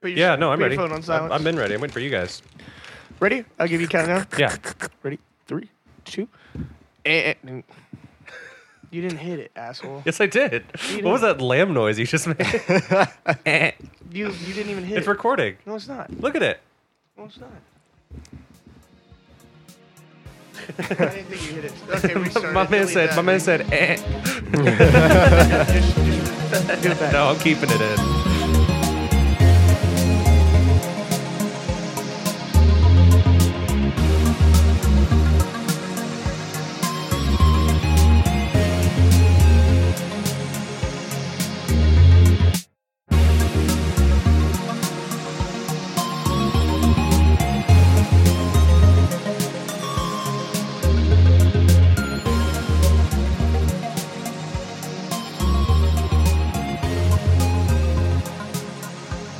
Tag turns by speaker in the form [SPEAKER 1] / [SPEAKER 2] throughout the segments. [SPEAKER 1] Put your,
[SPEAKER 2] Yeah, no, I'm
[SPEAKER 1] put
[SPEAKER 2] ready.
[SPEAKER 1] Your phone on silence.
[SPEAKER 2] I've been ready. I'm waiting for you guys.
[SPEAKER 1] ready. I'll give you a countdown.
[SPEAKER 2] Yeah.
[SPEAKER 1] Ready? Three, two, and, and- Eh, you didn't hit it, asshole.
[SPEAKER 2] Yes, I did. What was that lamb noise you just made?
[SPEAKER 1] You you didn't even hit
[SPEAKER 2] it's
[SPEAKER 1] it.
[SPEAKER 2] recording.
[SPEAKER 1] no, it's not.
[SPEAKER 2] Look at it.
[SPEAKER 1] No, it's not. I didn't think you hit it. Okay, restart.
[SPEAKER 2] My
[SPEAKER 1] it.
[SPEAKER 2] man
[SPEAKER 1] Delete
[SPEAKER 2] said.
[SPEAKER 1] that.
[SPEAKER 2] My man said. Eh.
[SPEAKER 1] Just- just do it back.
[SPEAKER 2] No, I'm keeping it in.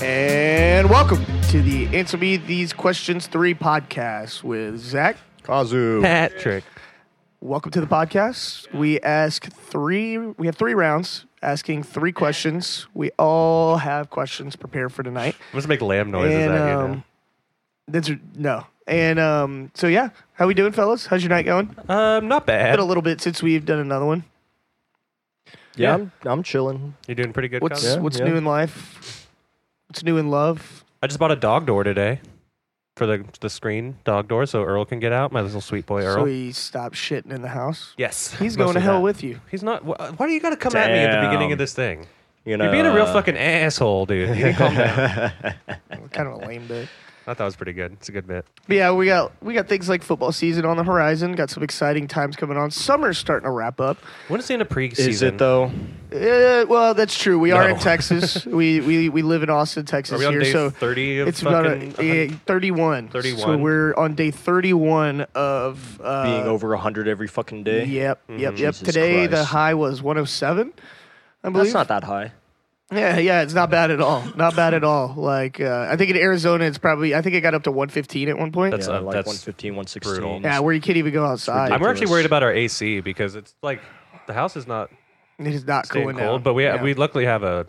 [SPEAKER 1] And welcome to the Answer Me These Questions 3 podcast with Zach.
[SPEAKER 3] Kazu.
[SPEAKER 2] Patrick.
[SPEAKER 1] Welcome to the podcast. We ask three, we have three rounds asking three questions. We all have questions prepared for tonight.
[SPEAKER 2] I'm just make lamb noises
[SPEAKER 1] and,
[SPEAKER 2] at you. now.
[SPEAKER 1] um, that's, no. And um, so, yeah, how we doing, fellas? How's your night going?
[SPEAKER 2] Um, not bad.
[SPEAKER 1] Been a little bit since we've done another one.
[SPEAKER 2] Yeah.
[SPEAKER 3] Yeah, I'm, I'm chilling.
[SPEAKER 2] You're doing pretty good.
[SPEAKER 1] What's,
[SPEAKER 2] Connor.
[SPEAKER 3] Yeah,
[SPEAKER 1] what's
[SPEAKER 3] yeah.
[SPEAKER 1] new in life? What's new in love?
[SPEAKER 2] I just bought a dog door today for the the screen dog door, so Earl can get out. My little sweet boy
[SPEAKER 1] So
[SPEAKER 2] Earl.
[SPEAKER 1] he stopped shitting in the house.
[SPEAKER 2] Yes.
[SPEAKER 1] He's going to
[SPEAKER 2] mostly
[SPEAKER 1] hell
[SPEAKER 2] that.
[SPEAKER 1] with you.
[SPEAKER 2] He's not. wh- Why do you got to come at me at the beginning
[SPEAKER 3] Damn.
[SPEAKER 2] of this thing?
[SPEAKER 3] You know,
[SPEAKER 2] You're being a real
[SPEAKER 3] uh,
[SPEAKER 2] fucking asshole, dude. You need to calm down.
[SPEAKER 1] Kind of a lame bit.
[SPEAKER 2] I thought it was pretty good. It's a good bit.
[SPEAKER 1] But yeah, we got we got things like football season on the horizon. Got some exciting times coming on. Summer's starting to wrap up.
[SPEAKER 2] When is the end of preseason?
[SPEAKER 3] Is it though?
[SPEAKER 1] Uh, well, that's true. We are in
[SPEAKER 2] No.
[SPEAKER 1] Texas. we, we we live in Austin, Texas
[SPEAKER 2] Are we on
[SPEAKER 1] here.
[SPEAKER 2] day
[SPEAKER 1] so
[SPEAKER 2] 30 of
[SPEAKER 1] it's about
[SPEAKER 2] fucking?
[SPEAKER 1] a, yeah, 31.
[SPEAKER 2] 31.
[SPEAKER 1] So we're on day 31 of uh,
[SPEAKER 3] Being over 100 every fucking day.
[SPEAKER 1] Yep, yep, yep.
[SPEAKER 3] Jesus
[SPEAKER 1] Today the
[SPEAKER 3] Christ.
[SPEAKER 1] high was 107. I believe.
[SPEAKER 3] That's not that high.
[SPEAKER 1] Yeah, yeah, it's not bad at all. Not bad at all. Like uh, I think in Arizona, it's probably I think it got up to 115 at one point.
[SPEAKER 2] That's
[SPEAKER 3] yeah,
[SPEAKER 2] a-
[SPEAKER 3] like
[SPEAKER 2] that's
[SPEAKER 3] 115, 116.
[SPEAKER 2] brutal.
[SPEAKER 1] yeah, where you can't even go outside.
[SPEAKER 2] I'm actually
[SPEAKER 3] ridiculous.
[SPEAKER 2] worried about our AC because it's like the house is not
[SPEAKER 1] It is not
[SPEAKER 2] staying
[SPEAKER 1] cooling
[SPEAKER 2] cold,
[SPEAKER 1] down.
[SPEAKER 2] but we
[SPEAKER 1] Yeah.
[SPEAKER 2] we luckily have a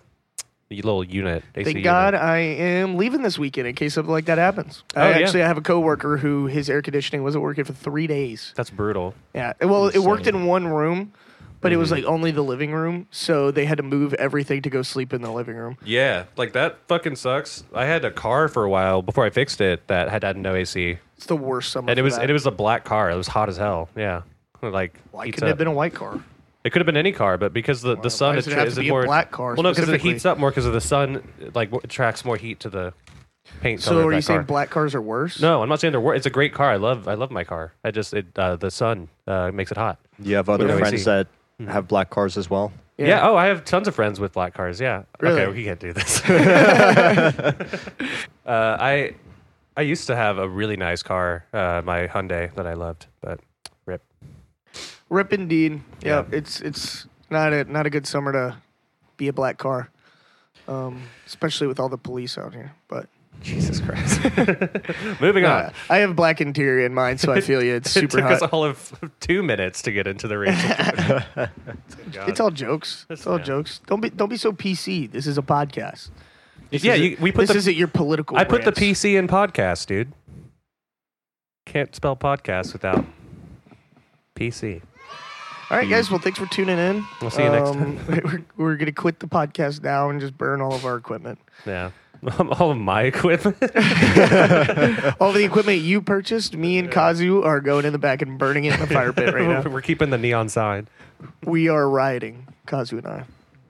[SPEAKER 2] little unit. AC
[SPEAKER 1] Thank
[SPEAKER 2] unit.
[SPEAKER 1] God I am leaving this weekend in case something like that happens.
[SPEAKER 2] Oh,
[SPEAKER 1] I
[SPEAKER 2] yeah.
[SPEAKER 1] actually I have a coworker who his air conditioning wasn't working for three days.
[SPEAKER 2] That's brutal.
[SPEAKER 1] Yeah, well, it worked
[SPEAKER 3] Insane.
[SPEAKER 1] in one room, but it
[SPEAKER 2] Mm-hmm.
[SPEAKER 1] was like only the living room, so they had to move everything to go sleep in the living room.
[SPEAKER 2] Yeah, like that fucking sucks. I had a car for a while before I fixed it that had, had no AC,
[SPEAKER 1] It's the worst summer.
[SPEAKER 2] and it
[SPEAKER 1] for
[SPEAKER 2] was
[SPEAKER 1] that.
[SPEAKER 2] and it was a black car. It was hot as hell. Yeah, like
[SPEAKER 1] Why
[SPEAKER 2] heats
[SPEAKER 1] couldn't it have
[SPEAKER 2] up.
[SPEAKER 1] been a white car?
[SPEAKER 2] It could have been any car, but because the, the sun
[SPEAKER 1] does it
[SPEAKER 2] attra-
[SPEAKER 1] have to
[SPEAKER 2] is it
[SPEAKER 1] be a
[SPEAKER 2] more
[SPEAKER 1] black car
[SPEAKER 2] Well, no, because it
[SPEAKER 1] specifically?
[SPEAKER 2] heats up more because of the sun. Like w- attracts more heat to the paint.
[SPEAKER 1] So
[SPEAKER 2] color of
[SPEAKER 1] are
[SPEAKER 2] that
[SPEAKER 1] you saying
[SPEAKER 2] car.
[SPEAKER 1] black cars are worse?
[SPEAKER 2] No, I'm not saying they're. Wor- it's a great car. I love. I love my car. I just it uh, the sun uh, makes it hot.
[SPEAKER 3] You have other
[SPEAKER 2] With no AC.
[SPEAKER 3] friends that
[SPEAKER 2] Hmm.
[SPEAKER 3] have black cars as well.
[SPEAKER 2] Yeah. Oh, I have tons of friends with black cars. Yeah.
[SPEAKER 1] Really?
[SPEAKER 2] Okay, we can't do this. uh, I I used to have a really nice car, uh, my Hyundai that I loved, but rip.
[SPEAKER 1] Rip indeed. Yeah,
[SPEAKER 2] Yeah.
[SPEAKER 1] it's it's not a not a good summer to be a black car, um, especially with all the police out here. But
[SPEAKER 2] Jesus Christ. Moving on.
[SPEAKER 1] uh, I have black interior in mine, so I feel you. It's
[SPEAKER 2] It
[SPEAKER 1] super
[SPEAKER 2] took
[SPEAKER 1] hot.
[SPEAKER 2] us all of two minutes to get into the racial. God.
[SPEAKER 1] It's all jokes.
[SPEAKER 2] That's
[SPEAKER 1] It's all
[SPEAKER 2] fine.
[SPEAKER 1] jokes. Don't be don't be so PC. This is a podcast. This
[SPEAKER 2] yeah,
[SPEAKER 1] isn't-
[SPEAKER 2] you, we put
[SPEAKER 1] this
[SPEAKER 2] the
[SPEAKER 1] isn't your political.
[SPEAKER 2] I put the
[SPEAKER 1] rants.
[SPEAKER 2] PC in podcast, dude. Can't spell podcast without PC.
[SPEAKER 1] All right, guys. Well, thanks for tuning in.
[SPEAKER 2] We'll see you next
[SPEAKER 1] time. We're, we're gonna quit the podcast now and just burn all of our equipment,
[SPEAKER 2] Yeah. All of my equipment.
[SPEAKER 1] all the equipment you purchased. Me and Kazu are going in the back and burning it in the fire pit right now.
[SPEAKER 2] We're keeping the neon sign.
[SPEAKER 1] We are rioting, Kazu and I.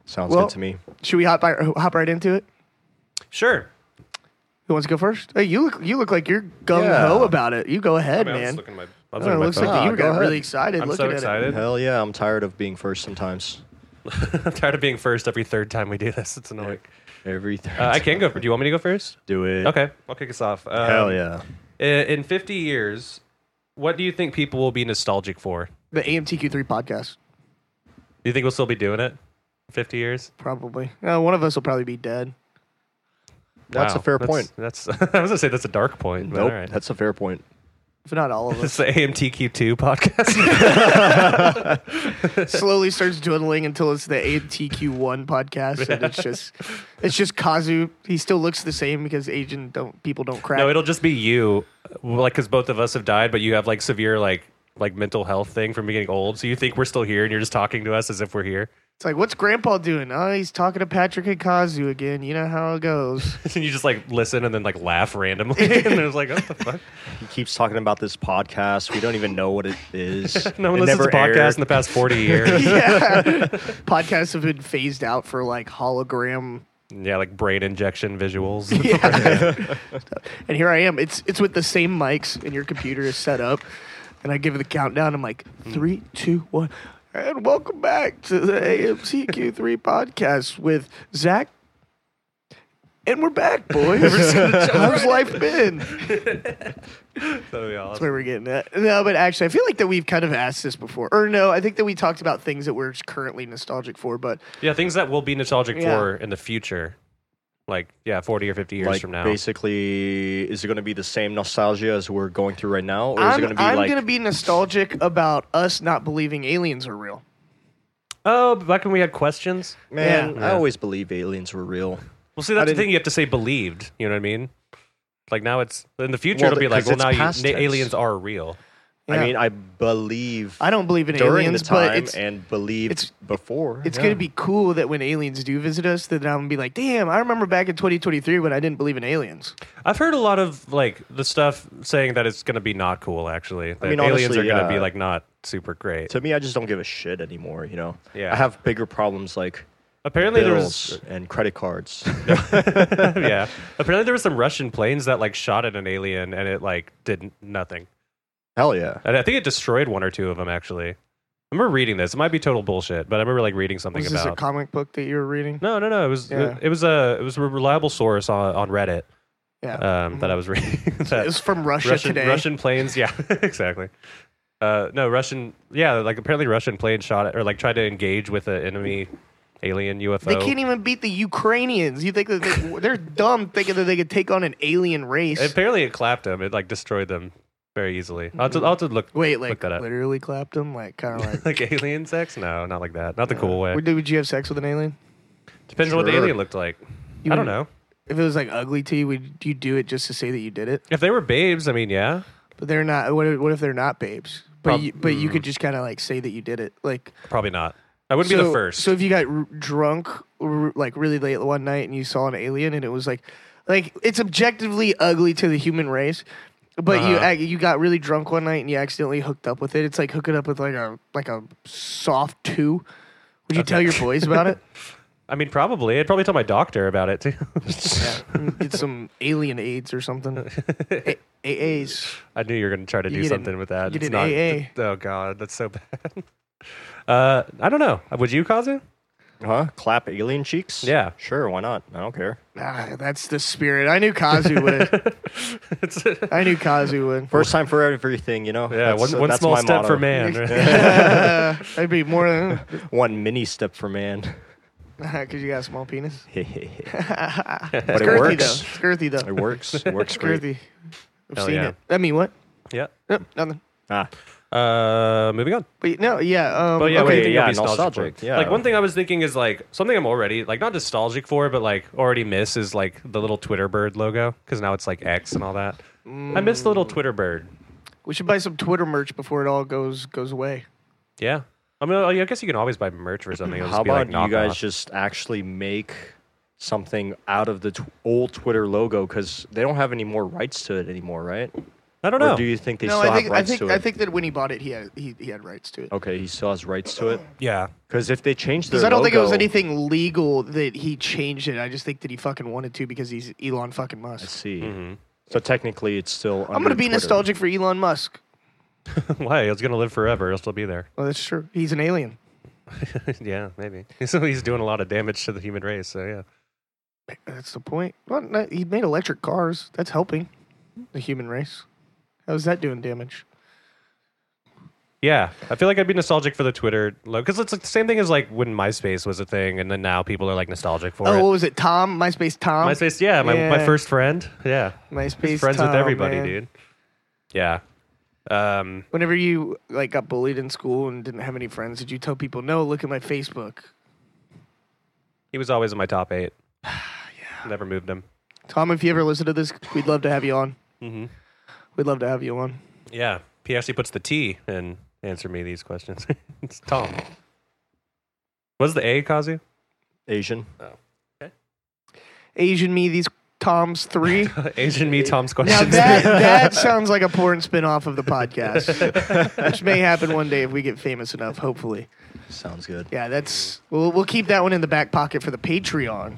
[SPEAKER 3] Sounds
[SPEAKER 1] Well-
[SPEAKER 3] good to me.
[SPEAKER 1] Should we hop by, hop right into it?
[SPEAKER 2] Sure.
[SPEAKER 1] Who wants to go first? Hey, you look you look like you're gung ho
[SPEAKER 3] Yeah.
[SPEAKER 1] about it. You go ahead,
[SPEAKER 2] I mean, I was
[SPEAKER 1] man.
[SPEAKER 2] looking at my- I was
[SPEAKER 1] Oh, it
[SPEAKER 2] looking at my
[SPEAKER 1] looks
[SPEAKER 2] phone.
[SPEAKER 1] like you
[SPEAKER 3] Ah, go
[SPEAKER 1] got
[SPEAKER 3] ahead.
[SPEAKER 1] really excited
[SPEAKER 2] I'm
[SPEAKER 1] looking
[SPEAKER 2] so
[SPEAKER 1] at it.
[SPEAKER 2] excited.
[SPEAKER 3] Hell yeah, I'm tired of being first sometimes.
[SPEAKER 2] I'm tired of being first every third time we do this. It's annoying.
[SPEAKER 3] Everything.
[SPEAKER 2] Uh, I can go. Do you want me to go first?
[SPEAKER 3] do it.
[SPEAKER 2] Okay, I'll kick us off. Um,
[SPEAKER 3] Hell yeah.
[SPEAKER 2] i- In 50 years, what do you think people will be nostalgic for? Do
[SPEAKER 1] The AMTQ3 podcast,
[SPEAKER 2] you think we'll still be doing it? in 50 years?
[SPEAKER 1] probably. Uh, one of us will probably be dead.
[SPEAKER 3] That's
[SPEAKER 2] Wow,
[SPEAKER 3] a fair
[SPEAKER 2] that's-
[SPEAKER 3] point.
[SPEAKER 2] That's I was gonna say that's a dark point. But
[SPEAKER 3] Nope.
[SPEAKER 2] all right.
[SPEAKER 3] That's a fair point.
[SPEAKER 1] if not all of us,
[SPEAKER 2] It's the AMTQ2 podcast.
[SPEAKER 1] slowly starts dwindling until it's the ATQ1 podcast, and it's just it's just Kazu. He still looks the same because Asian don't people don't crack.
[SPEAKER 2] no, it'll just be you, Well, like because both of us have died, but you have like severe like like mental health thing from getting old, so you think we're still here, and you're just talking to us as if we're here,
[SPEAKER 1] it's like, what's Grandpa doing? Oh, he's talking to Patrick and Kazu again. You know how it goes.
[SPEAKER 2] and you just like listen and then like laugh randomly, and it's like, what the fuck?
[SPEAKER 3] He keeps talking about this podcast. We don't even know what it is.
[SPEAKER 2] No one
[SPEAKER 3] It
[SPEAKER 2] listens to
[SPEAKER 3] never
[SPEAKER 2] podcasts
[SPEAKER 3] aired.
[SPEAKER 2] in the past forty years.
[SPEAKER 1] yeah, podcasts have been phased out for like hologram.
[SPEAKER 2] yeah, like brain injection visuals.
[SPEAKER 1] Yeah. and here I am. It's it's with the same mics, and your computer is set up. And I give it the countdown. I'm like
[SPEAKER 3] Hmm.
[SPEAKER 1] three, two, one, and welcome back to the AMCQ3 podcast with Zach. And we're back, boys. How's life been?
[SPEAKER 2] That'd be awesome.
[SPEAKER 1] That's where we're getting at. No, but actually, I feel like that we've kind of asked this before. Or no, I think that we talked about things that we're currently nostalgic for. But
[SPEAKER 2] Yeah, things that we'll be nostalgic
[SPEAKER 1] Yeah.
[SPEAKER 2] for in the future. Like, yeah, 40 or 50 years
[SPEAKER 3] Like
[SPEAKER 2] from now.
[SPEAKER 3] basically, is it going to be the same nostalgia as we're going through right now, or is
[SPEAKER 1] I'm,
[SPEAKER 3] it going to be
[SPEAKER 1] I'm
[SPEAKER 3] like
[SPEAKER 1] gonna be nostalgic about us not believing aliens are real.
[SPEAKER 2] Oh, but back when we had questions?
[SPEAKER 3] Man,
[SPEAKER 2] Yeah.
[SPEAKER 3] I always believe aliens were real.
[SPEAKER 2] Well, see,
[SPEAKER 1] I
[SPEAKER 2] that's the
[SPEAKER 1] didn't-
[SPEAKER 2] thing. You have to say believed. You know what I mean? Like, now it's in the future,
[SPEAKER 3] Well,
[SPEAKER 2] it'll be like,
[SPEAKER 3] 'cause
[SPEAKER 2] well,
[SPEAKER 3] it's
[SPEAKER 2] now you,
[SPEAKER 3] past
[SPEAKER 2] na-
[SPEAKER 3] tense.
[SPEAKER 2] aliens are real.
[SPEAKER 1] Yeah.
[SPEAKER 3] I mean, I believe
[SPEAKER 1] I don't believe in
[SPEAKER 3] during
[SPEAKER 1] aliens,
[SPEAKER 3] the time
[SPEAKER 1] but it's
[SPEAKER 3] and believed
[SPEAKER 1] it's-
[SPEAKER 3] before.
[SPEAKER 1] it's
[SPEAKER 3] yeah.
[SPEAKER 1] gonna be cool that when aliens do visit us, that I'm gonna be like, damn, I remember back in 2023 when I didn't believe in aliens.
[SPEAKER 2] I've heard a lot of, like, the stuff saying that it's going to be not cool, actually. That
[SPEAKER 3] mean,
[SPEAKER 2] aliens
[SPEAKER 3] honestly,
[SPEAKER 2] are going to be,
[SPEAKER 3] yeah.
[SPEAKER 2] like, not super great.
[SPEAKER 3] To me, I just don't give a shit anymore. You know,
[SPEAKER 2] Yeah.
[SPEAKER 3] I have bigger problems like
[SPEAKER 2] Apparently, there was.
[SPEAKER 3] bills and credit cards.
[SPEAKER 2] yeah. Apparently, there were some Russian planes that, like, shot at an alien and it, like, did nothing.
[SPEAKER 3] Hell yeah!
[SPEAKER 2] And I think it destroyed one or two of them actually. I remember reading this. It might be total bullshit, but I remember like reading something
[SPEAKER 1] Was this a
[SPEAKER 2] about.
[SPEAKER 1] comic book that you were reading?
[SPEAKER 2] no, no, no. It was
[SPEAKER 1] Yeah.
[SPEAKER 2] it, was a it was a reliable source on, on Reddit
[SPEAKER 1] Yeah,
[SPEAKER 2] um, that I was reading.
[SPEAKER 1] it
[SPEAKER 2] that
[SPEAKER 1] was from Russia
[SPEAKER 2] Russian
[SPEAKER 1] today.
[SPEAKER 2] Russian planes, yeah, exactly. Uh, no Russian, yeah, like apparently Russian planes shot at, or like tried to engage with an enemy alien UFO.
[SPEAKER 1] They can't even beat the Ukrainians. You think that they, they're dumb thinking that they could take on an alien race?
[SPEAKER 2] Apparently, it clapped them. It like destroyed them very easily. I'll just, I'll just look
[SPEAKER 1] Wait,
[SPEAKER 2] look
[SPEAKER 1] like
[SPEAKER 2] that up.
[SPEAKER 1] literally clapped them, like kind of like.
[SPEAKER 2] like alien sex? No, not like that. Not the cool way.
[SPEAKER 1] Would, would you have sex with an alien?
[SPEAKER 2] Depends on what the
[SPEAKER 3] Sure.
[SPEAKER 2] alien looked like.
[SPEAKER 1] You
[SPEAKER 2] I don't
[SPEAKER 1] wouldn't-
[SPEAKER 2] know.
[SPEAKER 1] If it was like ugly to you, would you do it just to say that you did it?
[SPEAKER 2] If they were babes, I mean, yeah.
[SPEAKER 1] But they're not. What if, what if they're not babes? But
[SPEAKER 2] Prob- Mm.
[SPEAKER 1] you, but you could just kind of like say that you did it, like
[SPEAKER 2] Probably not. I wouldn't be the first.
[SPEAKER 1] So if you got r- drunk r- like really late one night and you saw an alien and it was like, like it's objectively ugly to the human race, but you
[SPEAKER 2] Uh-huh.
[SPEAKER 1] ac- you got really drunk one night and you accidentally hooked up with it. It's like hooking up with like a like a soft two. Would you tell your boys about it?
[SPEAKER 2] I mean, probably. I'd probably tell my doctor about it too.
[SPEAKER 1] Get some alien AIDS or something. A- AAs.
[SPEAKER 2] I knew you were going to try to
[SPEAKER 1] You
[SPEAKER 2] do
[SPEAKER 1] did an-
[SPEAKER 2] something with that.
[SPEAKER 1] you
[SPEAKER 2] It's
[SPEAKER 1] did
[SPEAKER 2] not-
[SPEAKER 1] AA.
[SPEAKER 2] oh God, that's so bad. Uh, I don't know. Would you cause it?
[SPEAKER 3] Huh? Clap alien cheeks?
[SPEAKER 2] Yeah.
[SPEAKER 3] Sure. Why not? I don't care.
[SPEAKER 1] Ah, that's the spirit. I knew Kazu would.
[SPEAKER 2] It's,
[SPEAKER 1] I knew Kazu would.
[SPEAKER 3] First time for everything. You know.
[SPEAKER 2] yeah, one, one
[SPEAKER 3] that's
[SPEAKER 2] small
[SPEAKER 3] my
[SPEAKER 2] step for
[SPEAKER 3] motto.
[SPEAKER 2] man. right?
[SPEAKER 1] I'd be more than
[SPEAKER 3] One mini step for man.
[SPEAKER 1] because you got a small penis.
[SPEAKER 3] but it
[SPEAKER 1] It's girthy
[SPEAKER 3] works.
[SPEAKER 1] though. It's girthy though.
[SPEAKER 3] It works. It works
[SPEAKER 1] It's
[SPEAKER 3] great.
[SPEAKER 1] girthy. I've
[SPEAKER 2] Hell
[SPEAKER 1] seen
[SPEAKER 2] yeah.
[SPEAKER 1] it. I mean, what?
[SPEAKER 2] yeah.
[SPEAKER 1] Nope, nothing.
[SPEAKER 3] Ah,
[SPEAKER 2] Uh, moving on.
[SPEAKER 1] But no, yeah. Um,
[SPEAKER 2] But yeah,
[SPEAKER 1] okay.
[SPEAKER 2] what do you
[SPEAKER 3] okay,
[SPEAKER 2] think
[SPEAKER 3] yeah,
[SPEAKER 2] you'll be nostalgic,
[SPEAKER 3] nostalgic,
[SPEAKER 2] for?
[SPEAKER 3] yeah.
[SPEAKER 2] Like one thing I was thinking is like something I'm already like not nostalgic for, but like already miss is like the little Twitter bird logo because now it's like X and all that. I miss the little Twitter bird.
[SPEAKER 1] We should buy some Twitter merch before it all goes goes away.
[SPEAKER 2] Yeah. I mean, I guess you can always buy merch or something. It'll
[SPEAKER 3] how
[SPEAKER 2] just be,
[SPEAKER 3] about
[SPEAKER 2] like,
[SPEAKER 3] you guys
[SPEAKER 2] knockoff.
[SPEAKER 3] just actually make something out of the tw- old Twitter logo because they don't have any more rights to it anymore, right?
[SPEAKER 2] I don't know.
[SPEAKER 3] Or do you think they
[SPEAKER 1] no,
[SPEAKER 3] still
[SPEAKER 1] I think
[SPEAKER 3] have
[SPEAKER 1] I
[SPEAKER 3] rights
[SPEAKER 1] think
[SPEAKER 3] to it?
[SPEAKER 1] I think that when he bought it, he had he, he had rights to it.
[SPEAKER 3] okay, he still has rights to it.
[SPEAKER 2] yeah.
[SPEAKER 3] Because if they change their
[SPEAKER 1] Because I don't think it was
[SPEAKER 3] logo-
[SPEAKER 1] anything legal that he changed it. I just think that he fucking wanted to because he's Elon fucking Musk.
[SPEAKER 3] Let's see. So technically, it's still.
[SPEAKER 1] I'm gonna be nostalgic for Elon Musk.
[SPEAKER 2] Why? It's going to live forever. It'll still be there.
[SPEAKER 1] Well, that's true. He's an alien.
[SPEAKER 2] yeah, maybe. So he's doing a lot of damage to the human race. So yeah.
[SPEAKER 1] That's the point. Well, no, he made electric cars. That's helping the human race. How's that doing damage?
[SPEAKER 2] Yeah. I feel like I'd be nostalgic for the Twitter logo because it's like the same thing as like when MySpace was a thing and then now people are like nostalgic for
[SPEAKER 1] Oh,
[SPEAKER 2] it.
[SPEAKER 1] what was it? Tom? MySpace Tom?
[SPEAKER 2] MySpace, yeah, my, my
[SPEAKER 1] yeah.
[SPEAKER 2] first friend. Yeah.
[SPEAKER 1] MySpace
[SPEAKER 2] friends
[SPEAKER 1] Tom,
[SPEAKER 2] with everybody,
[SPEAKER 1] man.
[SPEAKER 2] dude. Yeah. Um,
[SPEAKER 1] Whenever you like got bullied in school and didn't have any friends, did you tell people, "No, look at my Facebook"?
[SPEAKER 2] he was always in my top eight. Never moved him.
[SPEAKER 1] Tom, if you ever listen to this, we'd love to have you on.
[SPEAKER 2] Mm-hmm.
[SPEAKER 1] We'd love to have you on.
[SPEAKER 2] Yeah. He actually puts the T in answer me these questions. it's Tom. Was the A Kazu?
[SPEAKER 3] Asian.
[SPEAKER 1] Asian me these Tom's three.
[SPEAKER 2] Asian me Tom's
[SPEAKER 1] now
[SPEAKER 2] questions.
[SPEAKER 1] that that sounds like a porn spin-off of the podcast, which may happen one day if we get famous enough. Hopefully,
[SPEAKER 3] Sounds good.
[SPEAKER 1] yeah. That's we'll we'll keep that one in the back pocket for the Patreon.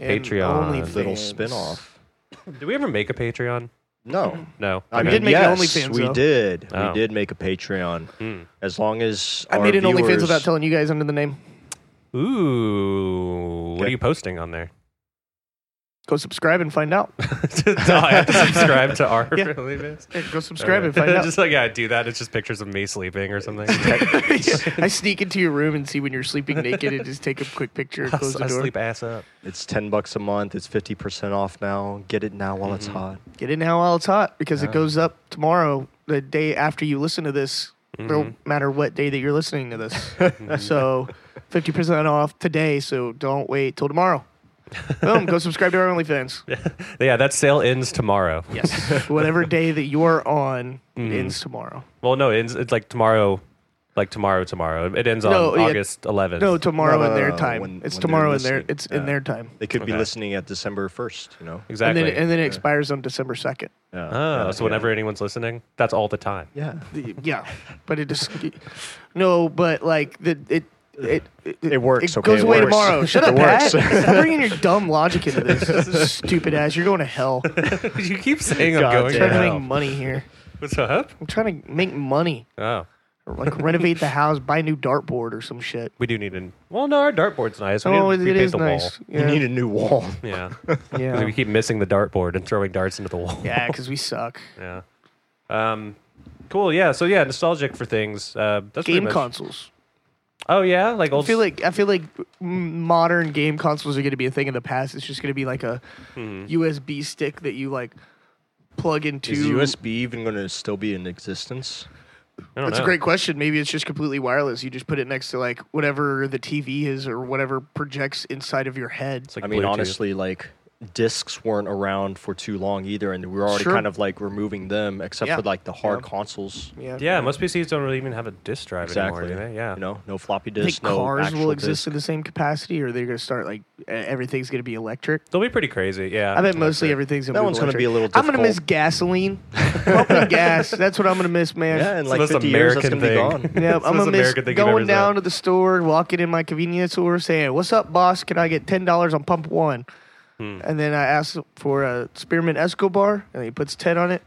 [SPEAKER 1] And
[SPEAKER 2] Patreon.
[SPEAKER 1] OnlyFans.
[SPEAKER 3] Little spin-off.
[SPEAKER 2] Did we ever make a Patreon?
[SPEAKER 3] No.
[SPEAKER 2] No.
[SPEAKER 3] I
[SPEAKER 1] We
[SPEAKER 3] mean,
[SPEAKER 1] did make an
[SPEAKER 3] yes,
[SPEAKER 1] OnlyFans,
[SPEAKER 3] We
[SPEAKER 1] though.
[SPEAKER 3] did.
[SPEAKER 2] Oh.
[SPEAKER 3] We did make a Patreon.
[SPEAKER 2] Hmm.
[SPEAKER 3] As long as
[SPEAKER 1] I
[SPEAKER 3] our
[SPEAKER 1] made an
[SPEAKER 3] viewers,
[SPEAKER 1] OnlyFans without telling you guys under the name.
[SPEAKER 2] Ooh. What are
[SPEAKER 3] Okay.
[SPEAKER 2] you posting on there?
[SPEAKER 1] Go subscribe and find out.
[SPEAKER 2] no, I have to subscribe to our
[SPEAKER 1] Yeah.
[SPEAKER 2] really best.
[SPEAKER 1] Yeah, Go subscribe and
[SPEAKER 2] Alright.
[SPEAKER 1] find out.
[SPEAKER 2] just like yeah, I do that. It's just pictures of me sleeping or something.
[SPEAKER 1] I sneak into your room and see when you're sleeping naked and just take a quick picture and
[SPEAKER 2] I
[SPEAKER 1] close the door.
[SPEAKER 2] sleep ass up.
[SPEAKER 3] It's ten bucks a month. It's fifty percent off now. Get it now while it's
[SPEAKER 2] Mm-hmm.
[SPEAKER 3] hot.
[SPEAKER 1] Get in now while it's hot because it goes up tomorrow, the day after you listen to this. No matter what day that you're listening to this. so 50% off today. So don't wait till tomorrow. Boom. go subscribe to our OnlyFans.
[SPEAKER 2] Yeah, that sale ends tomorrow.
[SPEAKER 1] Yes. Whatever day that you're on
[SPEAKER 3] Mm.
[SPEAKER 1] it ends tomorrow.
[SPEAKER 2] Well, no, it ends, it's like tomorrow, like tomorrow, tomorrow. It ends
[SPEAKER 1] No,
[SPEAKER 2] on
[SPEAKER 1] yeah.
[SPEAKER 2] August 11th.
[SPEAKER 1] No, tomorrow
[SPEAKER 3] No, no,
[SPEAKER 1] in their
[SPEAKER 3] no,
[SPEAKER 1] time.
[SPEAKER 3] uh, when-
[SPEAKER 1] it's
[SPEAKER 3] when they're
[SPEAKER 1] tomorrow in their
[SPEAKER 3] listening.
[SPEAKER 1] it's in
[SPEAKER 3] Yeah.
[SPEAKER 1] their time.
[SPEAKER 3] They could be
[SPEAKER 2] Okay.
[SPEAKER 3] listening at December first. You know.
[SPEAKER 1] And
[SPEAKER 2] exactly.
[SPEAKER 1] then, and then it expires on December 2nd.
[SPEAKER 3] Yeah.
[SPEAKER 2] oh,
[SPEAKER 3] yeah,
[SPEAKER 2] so whenever anyone's listening, that's all the time.
[SPEAKER 3] Yeah.
[SPEAKER 1] The- yeah, but it just no, but like the it. It, it,
[SPEAKER 3] It works,
[SPEAKER 1] It
[SPEAKER 3] okay,
[SPEAKER 1] goes
[SPEAKER 3] it
[SPEAKER 1] away
[SPEAKER 3] works.
[SPEAKER 1] tomorrow. Shut
[SPEAKER 3] It
[SPEAKER 1] up, Pat.
[SPEAKER 3] works.
[SPEAKER 1] Stop bringing your dumb logic into this. Stupid ass. You're going to hell. I'm
[SPEAKER 2] you keep saying
[SPEAKER 3] God
[SPEAKER 2] I'm
[SPEAKER 1] trying
[SPEAKER 2] going to
[SPEAKER 3] damn.
[SPEAKER 1] to
[SPEAKER 2] hell.
[SPEAKER 1] make money here.
[SPEAKER 2] What's up?
[SPEAKER 1] I'm trying to make money.
[SPEAKER 2] Oh,
[SPEAKER 1] Or, Like renovate the house, buy a new dartboard or some shit.
[SPEAKER 2] we do need an. Well, no, our dartboard's nice. We
[SPEAKER 1] Oh,
[SPEAKER 2] need to
[SPEAKER 1] it it
[SPEAKER 2] repaint
[SPEAKER 1] is
[SPEAKER 2] the wall.
[SPEAKER 1] nice.
[SPEAKER 3] You need
[SPEAKER 1] Yeah,
[SPEAKER 3] a new wall.
[SPEAKER 2] Yeah, 'Cause
[SPEAKER 1] yeah,
[SPEAKER 2] we keep missing the dartboard and throwing darts into the wall.
[SPEAKER 1] yeah. Because we suck.
[SPEAKER 2] Yeah. Um, cool. Yeah. So yeah, nostalgic for things. Uh, that's pretty
[SPEAKER 1] Game
[SPEAKER 2] much-
[SPEAKER 1] consoles.
[SPEAKER 2] Oh yeah, like old.
[SPEAKER 1] I feel like I feel like m- modern game consoles are going to be a thing of the past. It's just going to be like a USB stick that you like plug into.
[SPEAKER 3] Mm-hmm. Is USB even going to still be in existence?
[SPEAKER 2] I don't
[SPEAKER 1] That's
[SPEAKER 2] know.
[SPEAKER 1] a great question. Maybe it's just completely wireless. You just put it next to like whatever the TV is or whatever projects inside of your head.
[SPEAKER 2] It's like
[SPEAKER 3] I mean,
[SPEAKER 2] Bluetooth.
[SPEAKER 3] honestly, like discs weren't around for too long either, and we were already
[SPEAKER 1] Sure.
[SPEAKER 3] kind of like removing them, except
[SPEAKER 1] Yeah.
[SPEAKER 3] for like the hard
[SPEAKER 1] Yeah.
[SPEAKER 3] consoles.
[SPEAKER 1] yeah.
[SPEAKER 2] Yeah, most PCs don't really even have a disk drive
[SPEAKER 3] Exactly.
[SPEAKER 2] anymore, do they? Yeah.
[SPEAKER 3] You know, no floppy
[SPEAKER 1] I think
[SPEAKER 3] disk. no
[SPEAKER 1] cars
[SPEAKER 3] actual
[SPEAKER 1] will exist
[SPEAKER 3] disk.
[SPEAKER 1] in the same capacity, or they're going to start like e- everything's going to be electric.
[SPEAKER 2] They'll be pretty crazy. Yeah.
[SPEAKER 1] I bet mostly everything's going to
[SPEAKER 3] That
[SPEAKER 1] be
[SPEAKER 3] one's gonna
[SPEAKER 1] electric.
[SPEAKER 3] be a little
[SPEAKER 1] I'm going to miss
[SPEAKER 3] difficult.
[SPEAKER 1] gasoline. Pumping gas. That's what I'm going to miss, man.
[SPEAKER 3] Yeah, in
[SPEAKER 2] So
[SPEAKER 3] like
[SPEAKER 2] that's
[SPEAKER 3] 50 years, that's going
[SPEAKER 2] American
[SPEAKER 3] to be
[SPEAKER 2] thing.
[SPEAKER 3] gone.
[SPEAKER 1] Yeah,
[SPEAKER 2] It's the
[SPEAKER 1] I'm
[SPEAKER 2] most
[SPEAKER 1] gonna miss
[SPEAKER 2] American thing you've
[SPEAKER 1] going
[SPEAKER 2] ever said.
[SPEAKER 1] down to the store, walking in my convenience store, saying, "What's up, boss? Can I get ten dollars on pump one?"
[SPEAKER 2] Hmm.
[SPEAKER 1] And then I ask for a spearmint Escobar, and he puts ten on it.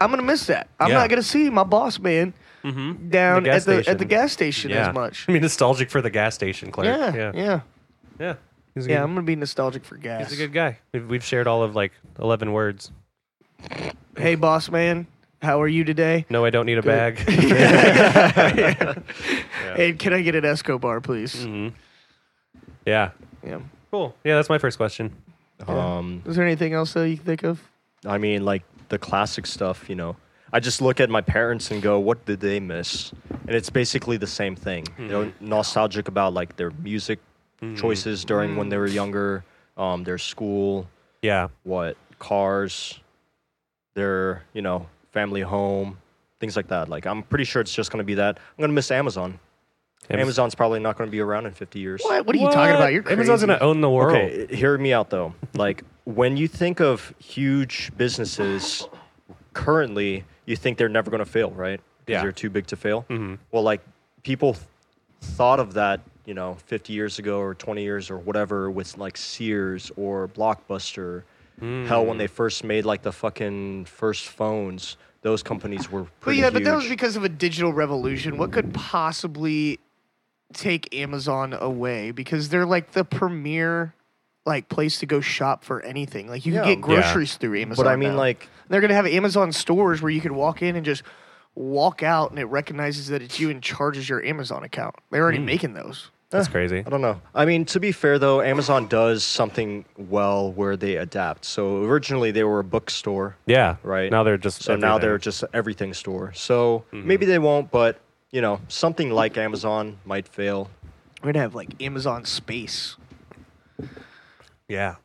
[SPEAKER 1] I'm gonna miss that. I'm
[SPEAKER 2] Yeah. Mm-hmm.
[SPEAKER 1] not gonna see my boss man down
[SPEAKER 2] The gas
[SPEAKER 1] at the at the
[SPEAKER 2] station.
[SPEAKER 1] gas station
[SPEAKER 2] yeah.
[SPEAKER 1] as much.
[SPEAKER 2] I mean, nostalgic for the gas station clerk.
[SPEAKER 1] Yeah,
[SPEAKER 2] Yeah.
[SPEAKER 1] yeah, yeah.
[SPEAKER 2] Yeah. He's a
[SPEAKER 1] I'm
[SPEAKER 2] good,
[SPEAKER 1] gonna be nostalgic for gas.
[SPEAKER 2] he's a good guy. We've, we've shared all of like 11 words.
[SPEAKER 1] hey, boss man, how are you today?
[SPEAKER 2] No, I don't need a bag.
[SPEAKER 1] Hey, can I get an Escobar, please?
[SPEAKER 2] Mm. Mm-hmm. yeah.
[SPEAKER 1] Yeah.
[SPEAKER 2] Cool. Yeah, that's my first question.
[SPEAKER 3] Um,
[SPEAKER 1] Is there anything else that you can think of?
[SPEAKER 3] I mean, like the classic stuff, you know. I just look at my parents and go, what did they miss? And it's basically the same thing. You know, nostalgic about like their music choices during when they were younger, um, their school,
[SPEAKER 2] Yeah.
[SPEAKER 3] what cars, their you know family home, things like that. Like I'm pretty sure it's just gonna be that. I'm gonna miss Amazon.
[SPEAKER 2] Amaz-
[SPEAKER 3] Amazon's probably not gonna be around in 50 years.
[SPEAKER 1] What? What are you talking about? You're crazy.
[SPEAKER 2] Amazon's going to own the world.
[SPEAKER 3] Okay, hear me out though. Like when you think of huge businesses currently, you think they're never going to fail, right? 'Cause
[SPEAKER 2] Yeah.
[SPEAKER 3] they're too big to fail. Well, like people th- thought of that, you know, 50 years ago or 20 years or whatever with like Sears or Blockbuster. Hell, when they first made like the fucking first phones, those companies were
[SPEAKER 1] But
[SPEAKER 3] pretty
[SPEAKER 1] yeah, but that was
[SPEAKER 3] huge.
[SPEAKER 1] because of a digital revolution. What could possibly take Amazon away? Because they're like the premier like place to go shop for anything. Like you can
[SPEAKER 3] Yeah.
[SPEAKER 1] get groceries through Amazon.
[SPEAKER 3] but I mean,
[SPEAKER 1] now.
[SPEAKER 3] like
[SPEAKER 1] they're gonna have Amazon stores where you can walk in and just walk out and it recognizes that it's you and charges your Amazon account. They're already making those.
[SPEAKER 2] That's
[SPEAKER 3] Hmm. Eh,
[SPEAKER 2] crazy.
[SPEAKER 3] I don't know. I mean, to be fair though, Amazon does something well where they adapt. So originally they were a bookstore,
[SPEAKER 2] Yeah.
[SPEAKER 3] right?
[SPEAKER 2] Now they're just
[SPEAKER 3] so now
[SPEAKER 2] everything.
[SPEAKER 3] they're just an everything store. So maybe they won't, but you know, something like Amazon might fail.
[SPEAKER 1] We're gonna have like Amazon Space,
[SPEAKER 2] yeah.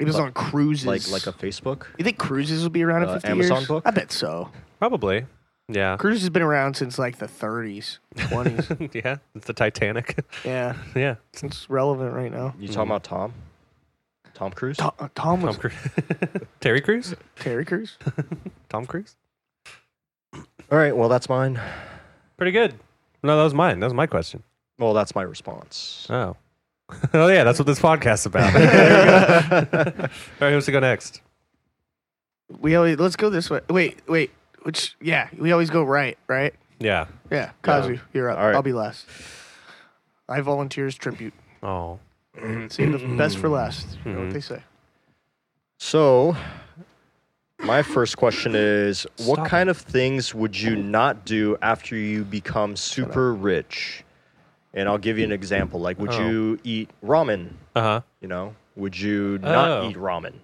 [SPEAKER 1] Amazon Cruises.
[SPEAKER 3] Like like a Facebook.
[SPEAKER 1] you think Cruises will be around in
[SPEAKER 3] uh,
[SPEAKER 1] 50
[SPEAKER 3] Amazon
[SPEAKER 1] years?
[SPEAKER 3] book?
[SPEAKER 1] I bet so.
[SPEAKER 2] Probably. Yeah.
[SPEAKER 1] Cruises has been around since like the 30s, 20s.
[SPEAKER 2] yeah. It's the Titanic.
[SPEAKER 1] yeah,
[SPEAKER 2] yeah.
[SPEAKER 1] it's relevant right now.
[SPEAKER 3] You talking about Tom? Tom Cruise?
[SPEAKER 1] Tom, uh, Tom was
[SPEAKER 2] Tom Cruise. Terry Crews?
[SPEAKER 1] Terry Crews.
[SPEAKER 2] Tom Cruise?
[SPEAKER 3] All right, well that's mine.
[SPEAKER 2] Pretty good. No, that was mine. That was my question.
[SPEAKER 3] Well, that's my response.
[SPEAKER 2] Oh. oh, yeah. That's what this podcast's about. There you go. All right. Who's to go next?
[SPEAKER 1] We always let's go this way. Wait, wait. Which yeah, we always go right, right?
[SPEAKER 2] Yeah.
[SPEAKER 1] Yeah, Kazu, you're up.
[SPEAKER 3] All right.
[SPEAKER 1] I'll be last. I volunteers tribute.
[SPEAKER 2] Oh.
[SPEAKER 1] Save the best for last. You
[SPEAKER 3] Mm-hmm.
[SPEAKER 1] know what they say.
[SPEAKER 3] So, my first question is what
[SPEAKER 2] Stop
[SPEAKER 3] kind of things would you not do after you become super rich? And I'll give you an example. Like, would
[SPEAKER 2] Oh.
[SPEAKER 3] you eat ramen?
[SPEAKER 2] Uh huh.
[SPEAKER 3] You know, would you not
[SPEAKER 2] Oh.
[SPEAKER 3] eat ramen?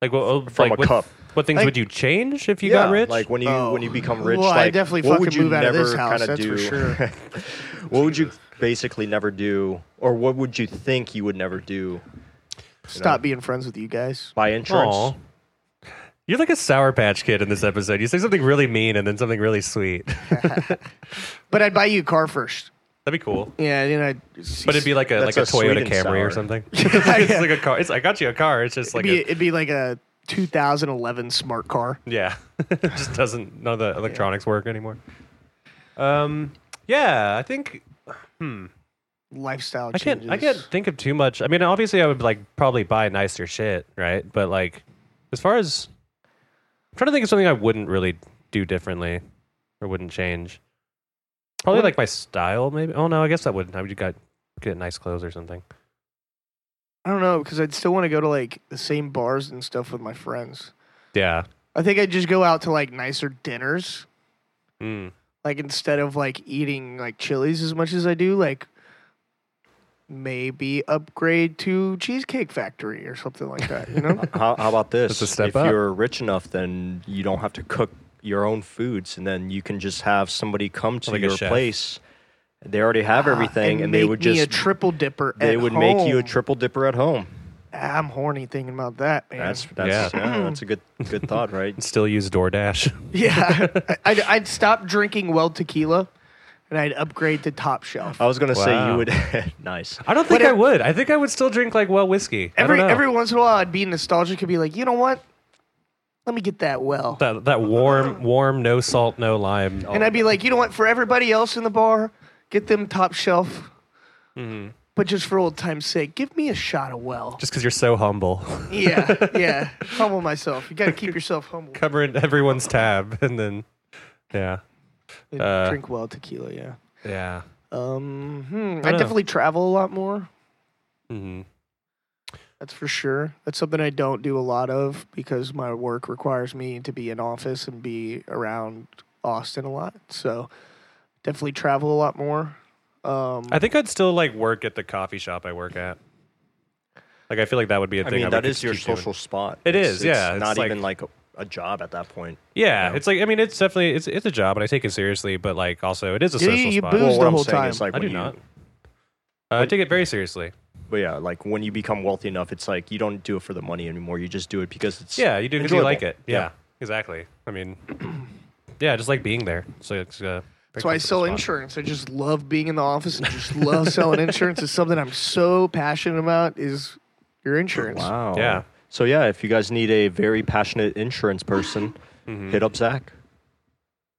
[SPEAKER 2] Like, well, oh,
[SPEAKER 3] From
[SPEAKER 2] like
[SPEAKER 3] a
[SPEAKER 2] what,
[SPEAKER 3] cup.
[SPEAKER 2] what things
[SPEAKER 1] Like-
[SPEAKER 2] would you change if you got
[SPEAKER 3] Yeah,
[SPEAKER 2] rich?
[SPEAKER 3] Like when you when you
[SPEAKER 1] Oh.
[SPEAKER 3] become rich,
[SPEAKER 1] Well, I
[SPEAKER 3] like
[SPEAKER 1] definitely
[SPEAKER 3] what would
[SPEAKER 1] fucking
[SPEAKER 3] you
[SPEAKER 1] move out of
[SPEAKER 3] never
[SPEAKER 1] this house,
[SPEAKER 3] kinda
[SPEAKER 1] that's for
[SPEAKER 3] do?
[SPEAKER 1] sure.
[SPEAKER 3] what would you basically never do, or what would you think you would never do?
[SPEAKER 1] Stop being friends with you guys.
[SPEAKER 3] Buy insurance?
[SPEAKER 2] Aw. You're like a Sour Patch kid in this episode. You say something really mean and then something really sweet. That'd
[SPEAKER 1] But I'd buy you a car first.
[SPEAKER 2] be cool.
[SPEAKER 1] Yeah, then I'd. see-
[SPEAKER 2] But it'd be like a like
[SPEAKER 3] That's
[SPEAKER 2] a,
[SPEAKER 3] a sweet
[SPEAKER 2] Toyota
[SPEAKER 3] and
[SPEAKER 2] Camry or
[SPEAKER 3] sour.
[SPEAKER 2] something. it's like a car. It's, I got you a car. It's just
[SPEAKER 1] It'd
[SPEAKER 2] like
[SPEAKER 1] be,
[SPEAKER 2] a,
[SPEAKER 1] it'd be like a 2011 smart car.
[SPEAKER 2] yeah. it just doesn't none of the electronics work anymore. Um. Yeah, I think
[SPEAKER 1] Lifestyle
[SPEAKER 2] I
[SPEAKER 1] changes.
[SPEAKER 2] can't. I can't think of too much. I mean, obviously, I would like probably buy nicer shit, right? But like, as far as I'm trying to think of something I wouldn't really do differently or wouldn't change. Probably like my style, maybe. Oh no, I guess I wouldn't. I would got get nice clothes or something.
[SPEAKER 1] I don't know because I'd still want to go to like the same bars and stuff with my friends.
[SPEAKER 2] Yeah.
[SPEAKER 1] I think I'd just go out to like nicer dinners.
[SPEAKER 2] Mm.
[SPEAKER 1] Like instead of like eating like chilies as much as I do, like maybe upgrade to Cheesecake Factory or something like that. You know?
[SPEAKER 3] How, how about this?
[SPEAKER 2] That's a step
[SPEAKER 3] if
[SPEAKER 2] up.
[SPEAKER 3] you're rich enough, then you don't have to cook your own foods, and then you can just have somebody come to
[SPEAKER 2] Like a
[SPEAKER 3] your
[SPEAKER 2] chef.
[SPEAKER 3] place. They already have everything, and, they
[SPEAKER 1] Ah, make
[SPEAKER 3] would
[SPEAKER 1] me
[SPEAKER 3] just
[SPEAKER 1] a triple dipper.
[SPEAKER 3] they
[SPEAKER 1] at
[SPEAKER 3] would make you a
[SPEAKER 1] home. Ah,
[SPEAKER 3] triple dipper at home.
[SPEAKER 1] I'm horny thinking about that, man.
[SPEAKER 3] That's that's
[SPEAKER 2] Yeah.
[SPEAKER 3] yeah. that's a good good thought, right?
[SPEAKER 2] Still use DoorDash.
[SPEAKER 1] yeah. I'd, I'd stop drinking well tequila, and I'd upgrade to top shelf.
[SPEAKER 3] I was gonna say
[SPEAKER 2] Wow.
[SPEAKER 3] you would nice.
[SPEAKER 2] I don't think
[SPEAKER 1] But
[SPEAKER 2] I
[SPEAKER 1] it-
[SPEAKER 2] would. I think I would still drink like well whiskey. I don't
[SPEAKER 1] Every
[SPEAKER 2] know.
[SPEAKER 1] every once in a while, I'd be nostalgic and be like, you know what? Let me get that well.
[SPEAKER 2] that that warm warm no salt no lime.
[SPEAKER 1] and I'd be like, you know what? For everybody else in the bar, get them top shelf.
[SPEAKER 2] Mm-hmm.
[SPEAKER 1] But just for old time's sake, give me a shot of well.
[SPEAKER 2] Just because you're so humble,
[SPEAKER 1] yeah, yeah. Humble myself. You got to keep yourself humble.
[SPEAKER 2] covering everyone's tab, and then yeah.
[SPEAKER 1] And
[SPEAKER 2] Uh,
[SPEAKER 1] Drink well tequila. Yeah.
[SPEAKER 2] Yeah.
[SPEAKER 1] Um, hmm, I
[SPEAKER 2] know.
[SPEAKER 1] definitely travel a lot more.
[SPEAKER 2] hmm
[SPEAKER 1] That's for sure. That's something I don't do a lot of because my work requires me to be in office and be around Austin a lot. So definitely travel a lot more. Um,
[SPEAKER 2] I think I'd still like work at the coffee shop I work at. Like I feel like that would be a
[SPEAKER 3] I
[SPEAKER 2] thing.
[SPEAKER 3] mean,
[SPEAKER 2] would
[SPEAKER 3] that
[SPEAKER 2] keep-
[SPEAKER 3] is your
[SPEAKER 2] keep doing.
[SPEAKER 3] social spot.
[SPEAKER 2] It
[SPEAKER 3] It's-
[SPEAKER 2] is, yeah,
[SPEAKER 3] it's
[SPEAKER 2] it's
[SPEAKER 3] not
[SPEAKER 2] like-
[SPEAKER 3] even like a, a job at that point.
[SPEAKER 2] Yeah,
[SPEAKER 3] Yeah.
[SPEAKER 2] it's like I mean, it's definitely it's it's a job, and I take it seriously. But like also, it is a
[SPEAKER 1] Yeah,
[SPEAKER 2] social
[SPEAKER 1] you
[SPEAKER 2] spot.
[SPEAKER 1] booze
[SPEAKER 3] Well,
[SPEAKER 1] the
[SPEAKER 3] what I'm
[SPEAKER 1] whole
[SPEAKER 3] saying
[SPEAKER 1] time.
[SPEAKER 3] is like
[SPEAKER 2] I
[SPEAKER 3] when
[SPEAKER 2] do
[SPEAKER 3] you-
[SPEAKER 2] not. Uh, I take it very seriously.
[SPEAKER 3] But yeah, like when you become wealthy enough, it's like you don't do it for the money anymore. You just do it because it's
[SPEAKER 2] Yeah, you do because you like it.
[SPEAKER 3] enjoyable.
[SPEAKER 2] Yeah, exactly. I mean, yeah, I just like being there. So it's uh,
[SPEAKER 1] that's why I sell insurance. I just love being in the office and just love selling insurance. It's something I'm so passionate about is your insurance.
[SPEAKER 3] Wow.
[SPEAKER 2] Yeah.
[SPEAKER 3] So yeah, if you guys need a very passionate insurance person,
[SPEAKER 2] Mm-hmm.
[SPEAKER 3] hit up Zach.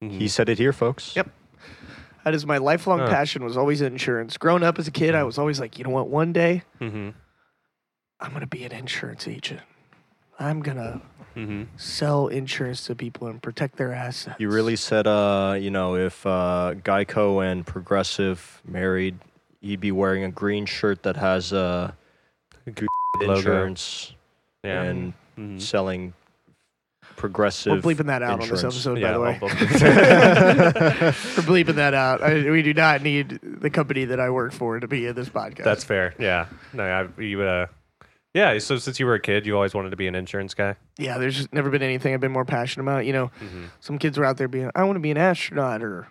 [SPEAKER 3] He said it here, folks.
[SPEAKER 1] Mm-hmm. Yep. That is my lifelong
[SPEAKER 2] Huh.
[SPEAKER 1] passion was always insurance. Growing up as a kid, I was always like, you know what? One day
[SPEAKER 2] Mm-hmm.
[SPEAKER 1] I'm going to be an insurance agent. I'm going to
[SPEAKER 2] Mm-hmm.
[SPEAKER 1] sell insurance to people and protect their assets.
[SPEAKER 3] You really said, uh, you know, if uh, Geico and Progressive married, he'd be wearing a green shirt that has uh,
[SPEAKER 2] Logo.
[SPEAKER 3] insurance
[SPEAKER 2] Yeah.
[SPEAKER 3] and
[SPEAKER 1] Mm-hmm.
[SPEAKER 2] Mhm.
[SPEAKER 3] selling
[SPEAKER 1] We're
[SPEAKER 3] progressive.
[SPEAKER 1] bleeping that out on this
[SPEAKER 3] insurance.
[SPEAKER 1] episode, by
[SPEAKER 2] yeah,
[SPEAKER 1] the way.
[SPEAKER 2] I'll-
[SPEAKER 1] We're bleeping that out. I, we do not need the company that I work for to be in this podcast.
[SPEAKER 2] that's fair. Yeah. No, I, you uh, yeah. So since you were a kid, you always wanted to be an insurance guy.
[SPEAKER 1] yeah. There's just never been anything I've been more passionate about. You know,
[SPEAKER 2] Mm-hmm.
[SPEAKER 1] some kids were out there being, I want to be an astronaut or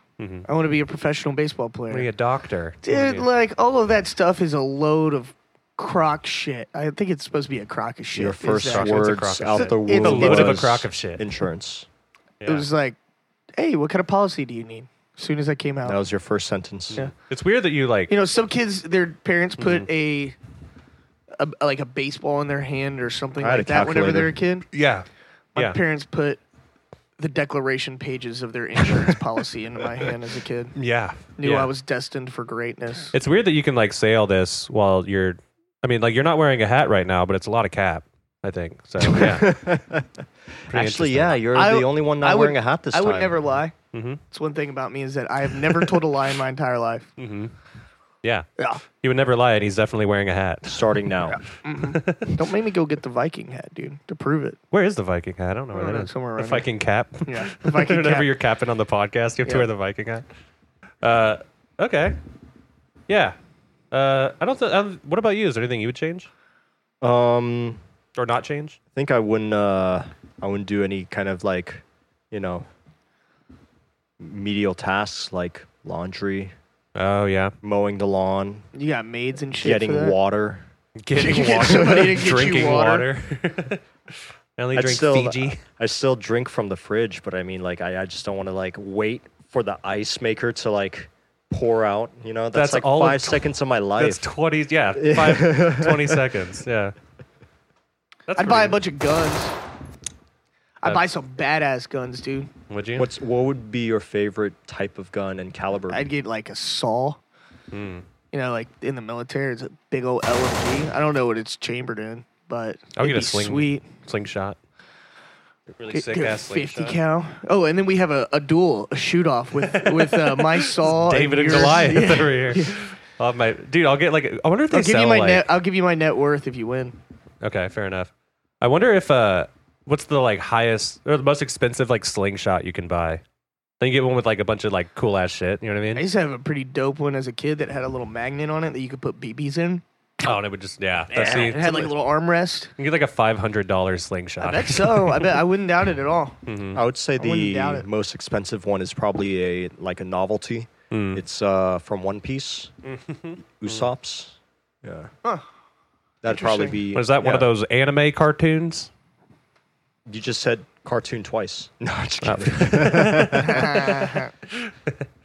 [SPEAKER 1] I want to be a professional baseball player.
[SPEAKER 2] Wanna be a doctor. Wanna
[SPEAKER 1] Dude,
[SPEAKER 2] be-
[SPEAKER 1] like all of that stuff is a load of crock shit. I think it's supposed to be a crock of shit.
[SPEAKER 3] Your
[SPEAKER 1] is
[SPEAKER 3] first
[SPEAKER 1] that-
[SPEAKER 2] word
[SPEAKER 3] words
[SPEAKER 2] crock of
[SPEAKER 1] shit.
[SPEAKER 3] out the
[SPEAKER 1] It's-
[SPEAKER 3] womb
[SPEAKER 1] it's a
[SPEAKER 2] load of a
[SPEAKER 3] was
[SPEAKER 2] crock of shit.
[SPEAKER 3] Insurance.
[SPEAKER 1] It was like, hey, what kind of policy do you need? As soon as I came out,
[SPEAKER 3] That was your first sentence.
[SPEAKER 1] Oh. Yeah.
[SPEAKER 2] It's weird that you like.
[SPEAKER 1] you know, some kids, their parents put
[SPEAKER 3] Mm-hmm.
[SPEAKER 1] a, a like a baseball in their hand or something
[SPEAKER 3] I had
[SPEAKER 1] like
[SPEAKER 3] a
[SPEAKER 1] that whenever they're a kid.
[SPEAKER 2] yeah.
[SPEAKER 1] My
[SPEAKER 2] Yeah.
[SPEAKER 1] parents put the declaration pages of their insurance policy into my hand as a kid.
[SPEAKER 2] yeah.
[SPEAKER 1] Knew
[SPEAKER 2] yeah.
[SPEAKER 1] I was destined for greatness.
[SPEAKER 2] It's weird that you can like say all this while you're. I mean, like you're not wearing a hat right now, but it's a lot of cap. I think so. Yeah.
[SPEAKER 3] Actually, yeah, you're
[SPEAKER 1] I-
[SPEAKER 3] the only one not
[SPEAKER 1] I would-
[SPEAKER 3] wearing a hat this
[SPEAKER 1] I
[SPEAKER 3] time.
[SPEAKER 1] would never lie.
[SPEAKER 2] Mhm.
[SPEAKER 1] It's one thing about me is that I have never told a lie in my entire life.
[SPEAKER 2] Yeah.
[SPEAKER 1] Yeah.
[SPEAKER 2] He would never lie, and he's definitely wearing a hat.
[SPEAKER 3] Starting now.
[SPEAKER 1] Don't make me go get the Viking hat, dude, to prove it.
[SPEAKER 2] Where is the Viking hat? I don't know
[SPEAKER 1] I
[SPEAKER 2] where
[SPEAKER 1] don't
[SPEAKER 2] that
[SPEAKER 1] know,
[SPEAKER 2] is.
[SPEAKER 1] somewhere
[SPEAKER 2] the
[SPEAKER 1] around
[SPEAKER 2] Viking cap.
[SPEAKER 1] Yeah. The Viking
[SPEAKER 2] Whenever
[SPEAKER 1] cap.
[SPEAKER 2] you're capping on the podcast, you have
[SPEAKER 1] Yeah.
[SPEAKER 2] to wear the Viking hat. Uh, okay. Yeah. Uh, I don't. Th- I don't- what about you? Is there anything you would change
[SPEAKER 3] Um,
[SPEAKER 2] or not change?
[SPEAKER 3] I think I wouldn't. Uh, I wouldn't do any kind of like, you know, medial tasks like laundry,
[SPEAKER 2] Oh yeah.
[SPEAKER 3] mowing the lawn,
[SPEAKER 1] You got maids and shit. for
[SPEAKER 3] getting
[SPEAKER 1] that?
[SPEAKER 3] water.
[SPEAKER 1] You get somebody to get you
[SPEAKER 2] drinking
[SPEAKER 1] water.
[SPEAKER 2] water. I only
[SPEAKER 3] I'd
[SPEAKER 2] drink
[SPEAKER 3] still,
[SPEAKER 2] Fiji.
[SPEAKER 3] I still drink from the fridge, but I mean, like, I, I just don't want to like wait for the ice maker to like pour out. You know, that's,
[SPEAKER 2] That's
[SPEAKER 3] like
[SPEAKER 2] all of
[SPEAKER 3] five
[SPEAKER 2] tw-
[SPEAKER 3] seconds of my
[SPEAKER 2] That's
[SPEAKER 3] life.
[SPEAKER 2] 20, yeah, five, 20 seconds, yeah. That's
[SPEAKER 1] I'd buy a
[SPEAKER 2] pretty-
[SPEAKER 1] bunch of guns. I'd
[SPEAKER 2] Uh,
[SPEAKER 1] buy some badass guns, dude.
[SPEAKER 2] Would you?
[SPEAKER 3] What's what would be your favorite type of gun and caliber?
[SPEAKER 1] I'd get like a saw.
[SPEAKER 2] Hmm.
[SPEAKER 1] You know, like in the military, it's a big old LMG. I don't know what it's chambered in, but
[SPEAKER 2] I'll
[SPEAKER 1] it'd
[SPEAKER 2] get a
[SPEAKER 1] be
[SPEAKER 2] sling-
[SPEAKER 1] sweet.
[SPEAKER 2] slingshot? Really
[SPEAKER 1] Get-
[SPEAKER 2] sick
[SPEAKER 1] get a
[SPEAKER 2] ass
[SPEAKER 1] fifty
[SPEAKER 2] slingshot.
[SPEAKER 1] cal. Oh, and then we have a, a duel, a shoot off with with uh, my saw.
[SPEAKER 2] David and
[SPEAKER 1] yours.
[SPEAKER 2] Goliath
[SPEAKER 1] Yeah.
[SPEAKER 2] over here. I'll have my dude. I'll get like. I wonder if they
[SPEAKER 1] I'll give
[SPEAKER 2] sell
[SPEAKER 1] you my
[SPEAKER 2] like.
[SPEAKER 1] net. I'll give you my net worth if you win.
[SPEAKER 2] okay, fair enough. I wonder if uh, what's the like highest or the most expensive like slingshot you can buy? Then you get one with like a bunch of like cool ass shit. You know what I
[SPEAKER 1] I
[SPEAKER 2] mean?
[SPEAKER 1] used to have a pretty dope one as a kid that had a little magnet on it that you could put BBs in.
[SPEAKER 2] Oh, and it would just yeah. That's
[SPEAKER 1] it had like a little armrest.
[SPEAKER 2] You can get like a five hundred dollars
[SPEAKER 1] I
[SPEAKER 2] slingshot.
[SPEAKER 1] bet so. I bet I wouldn't doubt it at all.
[SPEAKER 2] Mm-hmm.
[SPEAKER 3] I would say
[SPEAKER 1] wouldn't doubt
[SPEAKER 3] the
[SPEAKER 1] it.
[SPEAKER 3] most expensive one is probably a like a novelty.
[SPEAKER 2] Mm.
[SPEAKER 3] It's uh, from One Piece,
[SPEAKER 1] Mm-hmm.
[SPEAKER 3] Usopp's. Yeah. That'd probably
[SPEAKER 1] Interesting.
[SPEAKER 3] be.
[SPEAKER 2] Was that one of
[SPEAKER 3] yeah.
[SPEAKER 2] those anime cartoons?
[SPEAKER 3] You just said cartoon twice. No, I'm just
[SPEAKER 2] Oh.
[SPEAKER 3] kidding.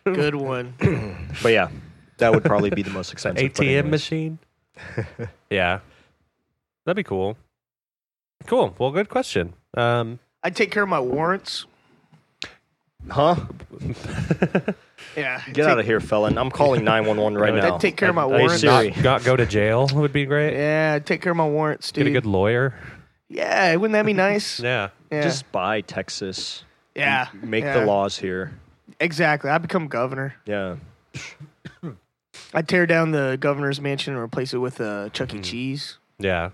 [SPEAKER 1] Good one.
[SPEAKER 2] Hmm.
[SPEAKER 3] But yeah, that would probably be the most expensive. but
[SPEAKER 2] ATM
[SPEAKER 3] anyways.
[SPEAKER 2] machine. yeah, that'd be cool. Cool. Well, good question. Um,
[SPEAKER 1] I'd take care of my warrants.
[SPEAKER 3] Huh?
[SPEAKER 1] Yeah. I'd
[SPEAKER 3] Get
[SPEAKER 1] take-
[SPEAKER 3] out of here, felon. I'm calling 911 right
[SPEAKER 1] I'd
[SPEAKER 3] now.
[SPEAKER 1] take care of my
[SPEAKER 3] Hey,
[SPEAKER 1] warrants.
[SPEAKER 3] Siri.
[SPEAKER 2] not, not go to jail would be great.
[SPEAKER 1] Yeah, I'd take care of my warrants, dude.
[SPEAKER 2] Get a good lawyer.
[SPEAKER 1] yeah, wouldn't that be nice?
[SPEAKER 2] Yeah.
[SPEAKER 1] Yeah.
[SPEAKER 3] Just buy Texas.
[SPEAKER 1] yeah.
[SPEAKER 3] Make
[SPEAKER 1] yeah.
[SPEAKER 3] the laws here.
[SPEAKER 1] Exactly. I'd become governor.
[SPEAKER 3] Yeah.
[SPEAKER 1] I'd tear down the governor's mansion and replace it with a Chuck
[SPEAKER 2] Mm-hmm.
[SPEAKER 1] E. Cheese.
[SPEAKER 2] Yeah.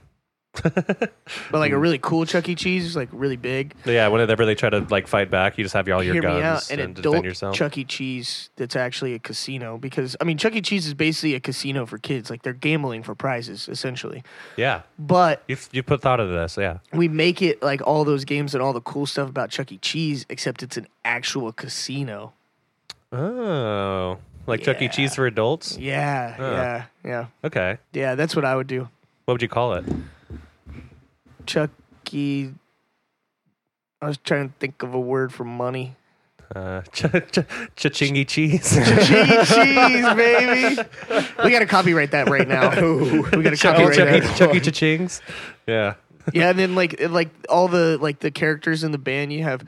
[SPEAKER 1] But like a
[SPEAKER 2] Mm-hmm.
[SPEAKER 1] really cool Chuck E. Cheese, like really big.
[SPEAKER 2] Yeah. Whenever they try to like fight back, you just have all your
[SPEAKER 1] Hear
[SPEAKER 2] guns
[SPEAKER 1] me out. An
[SPEAKER 2] and
[SPEAKER 1] adult
[SPEAKER 2] defend yourself.
[SPEAKER 1] Chuck E. Cheese that's actually a casino because I mean Chuck E. Cheese is basically a casino for kids. Like they're gambling for prizes essentially.
[SPEAKER 2] yeah.
[SPEAKER 1] But
[SPEAKER 2] You you put thought into this. Yeah.
[SPEAKER 1] we make it like all those games and all the cool stuff about Chuck E. Cheese, except it's an actual casino.
[SPEAKER 2] Oh, like Chuck E.
[SPEAKER 1] Yeah.
[SPEAKER 2] Cheese for adults.
[SPEAKER 1] Yeah, yeah, yeah,
[SPEAKER 2] Okay.
[SPEAKER 1] yeah. That's what I would do.
[SPEAKER 2] What would you call it?
[SPEAKER 1] Chuck E. I was trying to think of a word for money.
[SPEAKER 2] Uh, ch- ch- cha-chingy cheese.
[SPEAKER 1] Chuck E. Cheese, baby. We gotta copyright that right now. We gotta
[SPEAKER 2] Chuck E.
[SPEAKER 1] copyright
[SPEAKER 2] Chuck E.
[SPEAKER 1] that.
[SPEAKER 2] Chuck E. Cha-chings. Yeah.
[SPEAKER 1] Yeah, and then like like all the like the characters in the band, you have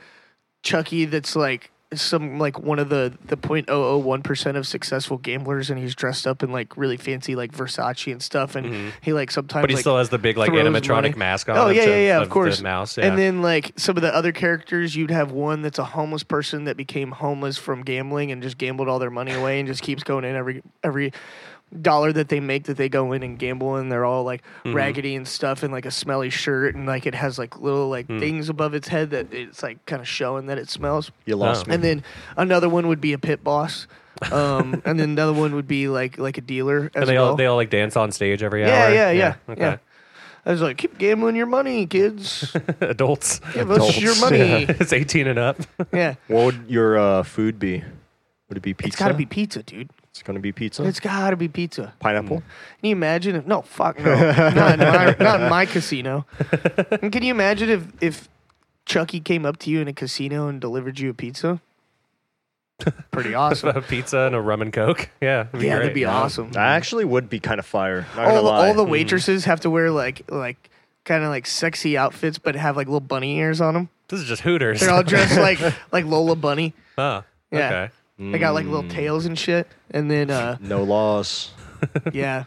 [SPEAKER 1] Chucky that's like some like one of the the 0.001 percent of successful gamblers, and he's dressed up in like really fancy like Versace and stuff, and he like sometimes
[SPEAKER 2] Mm-hmm. But he
[SPEAKER 1] like,
[SPEAKER 2] still has the big like
[SPEAKER 1] throws
[SPEAKER 2] animatronic
[SPEAKER 1] money.
[SPEAKER 2] mask on.
[SPEAKER 1] Oh
[SPEAKER 2] him
[SPEAKER 1] yeah,
[SPEAKER 2] to-
[SPEAKER 1] yeah, yeah,
[SPEAKER 2] of
[SPEAKER 1] of course.
[SPEAKER 2] The mouse. yeah.
[SPEAKER 1] And then like some of the other characters, you'd have one that's a homeless person that became homeless from gambling and just gambled all their money away and just keeps going in every every dollar that they make that they go in and gamble and they're all like
[SPEAKER 2] Mm-hmm.
[SPEAKER 1] raggedy and stuff and like a smelly shirt and like it has like little like
[SPEAKER 2] Hmm.
[SPEAKER 1] things above its head that it's like kind of showing that it smells.
[SPEAKER 3] You lost
[SPEAKER 2] Oh.
[SPEAKER 3] me.
[SPEAKER 1] And then another one would be a pit boss. Um, and then another one would be like like a dealer as
[SPEAKER 2] And they
[SPEAKER 1] well.
[SPEAKER 2] all they all like dance on stage every
[SPEAKER 1] yeah,
[SPEAKER 2] hour.
[SPEAKER 1] yeah, yeah, yeah,
[SPEAKER 2] Okay.
[SPEAKER 1] I was like, keep gambling your money, kids.
[SPEAKER 2] Adults.
[SPEAKER 1] Give us your
[SPEAKER 3] Adults.
[SPEAKER 1] money.
[SPEAKER 2] it's 18 and up.
[SPEAKER 1] yeah.
[SPEAKER 3] What would your uh, food be? Would it be pizza?
[SPEAKER 1] It's got to be pizza, dude.
[SPEAKER 3] It's gonna be pizza.
[SPEAKER 1] It's got to be pizza.
[SPEAKER 3] pineapple.
[SPEAKER 1] Can you imagine? If, no, fuck no. not, in my, not in my casino. And can you imagine if if Chucky came up to you in a casino and delivered you a pizza? Pretty awesome.
[SPEAKER 2] a pizza and a rum and coke. Yeah. it'd
[SPEAKER 1] yeah, that'd
[SPEAKER 2] great.
[SPEAKER 1] be awesome.
[SPEAKER 3] That actually would be kind of fire. Not gonna
[SPEAKER 1] All,
[SPEAKER 3] lie.
[SPEAKER 1] all the waitresses have to wear like like kind of like sexy outfits, but have like little bunny ears on them.
[SPEAKER 2] This is just Hooters.
[SPEAKER 1] They're all dressed like like Lola Bunny.
[SPEAKER 2] Huh.
[SPEAKER 1] Yeah.
[SPEAKER 2] Okay.
[SPEAKER 1] They got like
[SPEAKER 3] Mm.
[SPEAKER 2] Mm.
[SPEAKER 1] little tails and shit. And then uh
[SPEAKER 3] no laws.
[SPEAKER 1] yeah.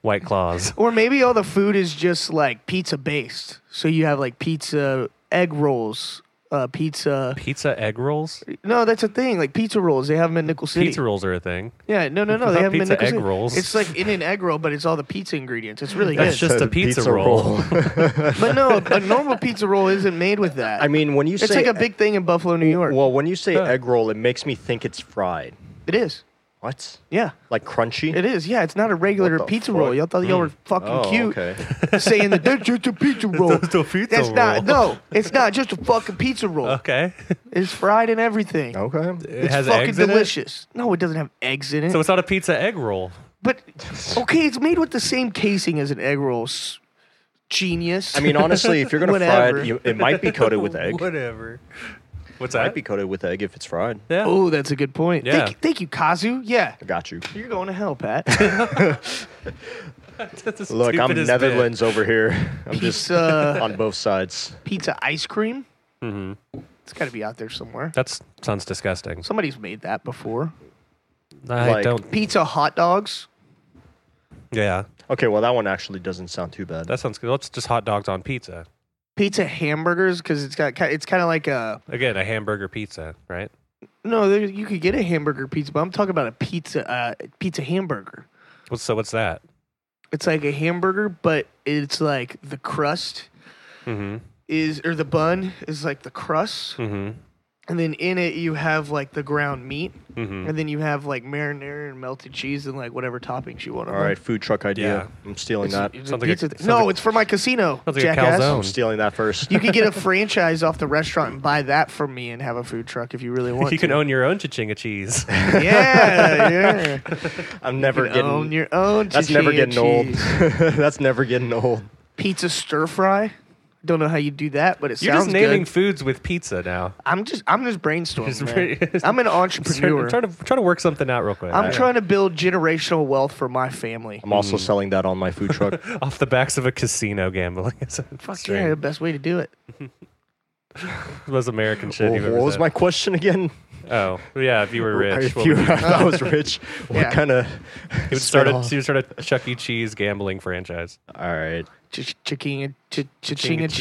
[SPEAKER 2] White claws.
[SPEAKER 1] Or maybe all the food is just like pizza based. So you have like pizza egg rolls, uh, pizza.
[SPEAKER 2] Pizza egg rolls.
[SPEAKER 1] No, that's a thing. Like pizza rolls, they have them in Nickel City.
[SPEAKER 2] Pizza rolls are a thing.
[SPEAKER 1] Yeah, no, no, no.
[SPEAKER 2] I
[SPEAKER 1] They
[SPEAKER 2] thought
[SPEAKER 1] have them in
[SPEAKER 2] pizza
[SPEAKER 1] Nickel
[SPEAKER 2] egg
[SPEAKER 1] City.
[SPEAKER 2] rolls.
[SPEAKER 1] It's like in an egg roll, but it's all the pizza ingredients. It's really
[SPEAKER 2] That's
[SPEAKER 1] good.
[SPEAKER 2] just a pizza, roll.
[SPEAKER 1] but no, a normal pizza roll isn't made with that.
[SPEAKER 3] I mean, when you
[SPEAKER 1] it's
[SPEAKER 3] say e,
[SPEAKER 1] like a big thing in Buffalo, New York.
[SPEAKER 3] well, when you say egg roll, it makes me think it's fried.
[SPEAKER 1] it is.
[SPEAKER 3] What?
[SPEAKER 1] Yeah,
[SPEAKER 3] Like crunchy?
[SPEAKER 1] it is. Yeah, it's not a regular
[SPEAKER 3] What the
[SPEAKER 1] pizza
[SPEAKER 3] fuck?
[SPEAKER 1] roll. Y'all thought y'all were fucking
[SPEAKER 3] Oh,
[SPEAKER 1] cute
[SPEAKER 3] okay.
[SPEAKER 1] saying that that's just a pizza roll.
[SPEAKER 2] just a pizza
[SPEAKER 1] That's not.
[SPEAKER 2] roll.
[SPEAKER 1] No, it's not just a fucking pizza roll.
[SPEAKER 2] Okay.
[SPEAKER 1] It's fried and everything.
[SPEAKER 3] okay.
[SPEAKER 2] Oh. It
[SPEAKER 1] It's
[SPEAKER 2] has
[SPEAKER 1] fucking
[SPEAKER 2] eggs in it.
[SPEAKER 1] delicious. No, it doesn't have eggs in it.
[SPEAKER 2] So it's not a pizza egg roll.
[SPEAKER 1] but okay, it's made with the same casing as an egg roll. S- Genius.
[SPEAKER 3] I mean, honestly, if you're gonna fry
[SPEAKER 1] Whatever.
[SPEAKER 3] it, you, it might be coated with egg. It
[SPEAKER 2] Whatever. What's
[SPEAKER 3] might
[SPEAKER 2] that?
[SPEAKER 3] be coated with egg if it's fried.
[SPEAKER 2] yeah.
[SPEAKER 1] oh, that's a good point.
[SPEAKER 2] Yeah.
[SPEAKER 1] Thank, thank you, Kazu. Yeah,
[SPEAKER 3] I got you.
[SPEAKER 1] you're going to hell, Pat.
[SPEAKER 2] That's the
[SPEAKER 3] Look, I'm
[SPEAKER 2] stupidest bit.
[SPEAKER 3] Netherlands over here. I'm just
[SPEAKER 1] pizza, uh,
[SPEAKER 3] on both sides.
[SPEAKER 1] pizza ice cream. Mm-hmm. It's got to be out there somewhere.
[SPEAKER 2] That sounds disgusting.
[SPEAKER 1] Somebody's made that before.
[SPEAKER 2] I
[SPEAKER 3] Like-
[SPEAKER 2] don't.
[SPEAKER 1] Pizza hot dogs.
[SPEAKER 2] Yeah,
[SPEAKER 3] Okay, well, that one actually doesn't sound too bad.
[SPEAKER 2] that sounds good. Let's just hot dogs on pizza.
[SPEAKER 1] Pizza hamburgers because it's got ki- it's kind of like a
[SPEAKER 2] Again, a hamburger pizza, right?
[SPEAKER 1] no there, you could get a hamburger pizza but I'm talking about a pizza uh, pizza hamburger
[SPEAKER 2] What's, so what's that?
[SPEAKER 1] It's like a hamburger, but it's like the crust
[SPEAKER 2] Mm-hmm.
[SPEAKER 1] is or the bun is like the crust,
[SPEAKER 2] Mm-hmm.
[SPEAKER 1] and then in it you have like the ground meat,
[SPEAKER 2] Mm-hmm.
[SPEAKER 1] and then you have like marinara and melted cheese and like whatever toppings you want on.
[SPEAKER 3] All right, food truck idea.
[SPEAKER 2] Yeah.
[SPEAKER 3] I'm stealing
[SPEAKER 1] it's,
[SPEAKER 3] that.
[SPEAKER 1] it's a
[SPEAKER 2] Sounds like a-
[SPEAKER 1] pizza thi-
[SPEAKER 2] sounds
[SPEAKER 1] no,
[SPEAKER 2] like-
[SPEAKER 1] it's for my casino,
[SPEAKER 2] Sounds like a
[SPEAKER 1] jackass.
[SPEAKER 2] calzone.
[SPEAKER 3] I'm stealing that first.
[SPEAKER 1] Mm. you could get a franchise off the restaurant and buy that from me and have a food truck if you really want.
[SPEAKER 2] You can
[SPEAKER 1] to.
[SPEAKER 2] own your own chichinga cheese.
[SPEAKER 1] yeah, yeah.
[SPEAKER 3] I'm never
[SPEAKER 1] You can
[SPEAKER 3] getting.
[SPEAKER 1] own your own.
[SPEAKER 3] that's never
[SPEAKER 1] Chichilla
[SPEAKER 3] getting old.
[SPEAKER 1] cheese.
[SPEAKER 3] that's never getting old.
[SPEAKER 1] Pizza stir fry. Don't know how you do that, but it
[SPEAKER 2] You're
[SPEAKER 1] sounds
[SPEAKER 2] just naming
[SPEAKER 1] good.
[SPEAKER 2] foods with pizza now.
[SPEAKER 1] I'm just I'm just
[SPEAKER 3] Oh,
[SPEAKER 1] brainstorming.
[SPEAKER 2] It's
[SPEAKER 1] man.
[SPEAKER 2] very-
[SPEAKER 1] I'm an
[SPEAKER 2] I'm trying,
[SPEAKER 1] entrepreneur.
[SPEAKER 2] I'm trying to try to work something out real quick.
[SPEAKER 1] I'm trying to build generational wealth for my family.
[SPEAKER 3] I'm also selling that on my food truck.
[SPEAKER 2] off the backs of a casino gambling. It's a
[SPEAKER 1] Fuck
[SPEAKER 2] strange-
[SPEAKER 1] yeah, the best way to do it.
[SPEAKER 2] most American shit.
[SPEAKER 3] Well,
[SPEAKER 2] you've ever
[SPEAKER 3] what was
[SPEAKER 2] said.
[SPEAKER 3] my question again?
[SPEAKER 2] Oh yeah, if you were rich,
[SPEAKER 3] If
[SPEAKER 2] what
[SPEAKER 3] you,
[SPEAKER 2] would you,
[SPEAKER 3] I thought I was rich. What
[SPEAKER 1] Yeah.
[SPEAKER 3] kind of?
[SPEAKER 2] you would start a you would start a Chuck E. Cheese gambling franchise.
[SPEAKER 3] All right.
[SPEAKER 1] Ch- Chicken, ch- chichinga
[SPEAKER 2] cheese,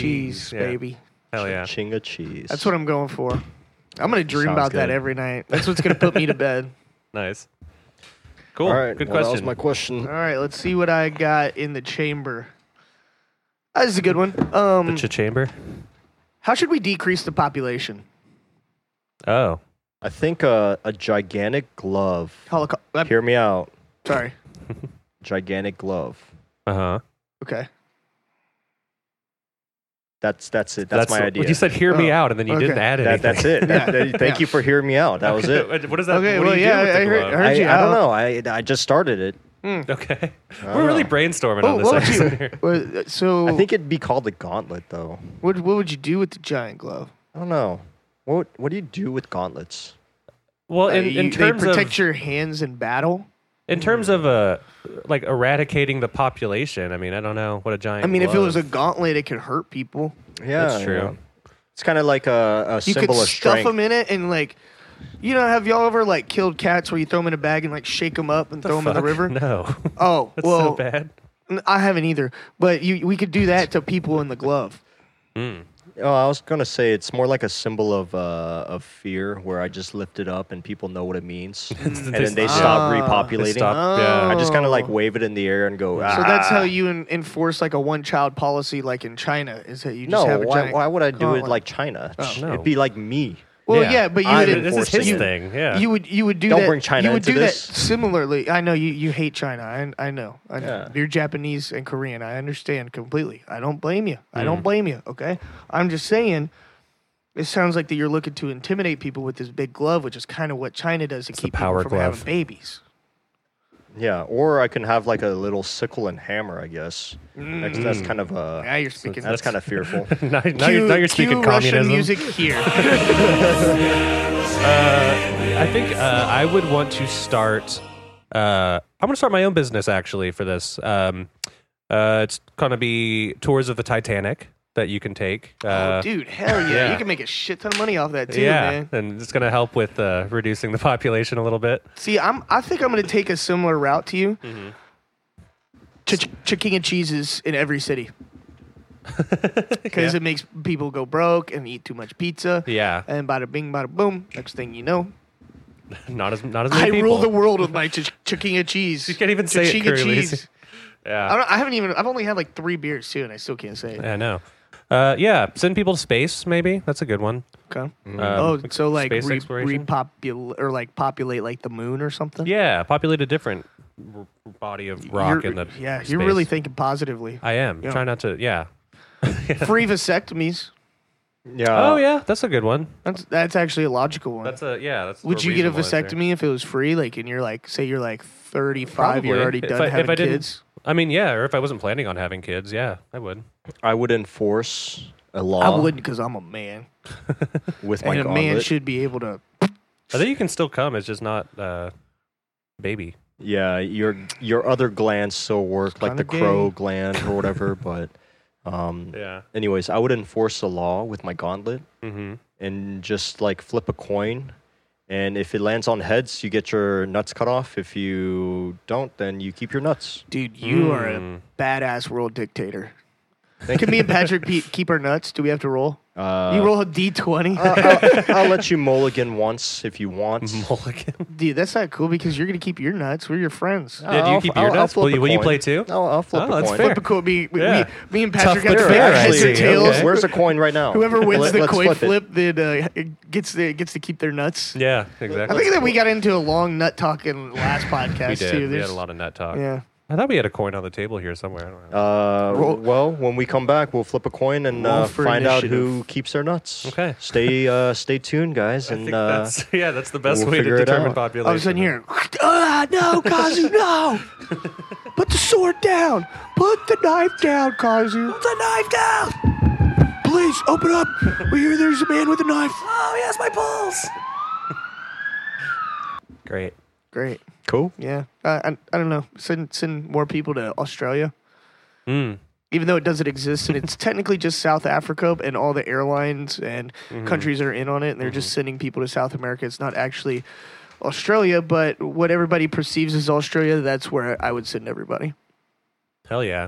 [SPEAKER 1] cheese,
[SPEAKER 2] yeah.
[SPEAKER 1] baby.
[SPEAKER 2] Hell yeah.
[SPEAKER 3] Chinga cheese.
[SPEAKER 1] That's what I'm going for. I'm gonna dream
[SPEAKER 3] Sounds
[SPEAKER 1] about that
[SPEAKER 3] good.
[SPEAKER 1] every night. That's what's gonna put me to bed.
[SPEAKER 2] Nice. Cool.
[SPEAKER 3] All right.
[SPEAKER 2] Good
[SPEAKER 3] well,
[SPEAKER 2] question.
[SPEAKER 3] That was my question.
[SPEAKER 1] All right, let's see what I got in the chamber. Ah, this is a good one. Um,
[SPEAKER 2] Ch- chamber.
[SPEAKER 1] how should we decrease the population?
[SPEAKER 2] Oh.
[SPEAKER 3] I think uh, a gigantic glove.
[SPEAKER 1] Holocaust. I'm
[SPEAKER 3] Hear me out.
[SPEAKER 1] sorry.
[SPEAKER 3] Gigantic glove.
[SPEAKER 2] Uh huh.
[SPEAKER 1] Okay.
[SPEAKER 3] That's that's it. That's, my idea.
[SPEAKER 2] You said "hear me
[SPEAKER 1] Oh,
[SPEAKER 2] out" and then you
[SPEAKER 1] okay.
[SPEAKER 2] didn't add anything.
[SPEAKER 3] that, that's it. That- that- thank
[SPEAKER 1] Yeah.
[SPEAKER 3] you for hearing me out. That was it.
[SPEAKER 2] what does that?
[SPEAKER 1] Okay,
[SPEAKER 2] what
[SPEAKER 1] well,
[SPEAKER 2] do you
[SPEAKER 1] yeah,
[SPEAKER 2] do with
[SPEAKER 1] I
[SPEAKER 2] the
[SPEAKER 1] heard-
[SPEAKER 2] glove?
[SPEAKER 1] I heard-
[SPEAKER 3] I,
[SPEAKER 1] you
[SPEAKER 3] I don't
[SPEAKER 1] out.
[SPEAKER 3] know. I I just started it.
[SPEAKER 2] okay.
[SPEAKER 3] don't
[SPEAKER 2] We're really
[SPEAKER 3] know.
[SPEAKER 2] brainstorming
[SPEAKER 1] What,
[SPEAKER 2] on this
[SPEAKER 1] what would
[SPEAKER 2] episode
[SPEAKER 1] Oh, you?
[SPEAKER 2] here.
[SPEAKER 1] what- uh, So,
[SPEAKER 3] I think it'd be called the gauntlet, though.
[SPEAKER 1] what what would you do with the giant glove?
[SPEAKER 3] I don't know. What what do you do with gauntlets?
[SPEAKER 2] Well,
[SPEAKER 1] Uh,
[SPEAKER 2] in,
[SPEAKER 1] you-
[SPEAKER 2] in terms
[SPEAKER 1] they protect
[SPEAKER 2] of
[SPEAKER 1] your hands in battle.
[SPEAKER 2] in terms of uh, like eradicating the population, I mean, I don't know what a giant.
[SPEAKER 1] I mean, if it was a
[SPEAKER 2] glove-
[SPEAKER 1] gauntlet, it could hurt people.
[SPEAKER 3] Yeah,
[SPEAKER 2] That's true.
[SPEAKER 3] yeah. It's kind of like a, a
[SPEAKER 1] You could
[SPEAKER 3] symbol of
[SPEAKER 1] stuff
[SPEAKER 3] strength.
[SPEAKER 1] them in it and like, you know, have y'all ever like killed cats where you throw them in a bag and like shake them up and throw them in the
[SPEAKER 2] Fuck,
[SPEAKER 1] river?
[SPEAKER 2] No,
[SPEAKER 1] Oh,
[SPEAKER 2] that's so
[SPEAKER 1] well,
[SPEAKER 2] bad.
[SPEAKER 1] n- I haven't either. But you, we could do that to people in the glove.
[SPEAKER 3] Oh, I was gonna say it's more like a symbol of uh, of fear, where I just lift it up and people know what it means, and then they
[SPEAKER 1] Ah.
[SPEAKER 3] stop repopulating.
[SPEAKER 2] They stop.
[SPEAKER 1] Oh.
[SPEAKER 2] Yeah.
[SPEAKER 3] I just kind of like wave it in the air and go. Ah.
[SPEAKER 1] So that's how you en- enforce like a one-child policy, like in China, is that you just
[SPEAKER 3] No,
[SPEAKER 1] have a
[SPEAKER 3] why,
[SPEAKER 1] giant
[SPEAKER 3] why would I do it
[SPEAKER 1] gauntlet. Oh,
[SPEAKER 3] like China? Ch-
[SPEAKER 2] no.
[SPEAKER 3] It'd be like me.
[SPEAKER 1] Well, yeah, but you
[SPEAKER 3] I'm
[SPEAKER 1] would
[SPEAKER 2] This is his
[SPEAKER 3] enforcing it.
[SPEAKER 2] thing. Yeah.
[SPEAKER 1] you would you would do
[SPEAKER 3] Don't
[SPEAKER 1] that.
[SPEAKER 3] bring China
[SPEAKER 1] you would
[SPEAKER 3] into
[SPEAKER 1] do
[SPEAKER 3] this.
[SPEAKER 1] that similarly. I know you, you hate China. I I know. I know.
[SPEAKER 3] Yeah.
[SPEAKER 1] You're Japanese and Korean. I understand completely. I don't blame you. I
[SPEAKER 2] Mm.
[SPEAKER 1] don't blame you. Okay. I'm just saying. It sounds like that you're looking to intimidate people with this big glove, which is kind of what China does to
[SPEAKER 2] the
[SPEAKER 1] keep people
[SPEAKER 2] power
[SPEAKER 1] from
[SPEAKER 2] glove.
[SPEAKER 1] having babies.
[SPEAKER 3] Yeah, or I can have like a little sickle and hammer, I guess. That's,
[SPEAKER 1] Mm.
[SPEAKER 3] that's kind of uh,
[SPEAKER 1] Now you're speaking.
[SPEAKER 3] that's kind of fearful.
[SPEAKER 2] now, now you're, now you're speaking
[SPEAKER 1] Russian
[SPEAKER 2] communism.
[SPEAKER 1] music here.
[SPEAKER 2] I think uh, I would want to start. Uh, I'm going to start my own business actually for this. Um, uh, it's going to be tours of the Titanic that you can take. Uh,
[SPEAKER 1] oh, dude, hell yeah.
[SPEAKER 2] yeah.
[SPEAKER 1] You can make a shit ton of money off that too,
[SPEAKER 2] yeah,
[SPEAKER 1] man.
[SPEAKER 2] and it's going to help with uh, reducing the population a little bit.
[SPEAKER 1] See, I'm. I think I'm going to take a similar route to you.
[SPEAKER 2] Mm-hmm.
[SPEAKER 1] Ch- ch- King and cheeses in every city because
[SPEAKER 2] Yeah.
[SPEAKER 1] it makes people go broke and eat too much pizza.
[SPEAKER 2] Yeah,
[SPEAKER 1] And bada bing, bada boom. Next thing you know,
[SPEAKER 2] not as not as many
[SPEAKER 1] I
[SPEAKER 2] people.
[SPEAKER 1] rule the world with my ch- Chiquinha cheese.
[SPEAKER 2] You can't even say it
[SPEAKER 1] Chiquinha
[SPEAKER 2] clearly.
[SPEAKER 1] cheese. I,
[SPEAKER 2] yeah,
[SPEAKER 1] don't, I haven't even. I've only had like three beers too, and I still can't say it.
[SPEAKER 2] I know. Uh, yeah, send people to space. Maybe that's a good one.
[SPEAKER 1] Okay.
[SPEAKER 2] Um,
[SPEAKER 1] oh, so like re-
[SPEAKER 2] space exploration.
[SPEAKER 1] repopulate or like populate like the moon or something.
[SPEAKER 2] yeah, populate a different r- body of rock
[SPEAKER 1] You're-
[SPEAKER 2] in the
[SPEAKER 1] yeah.
[SPEAKER 2] Space.
[SPEAKER 1] You're really thinking positively.
[SPEAKER 2] I am.
[SPEAKER 1] Yeah.
[SPEAKER 2] Try not to. Yeah.
[SPEAKER 1] Free vasectomies.
[SPEAKER 3] Yeah.
[SPEAKER 1] Uh,
[SPEAKER 2] oh yeah, that's a good one.
[SPEAKER 1] That's that's actually a logical one.
[SPEAKER 2] That's a yeah. That's
[SPEAKER 1] Would
[SPEAKER 2] a
[SPEAKER 1] you get a
[SPEAKER 2] reasonable answer.
[SPEAKER 1] vasectomy if it was free? Like, and you're like, say you're like 35, you're
[SPEAKER 2] Probably.
[SPEAKER 1] already
[SPEAKER 2] If
[SPEAKER 1] done
[SPEAKER 2] I- if
[SPEAKER 1] having
[SPEAKER 2] I didn't-
[SPEAKER 1] kids.
[SPEAKER 2] I mean, yeah, or if I wasn't planning on having kids, yeah, I would.
[SPEAKER 3] I would enforce a law
[SPEAKER 1] I wouldn't because I'm a man,
[SPEAKER 3] with my
[SPEAKER 1] and a
[SPEAKER 3] gauntlet.
[SPEAKER 1] man should be able to.
[SPEAKER 2] I think you can still come. It's just not uh, baby.
[SPEAKER 3] Yeah, your your other glands still work, like
[SPEAKER 1] kinda
[SPEAKER 3] the crow
[SPEAKER 1] gay.
[SPEAKER 3] gland or whatever. but, um,
[SPEAKER 2] Yeah.
[SPEAKER 3] anyways, I would enforce the law with my gauntlet
[SPEAKER 2] Mm-hmm.
[SPEAKER 3] and just like flip a coin, and if it lands on heads, you get your nuts cut off. If you don't, then you keep your nuts.
[SPEAKER 1] Dude, you are a
[SPEAKER 2] Mm.
[SPEAKER 1] badass world dictator.
[SPEAKER 3] Thank
[SPEAKER 1] Can me and Patrick pe- keep our nuts? Do we have to roll?
[SPEAKER 3] Uh,
[SPEAKER 1] you roll a d20,
[SPEAKER 3] I- I'll, I'll let you mulligan once if you want.
[SPEAKER 2] Mulligan.
[SPEAKER 1] dude. That's not cool because you're gonna keep your nuts. We're your friends.
[SPEAKER 2] Yeah, do you
[SPEAKER 3] I'll-
[SPEAKER 2] keep
[SPEAKER 3] I'll-
[SPEAKER 2] your
[SPEAKER 3] I'll
[SPEAKER 2] nuts?
[SPEAKER 3] flip
[SPEAKER 2] Will you,
[SPEAKER 3] a
[SPEAKER 2] will you
[SPEAKER 3] coin.
[SPEAKER 2] play too?
[SPEAKER 3] I'll, I'll flip
[SPEAKER 2] Oh,
[SPEAKER 3] a
[SPEAKER 2] that's
[SPEAKER 3] coin.
[SPEAKER 2] Oh, fair.
[SPEAKER 1] But cool, me, me,
[SPEAKER 2] Yeah.
[SPEAKER 1] me, me and
[SPEAKER 2] Tough
[SPEAKER 1] Patrick
[SPEAKER 2] but
[SPEAKER 1] got
[SPEAKER 2] fair, I
[SPEAKER 1] heads
[SPEAKER 2] see.
[SPEAKER 1] or tails.
[SPEAKER 2] Okay.
[SPEAKER 3] Where's the coin right now?
[SPEAKER 1] Whoever wins
[SPEAKER 3] Let-
[SPEAKER 1] the
[SPEAKER 3] let's
[SPEAKER 1] coin
[SPEAKER 3] it.
[SPEAKER 1] flip, then uh, gets to gets to keep their nuts.
[SPEAKER 2] Yeah,
[SPEAKER 1] I
[SPEAKER 2] exactly.
[SPEAKER 1] think that we got into a long nut talk in last podcast
[SPEAKER 2] We did.
[SPEAKER 1] too.
[SPEAKER 2] we had
[SPEAKER 1] There's-
[SPEAKER 2] a lot of nut talk.
[SPEAKER 1] Yeah.
[SPEAKER 2] I thought we had a coin on the table here somewhere. I don't know.
[SPEAKER 3] Uh,
[SPEAKER 1] Roll-
[SPEAKER 3] well, when we come back, we'll flip a coin and
[SPEAKER 1] Roll
[SPEAKER 3] uh,
[SPEAKER 1] for
[SPEAKER 3] find out who
[SPEAKER 1] initiative.
[SPEAKER 3] keeps their nuts.
[SPEAKER 2] Okay.
[SPEAKER 3] Stay uh, stay tuned, guys,
[SPEAKER 2] I
[SPEAKER 3] and
[SPEAKER 2] think
[SPEAKER 3] uh,
[SPEAKER 2] that's yeah, that's the best
[SPEAKER 3] we'll
[SPEAKER 2] way
[SPEAKER 3] figure
[SPEAKER 2] to
[SPEAKER 3] it
[SPEAKER 2] determine
[SPEAKER 3] out.
[SPEAKER 2] population.
[SPEAKER 1] All of a sudden, here, ah, no, Kazu, no! Put the sword down! Put the knife down, Kazu! Put the knife down! Please, open up! We hear there's a man with a knife! Oh, yes, my balls!
[SPEAKER 2] Great.
[SPEAKER 1] Great,
[SPEAKER 3] cool.
[SPEAKER 1] yeah. Uh, I, I don't know. Send, send more people to Australia.
[SPEAKER 2] Mm.
[SPEAKER 1] Even though it doesn't exist, and it's technically just South Africa, and all the airlines and
[SPEAKER 2] Mm-hmm.
[SPEAKER 1] countries are in on it, and they're just sending people to South America. It's not actually Australia, but what everybody perceives as Australia, that's where I would send everybody.
[SPEAKER 2] Hell yeah.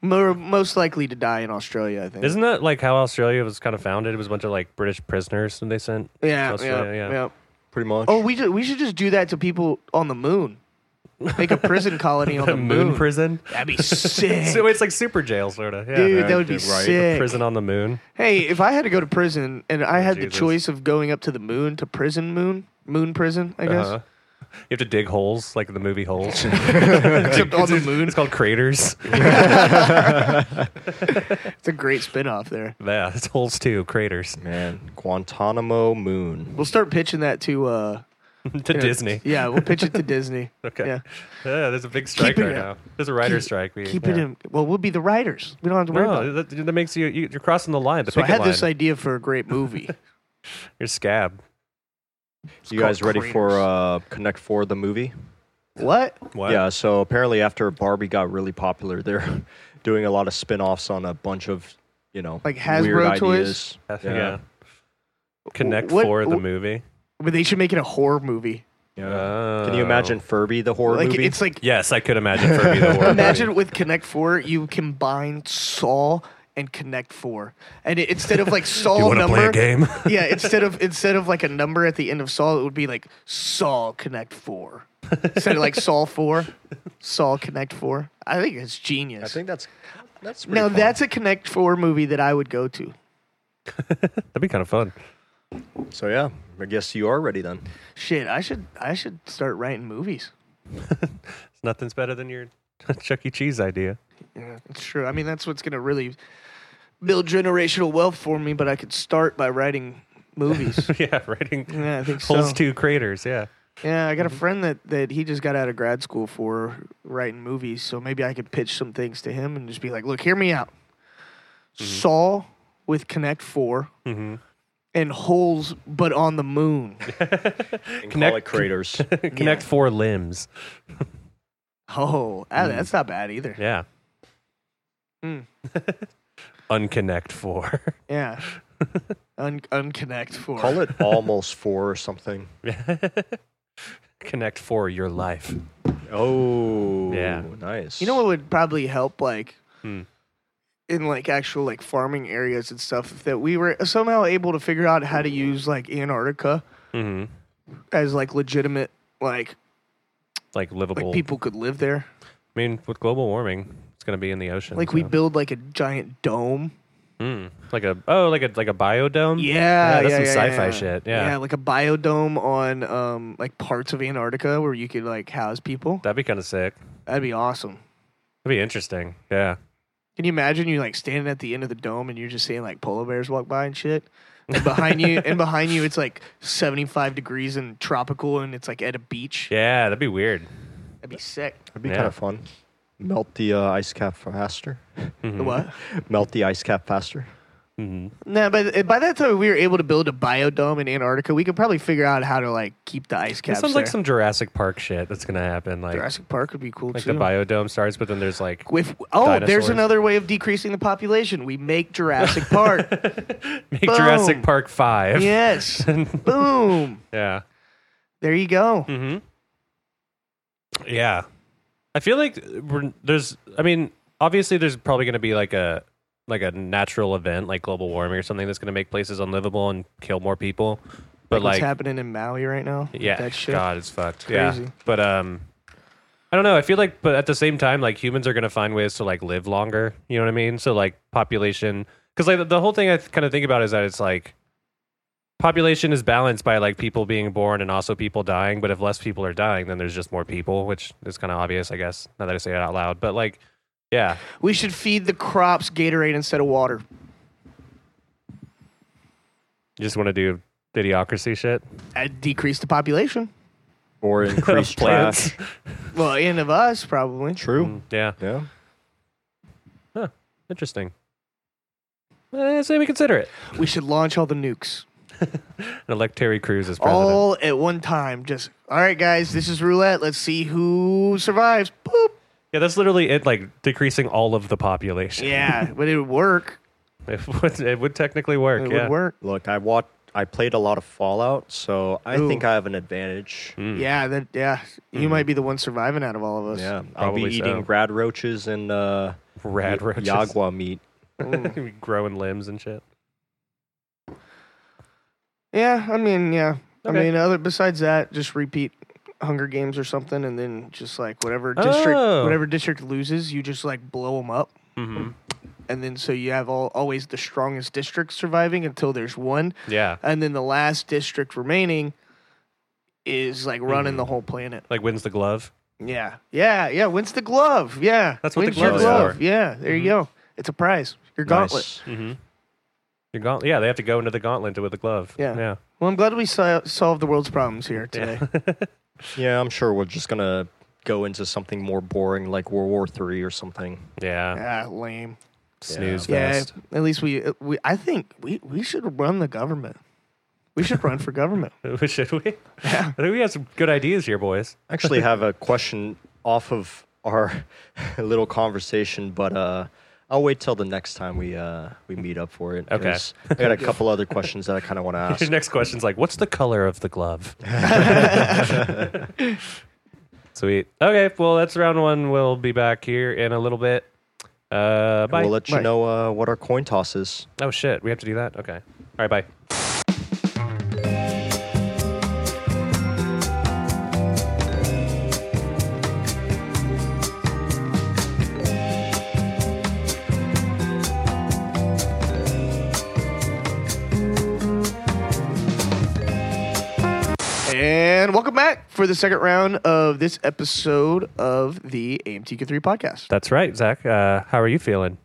[SPEAKER 1] More, most likely to die in Australia, I think.
[SPEAKER 2] Isn't that like how Australia was kind of founded? It was a bunch of like British prisoners and they sent. to
[SPEAKER 1] yeah, yeah,
[SPEAKER 2] Australia,
[SPEAKER 1] yeah,
[SPEAKER 3] Pretty much.
[SPEAKER 1] Oh, we should, we should just do that to people on the moon. Make a prison colony on the moon.
[SPEAKER 2] moon prison.
[SPEAKER 1] That'd be sick.
[SPEAKER 2] So it's like super jail, sort of. Yeah.
[SPEAKER 1] Dude, that would be
[SPEAKER 3] Right.
[SPEAKER 1] sick.
[SPEAKER 2] Prison on the moon.
[SPEAKER 1] Hey, if I had to go to prison and I had the
[SPEAKER 2] Oh, Jesus.
[SPEAKER 1] choice of going up to the moon to prison moon, moon prison, I guess,
[SPEAKER 2] Uh-huh. You have to dig holes, like in the movie Holes.
[SPEAKER 1] except on the moon.
[SPEAKER 2] it's called craters.
[SPEAKER 1] It's a great spinoff there.
[SPEAKER 2] yeah, it's holes too, craters.
[SPEAKER 3] man, Guantanamo Moon.
[SPEAKER 1] We'll start pitching that to uh,
[SPEAKER 2] to
[SPEAKER 1] you know,
[SPEAKER 2] Disney.
[SPEAKER 1] Yeah, we'll pitch it to Disney.
[SPEAKER 2] Okay.
[SPEAKER 1] Yeah.
[SPEAKER 2] Yeah, there's a big strike
[SPEAKER 1] it
[SPEAKER 2] right
[SPEAKER 1] in-
[SPEAKER 2] now. There's a writer
[SPEAKER 1] keep-
[SPEAKER 2] strike. We,
[SPEAKER 1] Keep
[SPEAKER 2] yeah.
[SPEAKER 1] it in. Well, we'll be the writers. We don't have to worry about it.
[SPEAKER 2] No, that, that makes you, you you're crossing the line. The
[SPEAKER 1] So I
[SPEAKER 2] picket
[SPEAKER 1] had
[SPEAKER 2] line.
[SPEAKER 1] this idea for a great movie.
[SPEAKER 2] You're scab.
[SPEAKER 3] You guys
[SPEAKER 1] called
[SPEAKER 3] ready for
[SPEAKER 1] Craters.
[SPEAKER 3] uh, Connect Four the movie?
[SPEAKER 1] what?
[SPEAKER 2] What?
[SPEAKER 3] Yeah. So apparently, after Barbie got really popular, they're doing a lot of spin-offs on a bunch of you know
[SPEAKER 1] Like Hasbro
[SPEAKER 3] weird
[SPEAKER 1] toys?
[SPEAKER 3] ideas.
[SPEAKER 2] Yeah.
[SPEAKER 3] Yeah.
[SPEAKER 2] Connect
[SPEAKER 1] What-
[SPEAKER 2] Four, the
[SPEAKER 1] what-
[SPEAKER 2] movie.
[SPEAKER 1] But they should make it a horror movie.
[SPEAKER 3] Yeah. Can you
[SPEAKER 2] Oh.
[SPEAKER 3] imagine Furby the horror
[SPEAKER 1] Like
[SPEAKER 3] movie?
[SPEAKER 1] it's like
[SPEAKER 2] Yes, I could imagine Furby the Horror.
[SPEAKER 1] imagine with Connect Four, you combine Saw and Connect Four, and it, instead of like Saul
[SPEAKER 2] wanna
[SPEAKER 1] number,
[SPEAKER 2] play a game?
[SPEAKER 1] yeah, instead of instead of like a number at the end of Saul, it would be like Saul Connect Four. Instead of like Saul Four, Saul Connect Four. I think it's genius.
[SPEAKER 3] I think that's that's pretty
[SPEAKER 1] now
[SPEAKER 3] fun.
[SPEAKER 1] that's a Connect Four movie that I would go to.
[SPEAKER 2] That'd be kind of fun.
[SPEAKER 3] so yeah. I guess you are ready then.
[SPEAKER 1] Shit, I should I should start writing movies.
[SPEAKER 2] Nothing's better than your Chuck E. Cheese idea.
[SPEAKER 1] Yeah, it's true. I mean, that's what's gonna really build generational wealth for me. But I could start by writing movies.
[SPEAKER 2] yeah, writing
[SPEAKER 1] yeah, I think
[SPEAKER 2] holes
[SPEAKER 1] so.
[SPEAKER 2] two craters. Yeah.
[SPEAKER 1] Yeah, I got a friend that, that he just got out of grad school for writing movies, so maybe I could pitch some things to him and just be like, "Look, hear me out. Saw with Connect 4
[SPEAKER 2] Mhm.
[SPEAKER 1] and holes, but on the moon.
[SPEAKER 3] And
[SPEAKER 2] Connect-
[SPEAKER 3] call it craters.
[SPEAKER 2] Connect four limbs.
[SPEAKER 1] Oh, ah, that's not bad either.
[SPEAKER 2] Yeah.
[SPEAKER 1] Mm.
[SPEAKER 2] Unconnect four.
[SPEAKER 1] Yeah, Un- unconnect four.
[SPEAKER 3] call it almost four or something.
[SPEAKER 2] Connect four your life.
[SPEAKER 3] Oh,
[SPEAKER 2] Yeah.
[SPEAKER 3] nice.
[SPEAKER 1] You know what would probably help, like
[SPEAKER 2] Hmm.
[SPEAKER 1] in like actual like farming areas and stuff, if that we were somehow able to figure out how to use like Antarctica
[SPEAKER 3] Mm-hmm.
[SPEAKER 2] hmm
[SPEAKER 1] as like legitimate like
[SPEAKER 2] Like livable.
[SPEAKER 1] like people could live there.
[SPEAKER 2] I mean, with global warming, it's gonna be in the ocean.
[SPEAKER 1] Like we
[SPEAKER 2] so-
[SPEAKER 1] build like a giant dome.
[SPEAKER 2] Mm. like a oh, like a like a biodome.
[SPEAKER 1] Yeah,
[SPEAKER 2] that's
[SPEAKER 1] yeah,
[SPEAKER 2] some
[SPEAKER 1] yeah,
[SPEAKER 2] sci-fi
[SPEAKER 1] yeah.
[SPEAKER 2] shit. Yeah.
[SPEAKER 1] like a biodome on um like parts of Antarctica where you could like house people.
[SPEAKER 2] that'd be kind of sick.
[SPEAKER 1] That'd be awesome.
[SPEAKER 2] That'd be interesting. Yeah,
[SPEAKER 1] Can you imagine you like standing at the end of the dome and you're just seeing like polar bears walk by and shit? And behind you and behind you it's like 75 degrees and tropical and it's like at a beach.
[SPEAKER 2] yeah, that'd be weird.
[SPEAKER 1] That'd be sick.
[SPEAKER 3] That'd be
[SPEAKER 2] Yeah.
[SPEAKER 3] kind of fun. Melt the uh, ice cap faster.
[SPEAKER 2] Mm-hmm.
[SPEAKER 1] What?
[SPEAKER 3] Melt the ice cap faster.
[SPEAKER 2] hmm
[SPEAKER 1] Nah, by, th- by that time we were able to build a biodome in Antarctica, we could probably figure out how to like keep the ice
[SPEAKER 2] This
[SPEAKER 1] caps
[SPEAKER 2] sounds
[SPEAKER 1] there.
[SPEAKER 2] like some Jurassic Park shit that's gonna happen. Like
[SPEAKER 1] Jurassic Park would be cool
[SPEAKER 2] like
[SPEAKER 1] too.
[SPEAKER 2] the biodome starts, but then there's like
[SPEAKER 1] With oh,
[SPEAKER 2] Dinosaurs.
[SPEAKER 1] there's another way of decreasing the population. We make Jurassic Park.
[SPEAKER 2] make Jurassic
[SPEAKER 1] Boom.
[SPEAKER 2] Park five.
[SPEAKER 1] yes. Boom.
[SPEAKER 2] yeah.
[SPEAKER 1] There you go.
[SPEAKER 2] hmm Mm-hmm. Yeah, I feel like we're, there's. I mean, obviously, there's probably going to be like a like a natural event, like global warming or something, that's going to make places unlivable and kill more people.
[SPEAKER 1] What's
[SPEAKER 2] But like,
[SPEAKER 1] happening in Maui right now? with
[SPEAKER 2] yeah,
[SPEAKER 1] That shit.
[SPEAKER 2] God, it's fucked. Yeah,
[SPEAKER 1] Crazy.
[SPEAKER 2] but um, I don't know. I feel like, but at the same time, like humans are going to find ways to like live longer. You know what I mean? So like population, because like the- the whole thing I kind of think about is that it's like population is balanced by like people being born and also people dying. But if less people are dying, then there's just more people, which is kind of obvious, I guess. Now that I say it out loud, but like, yeah,
[SPEAKER 1] We should feed the crops Gatorade instead of water.
[SPEAKER 2] you just want to do idiocracy shit.
[SPEAKER 1] i decrease the population.
[SPEAKER 3] Or increase
[SPEAKER 2] Plants. Mm,
[SPEAKER 3] trash.
[SPEAKER 1] Well, and of us probably.
[SPEAKER 3] True.
[SPEAKER 2] Yeah,
[SPEAKER 3] Yeah.
[SPEAKER 2] interesting. Eh, so we consider it.
[SPEAKER 1] We should launch all the nukes
[SPEAKER 2] And elect Terry Crews as president.
[SPEAKER 1] all at one time. Just all right, guys. This is roulette. Let's see who survives. Boop.
[SPEAKER 2] Yeah, that's literally it, like decreasing all of the population.
[SPEAKER 1] Yeah, but it would work.
[SPEAKER 2] It would, it would technically work.
[SPEAKER 1] It
[SPEAKER 2] yeah.
[SPEAKER 1] would work.
[SPEAKER 3] Look, I watched. I played a lot of Fallout, so I
[SPEAKER 1] Ooh.
[SPEAKER 3] think I have an advantage.
[SPEAKER 2] Hmm.
[SPEAKER 1] Yeah, that. Yeah, you might be the one surviving out of all of us.
[SPEAKER 3] Yeah, I'll be
[SPEAKER 2] Probably
[SPEAKER 3] eating
[SPEAKER 2] so.
[SPEAKER 3] rad roaches and uh,
[SPEAKER 2] Rad
[SPEAKER 3] y-
[SPEAKER 2] roaches.
[SPEAKER 3] Yagua meat.
[SPEAKER 2] Growing limbs and shit.
[SPEAKER 1] Yeah, I mean, yeah.
[SPEAKER 2] Okay.
[SPEAKER 1] I mean, other besides that, just repeat Hunger Games or something, and then just like whatever district,
[SPEAKER 2] Oh.
[SPEAKER 1] whatever district loses, you just like blow them up,
[SPEAKER 2] hmm
[SPEAKER 1] and then so you have all always the strongest district surviving until there's one,
[SPEAKER 2] Yeah.
[SPEAKER 1] and then the last district remaining is like running
[SPEAKER 2] Mm-hmm.
[SPEAKER 1] the whole planet.
[SPEAKER 2] Like wins the glove.
[SPEAKER 1] Yeah, yeah, yeah. Wins the glove. Yeah,
[SPEAKER 2] That's what the
[SPEAKER 1] Wins your
[SPEAKER 3] glove is for.
[SPEAKER 1] Yeah, there you go. It's a prize. Your gauntlet.
[SPEAKER 3] Nice.
[SPEAKER 2] Mm-hmm. Your gaunt- yeah, they have to go into the gauntlet with the glove.
[SPEAKER 1] Yeah.
[SPEAKER 2] Yeah.
[SPEAKER 1] Well, I'm glad we so- solved the world's problems here today.
[SPEAKER 3] Yeah, I'm sure we're just gonna go into something more boring, like World War Three or something.
[SPEAKER 2] Yeah.
[SPEAKER 1] ah, lame.
[SPEAKER 2] Snooze fest.
[SPEAKER 1] Yeah, at least we, uh, we I think we, we should run the government. We should run for government.
[SPEAKER 2] Should we? I think we have some good ideas here, boys.
[SPEAKER 3] I actually have a question off of our little conversation, but uh, I'll wait till the next time we uh, we meet up for it.
[SPEAKER 2] Okay.
[SPEAKER 3] 'cause I got a couple other questions that I kind of want to ask.
[SPEAKER 2] Your next question's like, what's the color of the glove? Sweet. Okay, well, that's round one. We'll be back here in a little bit. Uh, bye.
[SPEAKER 3] We'll let you
[SPEAKER 1] Bye.
[SPEAKER 3] know uh, what our coin toss is.
[SPEAKER 2] oh shit, we have to do that. Okay. All right. Bye.
[SPEAKER 1] And welcome back for the second round of this episode of the AMTK3 podcast.
[SPEAKER 2] That's right, Zach. Uh, how are you feeling?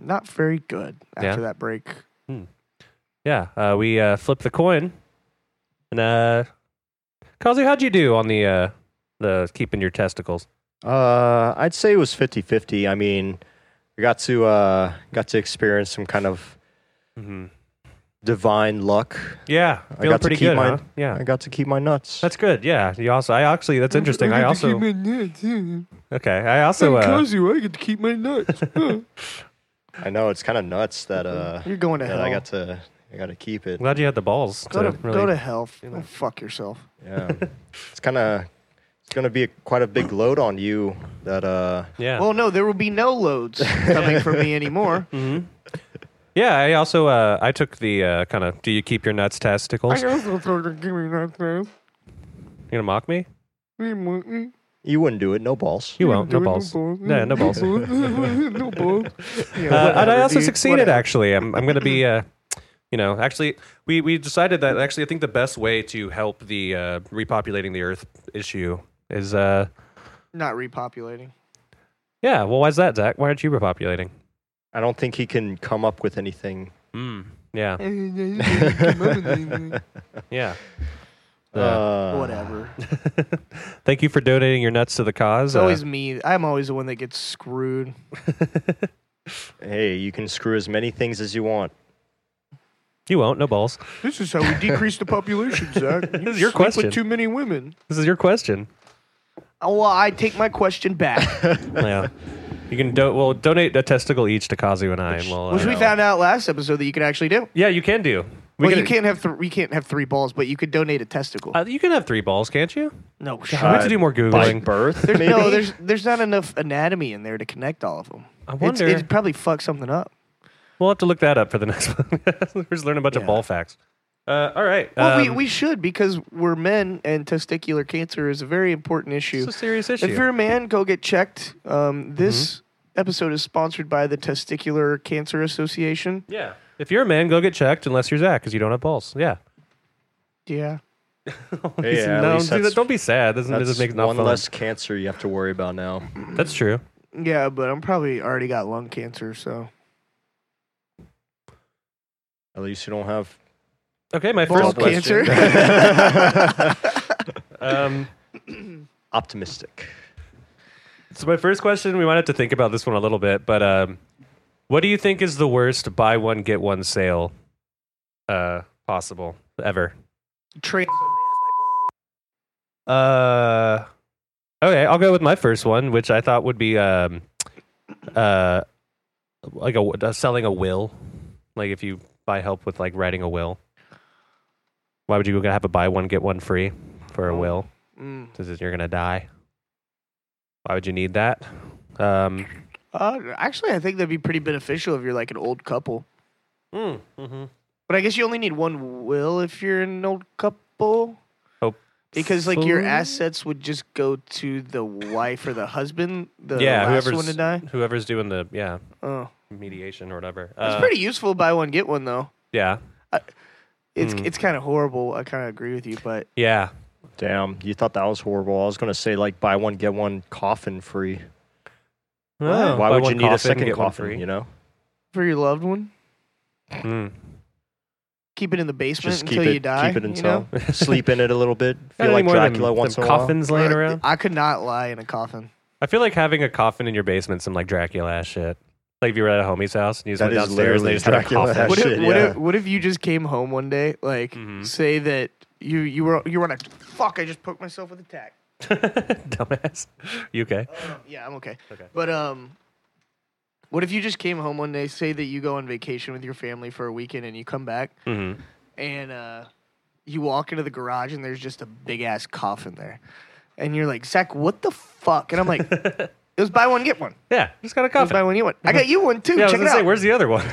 [SPEAKER 1] Not very good after
[SPEAKER 2] Yeah.
[SPEAKER 1] that break.
[SPEAKER 2] Yeah. Uh, we uh, flipped the coin, and uh, Kazu, how'd you do on the uh, the keeping your testicles?
[SPEAKER 3] Uh, I'd say it was 50-50. I mean, we got to uh, got to experience some kind of
[SPEAKER 2] Mhm.
[SPEAKER 3] divine luck.
[SPEAKER 2] Yeah, feeling
[SPEAKER 3] got to
[SPEAKER 2] pretty
[SPEAKER 3] keep
[SPEAKER 2] good.
[SPEAKER 3] mine.
[SPEAKER 2] huh? Yeah.
[SPEAKER 3] I got to keep my nuts.
[SPEAKER 2] That's good. Yeah. You also, I actually, that's interesting. I also, okay. I also, uh,
[SPEAKER 1] I get to keep my nuts.
[SPEAKER 3] I know it's kind of nuts that uh
[SPEAKER 1] You're going to
[SPEAKER 3] that
[SPEAKER 1] hell.
[SPEAKER 3] I got to I got to keep it.
[SPEAKER 2] glad you had the balls
[SPEAKER 1] go, to,
[SPEAKER 2] to really.
[SPEAKER 1] go to hell.
[SPEAKER 2] you know.
[SPEAKER 1] Go fuck yourself.
[SPEAKER 3] Yeah. it's kind of it's going to be a, quite a big load on you that uh
[SPEAKER 2] yeah.
[SPEAKER 1] Well, no, there will be no loads coming from me anymore.
[SPEAKER 2] Mhm. Yeah. I also, uh, I took the uh, kind of, do you keep your nuts testicles? You gonna mock me?
[SPEAKER 1] mm,
[SPEAKER 3] you wouldn't do it, no balls.
[SPEAKER 2] You won't. No balls. Yeah, no balls.
[SPEAKER 1] no balls. Yeah,
[SPEAKER 2] Uh, and I
[SPEAKER 1] whatever,
[SPEAKER 2] also
[SPEAKER 1] dude,
[SPEAKER 2] succeeded.
[SPEAKER 1] whatever.
[SPEAKER 2] Actually, I'm I'm gonna be. Uh, you know, actually, we, we decided that actually, I think the best way to help the uh, repopulating the Earth issue is, uh,
[SPEAKER 1] Not repopulating.
[SPEAKER 2] yeah. Well, why's that, Zach? Why aren't you repopulating?
[SPEAKER 3] I don't think he can come up with anything.
[SPEAKER 1] Hmm.
[SPEAKER 2] Mm. Yeah, yeah.
[SPEAKER 3] Uh,
[SPEAKER 1] Whatever.
[SPEAKER 2] Thank you for donating your nuts to the cause.
[SPEAKER 1] It's always me. I'm always the one that gets screwed.
[SPEAKER 3] Hey, you can screw as many things as you want.
[SPEAKER 2] Uh, you won't. No balls.
[SPEAKER 1] This is how we decrease the population, Zach. You
[SPEAKER 2] is your
[SPEAKER 1] sleep
[SPEAKER 2] question.
[SPEAKER 1] With too many women.
[SPEAKER 2] This is your question.
[SPEAKER 1] Oh, well, I take my question back,
[SPEAKER 2] yeah. You can do- well donate a testicle each to Kazu and I, and we'll. uh,
[SPEAKER 1] which we found out last episode that you can actually do.
[SPEAKER 2] yeah, you can do.
[SPEAKER 1] We
[SPEAKER 2] We
[SPEAKER 1] well,
[SPEAKER 2] can,
[SPEAKER 1] you can't have th- we can't have three balls, but you could donate a testicle.
[SPEAKER 2] Uh, you can have three balls, can't you?
[SPEAKER 1] no,
[SPEAKER 2] We have
[SPEAKER 1] shut
[SPEAKER 2] to
[SPEAKER 1] up.
[SPEAKER 2] do more
[SPEAKER 3] Uh, By
[SPEAKER 2] googling.
[SPEAKER 3] birth,
[SPEAKER 1] There's,
[SPEAKER 3] maybe?
[SPEAKER 1] no, there's there's not enough anatomy in there to connect all of them.
[SPEAKER 2] I
[SPEAKER 1] It's,
[SPEAKER 2] wonder.
[SPEAKER 1] it'd probably fuck something up.
[SPEAKER 2] We'll have to look that up for the next one. We're just learning a bunch of
[SPEAKER 1] Yeah.
[SPEAKER 2] ball facts. Uh, all right.
[SPEAKER 1] Well, we,
[SPEAKER 2] um,
[SPEAKER 1] we should because we're men and testicular cancer is a very important issue.
[SPEAKER 2] It's a serious
[SPEAKER 1] If
[SPEAKER 2] issue.
[SPEAKER 1] you're a man, go get checked. Um, this
[SPEAKER 2] Mm-hmm.
[SPEAKER 1] episode is sponsored by the Testicular Cancer Association.
[SPEAKER 2] yeah. If you're a man, go get checked, unless you're Zach, because you don't have balls. Yeah.
[SPEAKER 1] Yeah.
[SPEAKER 3] Hey, at
[SPEAKER 2] no,
[SPEAKER 3] least
[SPEAKER 2] see, that-
[SPEAKER 3] that's-
[SPEAKER 2] don't be sad. Doesn't
[SPEAKER 3] That's
[SPEAKER 2] this make no
[SPEAKER 3] one
[SPEAKER 2] fun?
[SPEAKER 3] less cancer you have to worry about now.
[SPEAKER 2] That's true.
[SPEAKER 1] Yeah, but I'm probably already got lung cancer, so
[SPEAKER 3] At least you don't have.
[SPEAKER 2] Okay, my
[SPEAKER 1] Ball
[SPEAKER 2] first question.
[SPEAKER 1] cancer.
[SPEAKER 2] Um,
[SPEAKER 3] Optimistic.
[SPEAKER 2] so my first question, we might have to think about this one a little bit, but um, what do you think is the worst buy one get one sale uh, possible ever?
[SPEAKER 1] Trans-
[SPEAKER 2] Uh, okay, I'll go with my first one, which I thought would be um, uh, like a uh, selling a will, like if you buy help with like writing a will. Why would you go have a buy one get one free for a
[SPEAKER 1] Oh.
[SPEAKER 2] will?
[SPEAKER 1] Mm.
[SPEAKER 2] Since you're gonna die. Why would you need that? Um,
[SPEAKER 1] Uh, actually, I think that'd be pretty beneficial if you're like an old couple.
[SPEAKER 2] hmm, mm-hmm.
[SPEAKER 1] But I guess you only need one will if you're an old couple.
[SPEAKER 2] Hope-
[SPEAKER 1] Because like your
[SPEAKER 2] Hopefully.
[SPEAKER 1] assets would just go to the wife or the husband, the
[SPEAKER 2] yeah,
[SPEAKER 1] last
[SPEAKER 2] whoever's
[SPEAKER 1] one to die.
[SPEAKER 2] whoever's doing the yeah
[SPEAKER 1] Oh,
[SPEAKER 2] mediation or whatever.
[SPEAKER 1] it's
[SPEAKER 2] Uh,
[SPEAKER 1] pretty useful. Buy one get one though.
[SPEAKER 2] yeah,
[SPEAKER 1] It's
[SPEAKER 2] Mm.
[SPEAKER 1] it's kind of horrible. I kind of agree with you, but
[SPEAKER 2] yeah.
[SPEAKER 3] Damn, you thought that was horrible. I was gonna say like buy one get one coffin free.
[SPEAKER 2] Oh,
[SPEAKER 3] Why
[SPEAKER 2] buy
[SPEAKER 3] would you
[SPEAKER 2] one
[SPEAKER 3] need a
[SPEAKER 2] coffin,
[SPEAKER 3] second
[SPEAKER 2] get one
[SPEAKER 3] coffin?
[SPEAKER 2] free.
[SPEAKER 3] You know,
[SPEAKER 1] for your loved one,
[SPEAKER 2] Mm.
[SPEAKER 1] keep it in the basement
[SPEAKER 3] just keep
[SPEAKER 1] until
[SPEAKER 3] it,
[SPEAKER 1] you die.
[SPEAKER 3] keep it
[SPEAKER 1] you
[SPEAKER 3] until
[SPEAKER 1] know?
[SPEAKER 3] sleep in it a little bit.
[SPEAKER 2] Got
[SPEAKER 3] Feel
[SPEAKER 2] any
[SPEAKER 3] like
[SPEAKER 2] more than-
[SPEAKER 3] Dracula
[SPEAKER 2] than
[SPEAKER 3] once in a while.
[SPEAKER 2] coffins laying around.
[SPEAKER 1] I could not lie in a coffin.
[SPEAKER 2] I feel like having a coffin in your basement, some like Dracula ass shit. Like if you were at a homie's house and you just
[SPEAKER 3] That
[SPEAKER 2] went
[SPEAKER 3] is
[SPEAKER 2] downstairs and they
[SPEAKER 3] literally
[SPEAKER 2] just had a
[SPEAKER 3] Dracula
[SPEAKER 2] coffin.
[SPEAKER 3] ass
[SPEAKER 1] What
[SPEAKER 3] shit.
[SPEAKER 1] if, what,
[SPEAKER 3] yeah. Mm-hmm.
[SPEAKER 1] if, what if you just came home one day, like
[SPEAKER 2] Mhm.
[SPEAKER 1] say that you you were you were on a fuck? I just poked myself with a tack.
[SPEAKER 2] Dumbass. You okay?
[SPEAKER 1] Um, yeah, I'm okay.
[SPEAKER 2] Okay.
[SPEAKER 1] But um, what if you just came home one day? Say that you go on vacation with your family for a weekend and you come back
[SPEAKER 2] Mm-hmm.
[SPEAKER 1] and uh, you walk into the garage and there's just a big ass coffin there, and you're like, Zach, what the fuck? And I'm like, It was buy one get one.
[SPEAKER 2] Yeah, just got a
[SPEAKER 1] It was
[SPEAKER 2] coffin.
[SPEAKER 1] buy one get one. I got you one too.
[SPEAKER 2] yeah, I was
[SPEAKER 1] Check it
[SPEAKER 2] gonna say,
[SPEAKER 1] out.
[SPEAKER 2] where's the other one?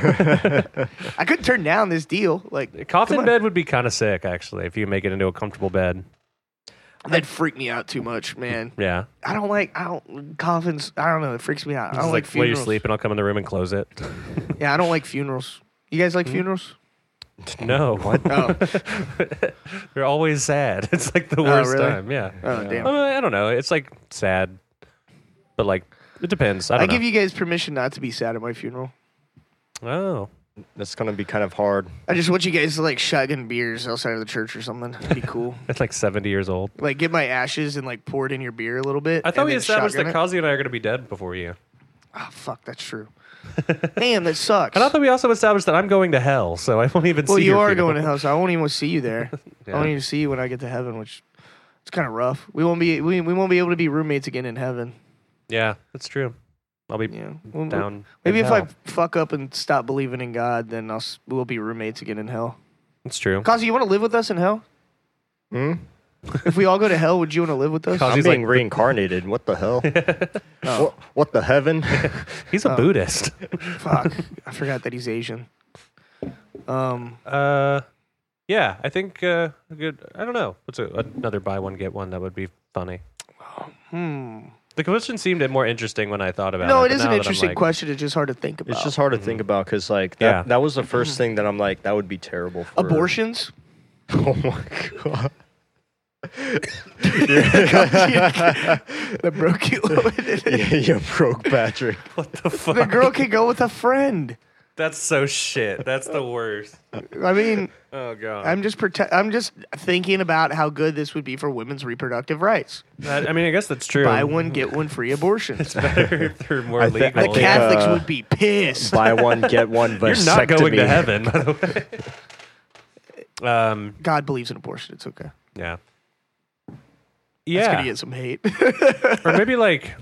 [SPEAKER 1] I couldn't turn down this deal. Like
[SPEAKER 2] coffin
[SPEAKER 1] on.
[SPEAKER 2] bed would be kind of sick, actually, if you make it into a comfortable bed.
[SPEAKER 1] that freaked me out too much, man.
[SPEAKER 2] Yeah,
[SPEAKER 1] I don't like I don't coffins. I don't know. It freaks me out. I
[SPEAKER 2] Just
[SPEAKER 1] don't like,
[SPEAKER 2] while
[SPEAKER 1] funerals.
[SPEAKER 2] you're sleeping, I'll come in the room and close it.
[SPEAKER 1] Yeah, I don't like funerals. You guys like
[SPEAKER 2] Hmm?
[SPEAKER 1] funerals?
[SPEAKER 2] no,
[SPEAKER 1] Oh,
[SPEAKER 2] they're always sad. It's like the
[SPEAKER 1] Oh,
[SPEAKER 2] worst
[SPEAKER 1] really?
[SPEAKER 2] time. Yeah,
[SPEAKER 1] oh
[SPEAKER 2] I,
[SPEAKER 1] damn.
[SPEAKER 2] mean, I don't know. It's like sad, but like it depends. I
[SPEAKER 1] I,
[SPEAKER 2] don't know.
[SPEAKER 1] give you guys permission not to be sad at my funeral.
[SPEAKER 2] oh,
[SPEAKER 3] That's gonna be kind of hard.
[SPEAKER 1] I just want you guys to like shotgun beers outside of the church or something. It'd be cool.
[SPEAKER 2] it's like 70 years old.
[SPEAKER 1] like get my ashes and like pour it in your beer a little bit.
[SPEAKER 2] I thought
[SPEAKER 1] and
[SPEAKER 2] we
[SPEAKER 1] then
[SPEAKER 2] established that
[SPEAKER 1] shotgun
[SPEAKER 2] Kazi and I are going to be dead before you.
[SPEAKER 1] it. Oh fuck, that's true. Damn, that sucks.
[SPEAKER 2] And I thought we also established that I'm going to hell, so I won't even
[SPEAKER 1] well,
[SPEAKER 2] see
[SPEAKER 1] you
[SPEAKER 2] your
[SPEAKER 1] are
[SPEAKER 2] funeral.
[SPEAKER 1] going to hell, so I won't even see you there. I
[SPEAKER 2] Yeah.
[SPEAKER 1] won't even see you when I get to heaven, which it's kind of rough. We won't be we, we won't be able to be roommates again in heaven.
[SPEAKER 2] Yeah, that's true. I'll be
[SPEAKER 1] Yeah, When-
[SPEAKER 2] down.
[SPEAKER 1] Maybe
[SPEAKER 2] in
[SPEAKER 1] if I
[SPEAKER 2] hell.
[SPEAKER 1] fuck up and stop believing in God, then I'll s- we'll be roommates again in hell.
[SPEAKER 2] It's true.
[SPEAKER 1] Kazi, you want to live with us in hell?
[SPEAKER 3] Hmm?
[SPEAKER 1] If we all go to hell, would you want to live with us?
[SPEAKER 2] Cos-
[SPEAKER 3] I'm
[SPEAKER 2] he's like
[SPEAKER 3] being reincarnated. What the hell? what, what the heaven?
[SPEAKER 2] He's
[SPEAKER 1] Oh.
[SPEAKER 2] a Buddhist.
[SPEAKER 1] Fuck, I forgot that he's Asian. Um,
[SPEAKER 2] Uh, yeah, I think uh, a good. I don't know. What's a, another buy one get one that would be funny?
[SPEAKER 1] hmm.
[SPEAKER 2] The question seemed more interesting when I thought about
[SPEAKER 1] No,
[SPEAKER 2] it.
[SPEAKER 1] it
[SPEAKER 2] but
[SPEAKER 1] is
[SPEAKER 2] now
[SPEAKER 1] an
[SPEAKER 2] that I'm
[SPEAKER 1] interesting
[SPEAKER 2] like,
[SPEAKER 1] question. It's just hard to think about.
[SPEAKER 3] It's just hard to think about because like that,
[SPEAKER 2] Yeah. Mm.
[SPEAKER 3] that was the first thing that I'm like that would be terrible for
[SPEAKER 1] abortions.
[SPEAKER 3] Oh my god.
[SPEAKER 1] that broke you.
[SPEAKER 3] yeah, you broke Patrick.
[SPEAKER 2] What the fuck?
[SPEAKER 1] the girl can go with a friend.
[SPEAKER 2] That's so shit. That's the worst.
[SPEAKER 1] I mean,
[SPEAKER 2] Oh god.
[SPEAKER 1] I'm just prote- I'm just thinking about how good this would be for women's reproductive rights.
[SPEAKER 2] That- I mean, I guess that's true.
[SPEAKER 1] Buy one get one free abortions.
[SPEAKER 2] It's better if they're more
[SPEAKER 3] I thi- I
[SPEAKER 1] The
[SPEAKER 2] legal.
[SPEAKER 3] think,
[SPEAKER 2] yeah.
[SPEAKER 1] Catholics
[SPEAKER 3] uh,
[SPEAKER 1] would be pissed.
[SPEAKER 3] Buy one get one vasectomy.
[SPEAKER 2] You're not going to heaven, by the way. um.
[SPEAKER 1] God believes in abortion. It's okay.
[SPEAKER 2] Yeah.
[SPEAKER 1] It's
[SPEAKER 2] Yeah.
[SPEAKER 1] gonna get some hate.
[SPEAKER 2] or maybe like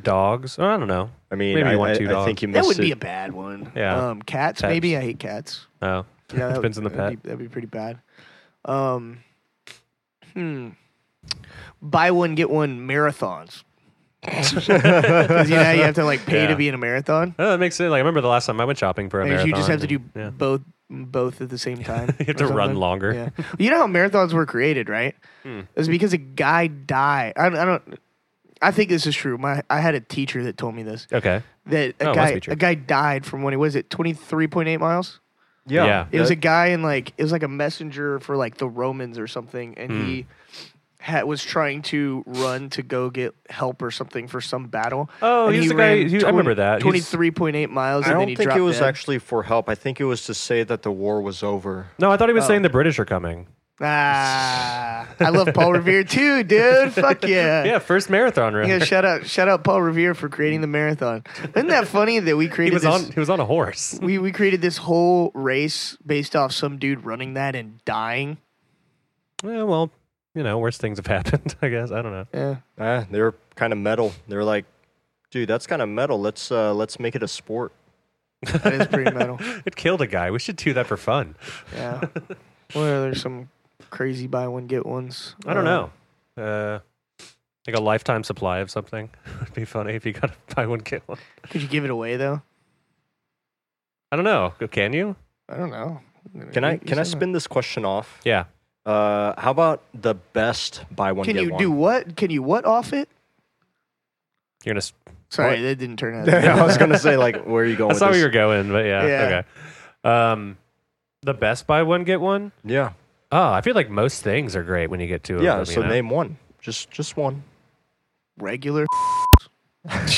[SPEAKER 2] dogs. Oh, I don't know.
[SPEAKER 3] I mean,
[SPEAKER 2] maybe
[SPEAKER 3] I,
[SPEAKER 2] you want
[SPEAKER 3] I-
[SPEAKER 2] two
[SPEAKER 3] I
[SPEAKER 2] dogs.
[SPEAKER 3] think you
[SPEAKER 1] that
[SPEAKER 3] missed
[SPEAKER 1] would be a
[SPEAKER 3] it.
[SPEAKER 1] bad one.
[SPEAKER 2] Yeah.
[SPEAKER 1] Um, cats,
[SPEAKER 2] Pets.
[SPEAKER 1] maybe I hate cats.
[SPEAKER 2] oh,
[SPEAKER 1] Yeah, that
[SPEAKER 2] Depends on the
[SPEAKER 1] that'd Be, that'd be pretty bad. Um, hmm. Buy one get one marathons. 'Cause, you know how you have to like pay
[SPEAKER 2] Yeah.
[SPEAKER 1] to be in a marathon.
[SPEAKER 2] Oh, that makes sense. Like I remember the last time I went shopping for a
[SPEAKER 1] Like,
[SPEAKER 2] marathon.
[SPEAKER 1] you just have to do
[SPEAKER 2] and- yeah.
[SPEAKER 1] both both at the same time.
[SPEAKER 2] You have
[SPEAKER 1] or
[SPEAKER 2] to run
[SPEAKER 1] something.
[SPEAKER 2] longer. Hmm.
[SPEAKER 1] Yeah. Well, you know how marathons were created, right? It was because a guy died. I, don't- I don't. I think this is true. My I had a teacher that told me this
[SPEAKER 2] Okay.
[SPEAKER 1] that a
[SPEAKER 2] Oh, it must
[SPEAKER 1] guy
[SPEAKER 2] be true.
[SPEAKER 1] a guy died from when he was it twenty three point eight miles.
[SPEAKER 3] yeah.
[SPEAKER 2] Yeah.
[SPEAKER 1] It was a guy in like it was like a messenger for like the Romans or something, and he
[SPEAKER 2] Hmm.
[SPEAKER 1] had, was trying to run to go get help or something for some battle.
[SPEAKER 2] Oh,
[SPEAKER 1] and
[SPEAKER 2] he's the guy- he- I remember that. He's-
[SPEAKER 1] Twenty three point eight miles,
[SPEAKER 3] I
[SPEAKER 1] and then
[SPEAKER 3] don't
[SPEAKER 1] he
[SPEAKER 3] think
[SPEAKER 1] dropped
[SPEAKER 3] it was
[SPEAKER 1] dead.
[SPEAKER 3] actually for help. I think it was to say that the war was over.
[SPEAKER 2] No, I thought he
[SPEAKER 1] Oh.
[SPEAKER 2] was saying the British are coming.
[SPEAKER 1] Ah, I love Paul Revere too, dude. Fuck yeah.
[SPEAKER 2] Yeah, first marathon run.
[SPEAKER 1] Yeah, shout out, shout out Paul Revere for creating the marathon. Isn't that funny that we
[SPEAKER 2] he
[SPEAKER 1] created
[SPEAKER 2] was
[SPEAKER 1] this?
[SPEAKER 2] on. He was on a horse.
[SPEAKER 1] we we created this whole race based off some dude running that and dying.
[SPEAKER 2] Yeah, well, you know, worse things have happened. I guess I don't know.
[SPEAKER 1] Yeah.
[SPEAKER 3] Ah, they were kind of metal. They were like, dude, that's kind of metal. Let's uh, let's make it a sport.
[SPEAKER 1] That is pretty metal.
[SPEAKER 2] It killed a guy. We should do that for fun.
[SPEAKER 1] Yeah. well, there's some crazy buy one get ones.
[SPEAKER 2] I don't
[SPEAKER 1] Uh,
[SPEAKER 2] know. Uh, like a lifetime supply of something would be funny if you got to buy one get one.
[SPEAKER 1] Could you give it away though?
[SPEAKER 2] I don't know. Can you?
[SPEAKER 1] I don't know.
[SPEAKER 3] Can I
[SPEAKER 1] You- you
[SPEAKER 3] can I
[SPEAKER 1] said
[SPEAKER 3] spin this question off?
[SPEAKER 2] Yeah.
[SPEAKER 3] Uh, how about the best buy one
[SPEAKER 1] that. Can
[SPEAKER 3] get
[SPEAKER 1] you
[SPEAKER 3] one?
[SPEAKER 1] do what? Can you what off it?
[SPEAKER 2] You're gonna. s-
[SPEAKER 1] Sorry,
[SPEAKER 3] What?
[SPEAKER 1] that didn't turn out.
[SPEAKER 3] I was gonna say like, where are you going?
[SPEAKER 2] That's
[SPEAKER 3] with
[SPEAKER 2] not where
[SPEAKER 3] this?
[SPEAKER 2] you're going, but yeah.
[SPEAKER 1] Yeah.
[SPEAKER 2] Okay. Um, the best buy one get one.
[SPEAKER 3] Yeah,
[SPEAKER 2] Oh, I feel like most things are great when you get two of
[SPEAKER 3] yeah.
[SPEAKER 2] them.
[SPEAKER 3] So
[SPEAKER 2] you know?
[SPEAKER 3] name one, just just one.
[SPEAKER 1] Regular.